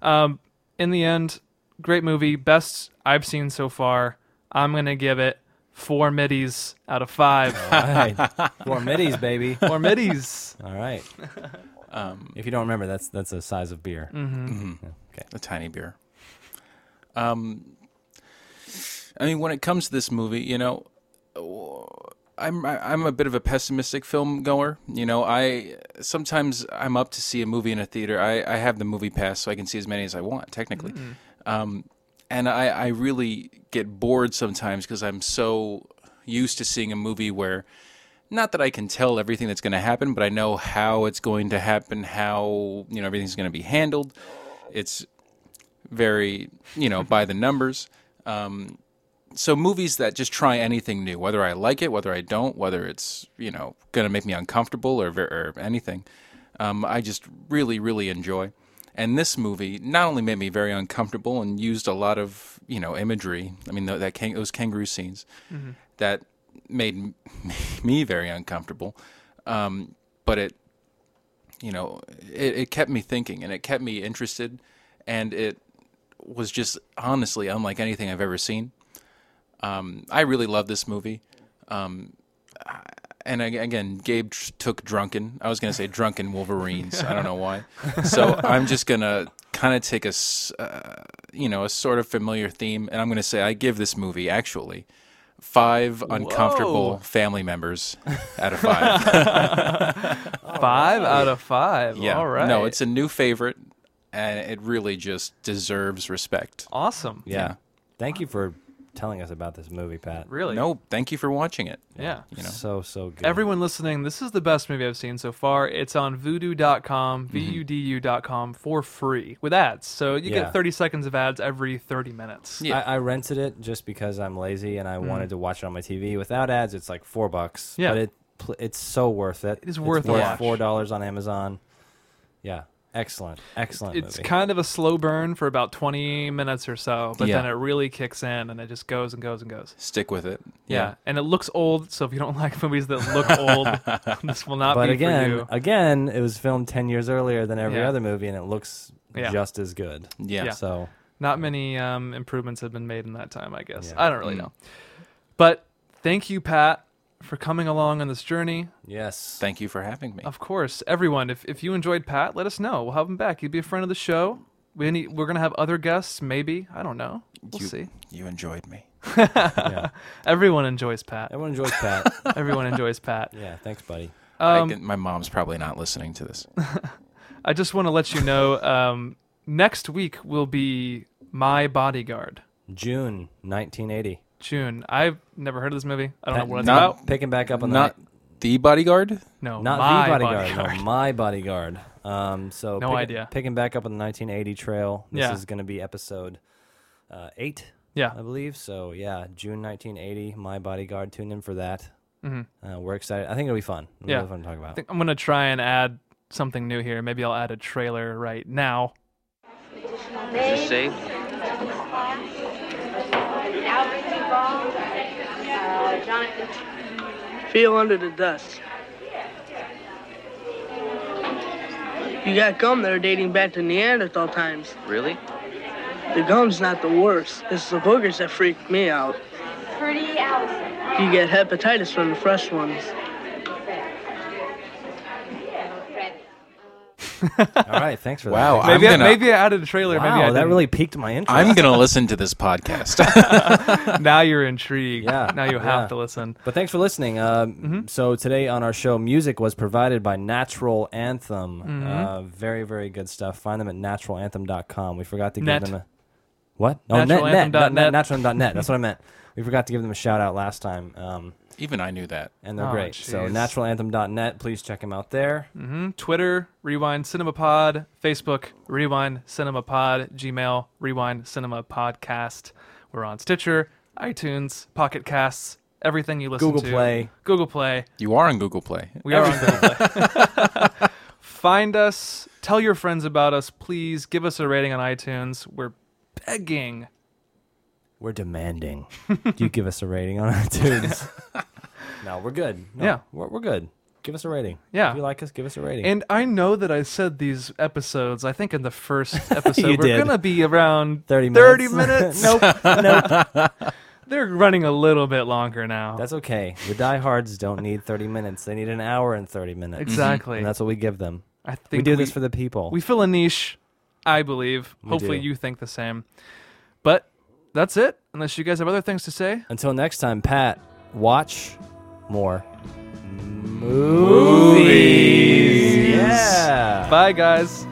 Speaker 1: Um, in the end, great movie. Best I've seen so far. I'm going to give it four middies out of five.
Speaker 2: All right.
Speaker 1: Mm-hmm.
Speaker 2: Four middies, baby.
Speaker 1: four middies.
Speaker 2: All right. if you don't remember, that's that's a size of beer.
Speaker 1: Mm-hmm.
Speaker 3: a tiny beer. Um, I mean, when it comes to this movie, you know, uh, I'm I'm a bit of a pessimistic film goer. You know, I sometimes I'm up to see a movie in a theater. I, I have the movie pass, so I can see as many as I want, technically. Um, and I I really get bored sometimes because I'm so used to seeing a movie where not that I can tell everything that's going to happen, but I know how it's going to happen, how you know everything's going to be handled. It's very you know by the numbers um, so movies that just try anything new whether i like it whether i don't whether it's you know going to make me uncomfortable or, ver- or anything um, i just really really enjoy and this movie not only made me very uncomfortable and used a lot of you know imagery i mean tho- that kang- those kangaroo scenes that made m- me very uncomfortable um, but it you know it, it kept me thinking and it kept me interested and it was just honestly unlike anything I've ever seen. Um, I really love this movie. Um, I- and ag- again, Gabe tr- took Drunken. I was going to say Drunken Wolverines. I don't know why. So I'm just going to kind of take a, s- uh, you know, a sort of familiar theme, and I'm going to say I give this movie actually Five uncomfortable family members out of five.
Speaker 1: Five out of five.
Speaker 3: yeah.
Speaker 1: All right.
Speaker 3: No, it's a new favorite, and it really just deserves respect.
Speaker 1: awesome.
Speaker 2: Yeah. Thank you for telling us about this movie, Pat.
Speaker 1: Really.
Speaker 3: No, thank you for watching it.
Speaker 1: Yeah.
Speaker 3: You know,
Speaker 2: So so good.
Speaker 1: Everyone listening, this is the best movie I've seen so far. It's on voodoo.com,
Speaker 2: Mm-hmm.
Speaker 1: V-U-D-U.com for free with ads. So you
Speaker 2: Yeah.
Speaker 1: get 30 seconds of ads every 30 minutes.
Speaker 3: Yeah.
Speaker 2: I, I rented it just because I'm lazy and I wanted to watch it on my TV without ads. It's like four bucks.
Speaker 1: Mm-hmm. Yeah.
Speaker 2: but it pl- it's so worth it.
Speaker 1: is worth
Speaker 2: it's
Speaker 1: a watch.
Speaker 2: Four dollars on Amazon. Yeah, excellent, excellent
Speaker 1: It's
Speaker 2: movie.
Speaker 1: kind of a slow burn for about 20 minutes or so, but
Speaker 3: Yeah.
Speaker 1: then it really kicks in and it just goes and goes and goes.
Speaker 3: stick with it.
Speaker 1: Yeah. And it looks old, so if you don't like movies that look old, this will not
Speaker 2: but
Speaker 1: be for
Speaker 2: again, uh,
Speaker 1: you.
Speaker 2: again, it was filmed ten years earlier than every
Speaker 1: Yeah.
Speaker 2: other movie, and it looks
Speaker 1: Yeah.
Speaker 2: just as good.
Speaker 3: Yeah.
Speaker 1: Yeah.
Speaker 2: So
Speaker 1: Not many um, improvements have been made in that time, I guess.
Speaker 2: Yeah. Mm.
Speaker 1: I don't really know. But thank you, Pat, for coming along on this journey.
Speaker 2: yes,
Speaker 3: Thank you for having me.
Speaker 1: Of course, everyone. If if you enjoyed Pat, let us know. We'll have him back. He'd be a friend of the show. We need, we're gonna have other guests, maybe. I don't know. We'll
Speaker 3: you,
Speaker 1: see.
Speaker 3: You enjoyed me.
Speaker 2: yeah.
Speaker 1: Everyone enjoys Pat.
Speaker 2: everyone enjoys Pat.
Speaker 1: Everyone enjoys Pat.
Speaker 2: yeah, thanks, buddy.
Speaker 3: I
Speaker 1: Um,
Speaker 3: can- my mom's probably not listening to this.
Speaker 1: I just want to let you know. Um, next week will be My Bodyguard.
Speaker 2: June 1980.
Speaker 1: June. I've never heard of this movie. I don't know what it's
Speaker 3: not-
Speaker 1: about.
Speaker 2: Picking back up on
Speaker 3: Not
Speaker 2: the
Speaker 3: the bodyguard.
Speaker 1: No,
Speaker 2: not
Speaker 1: My
Speaker 2: the bodyguard, no, my bodyguard. Um, so
Speaker 1: No
Speaker 2: picking-
Speaker 1: idea.
Speaker 2: Picking back up on the 1980 trail. This
Speaker 1: Yeah.
Speaker 2: is going to be episode uh, eight,
Speaker 1: Yeah.
Speaker 2: I believe. So yeah, June 1980. My bodyguard. Tune in for that. Uh, we're excited. I think it'll be fun. It'll
Speaker 1: Mm-hmm.
Speaker 2: be
Speaker 1: Yeah.
Speaker 2: really fun to talk about.
Speaker 1: I think I'm gonna try and add something new here. Maybe I'll add a trailer right now.
Speaker 7: Feel under the dust. You got gum that are dating back to Neanderthal times.
Speaker 8: Really?
Speaker 7: The gum's not the worst. It's the boogers that freak me out.
Speaker 9: Pretty Allison.
Speaker 7: You get hepatitis from the fresh ones.
Speaker 2: All right. Thanks for that.
Speaker 3: Wow, I'm
Speaker 1: Maybe I,
Speaker 3: gonna-
Speaker 1: maybe I added a trailer.
Speaker 2: Wow,
Speaker 1: maybe I
Speaker 2: that
Speaker 1: didn't.
Speaker 2: really piqued my interest.
Speaker 3: I'm gonna listen to this podcast.
Speaker 1: now you're intrigued.
Speaker 2: Yeah,
Speaker 1: Now you have
Speaker 2: yeah.
Speaker 1: to listen.
Speaker 2: But thanks for listening. Um,
Speaker 1: Mm-hmm.
Speaker 2: So today on our show, music was provided by Natural Anthem. Uh,
Speaker 1: Mm-hmm.
Speaker 2: very, very good stuff. Find them at naturalanthem.com. We forgot to give
Speaker 1: Net.
Speaker 2: them a what? Oh, net, net,
Speaker 1: Naturalanthem.net.
Speaker 2: not net, naturalanthem.net. That's what I meant. We forgot to give them a shout out last time, um,
Speaker 3: Even I knew that.
Speaker 2: and they're
Speaker 1: Oh,
Speaker 2: great. So
Speaker 1: jeez. Mm.
Speaker 2: naturalanthem.net. Please check them out there.
Speaker 1: Twitter, Rewind Cinema Pod, Facebook, Rewind Cinema Pod, Gmail, Rewind Cinema Podcast. We're on Stitcher, iTunes, Pocket Casts, everything you listen
Speaker 2: Google
Speaker 1: to.
Speaker 2: Play.
Speaker 1: Google Play.
Speaker 3: You are on Google Play.
Speaker 1: We are on Google Play. Find us, tell your friends about us, please give us a rating on iTunes. We're begging.
Speaker 2: We're demanding. you give us a rating on iTunes. no, we're good. No,
Speaker 1: Yeah.
Speaker 2: we're, we're good. Give us a rating.
Speaker 1: Yeah.
Speaker 2: If you like us, give us a rating.
Speaker 1: And I know that I said these episodes, I think in the first episode,
Speaker 2: You
Speaker 1: we're
Speaker 2: did.
Speaker 1: going to be around
Speaker 2: 30 minutes.
Speaker 1: minutes.
Speaker 2: nope. Nope.
Speaker 1: They're running a little bit longer now.
Speaker 2: That's okay. The diehards don't need 30 minutes. They need an hour and 30 minutes.
Speaker 1: exactly.
Speaker 2: mm-hmm. And that's what we give them.
Speaker 1: I think
Speaker 2: We do this for the people.
Speaker 1: we fill a niche, I believe. Hopefully
Speaker 2: do.
Speaker 1: you think the same. But that's it. Unless you guys have other things to say.
Speaker 2: Until next time, Pat, watch more movies. Yeah.
Speaker 1: Bye guys.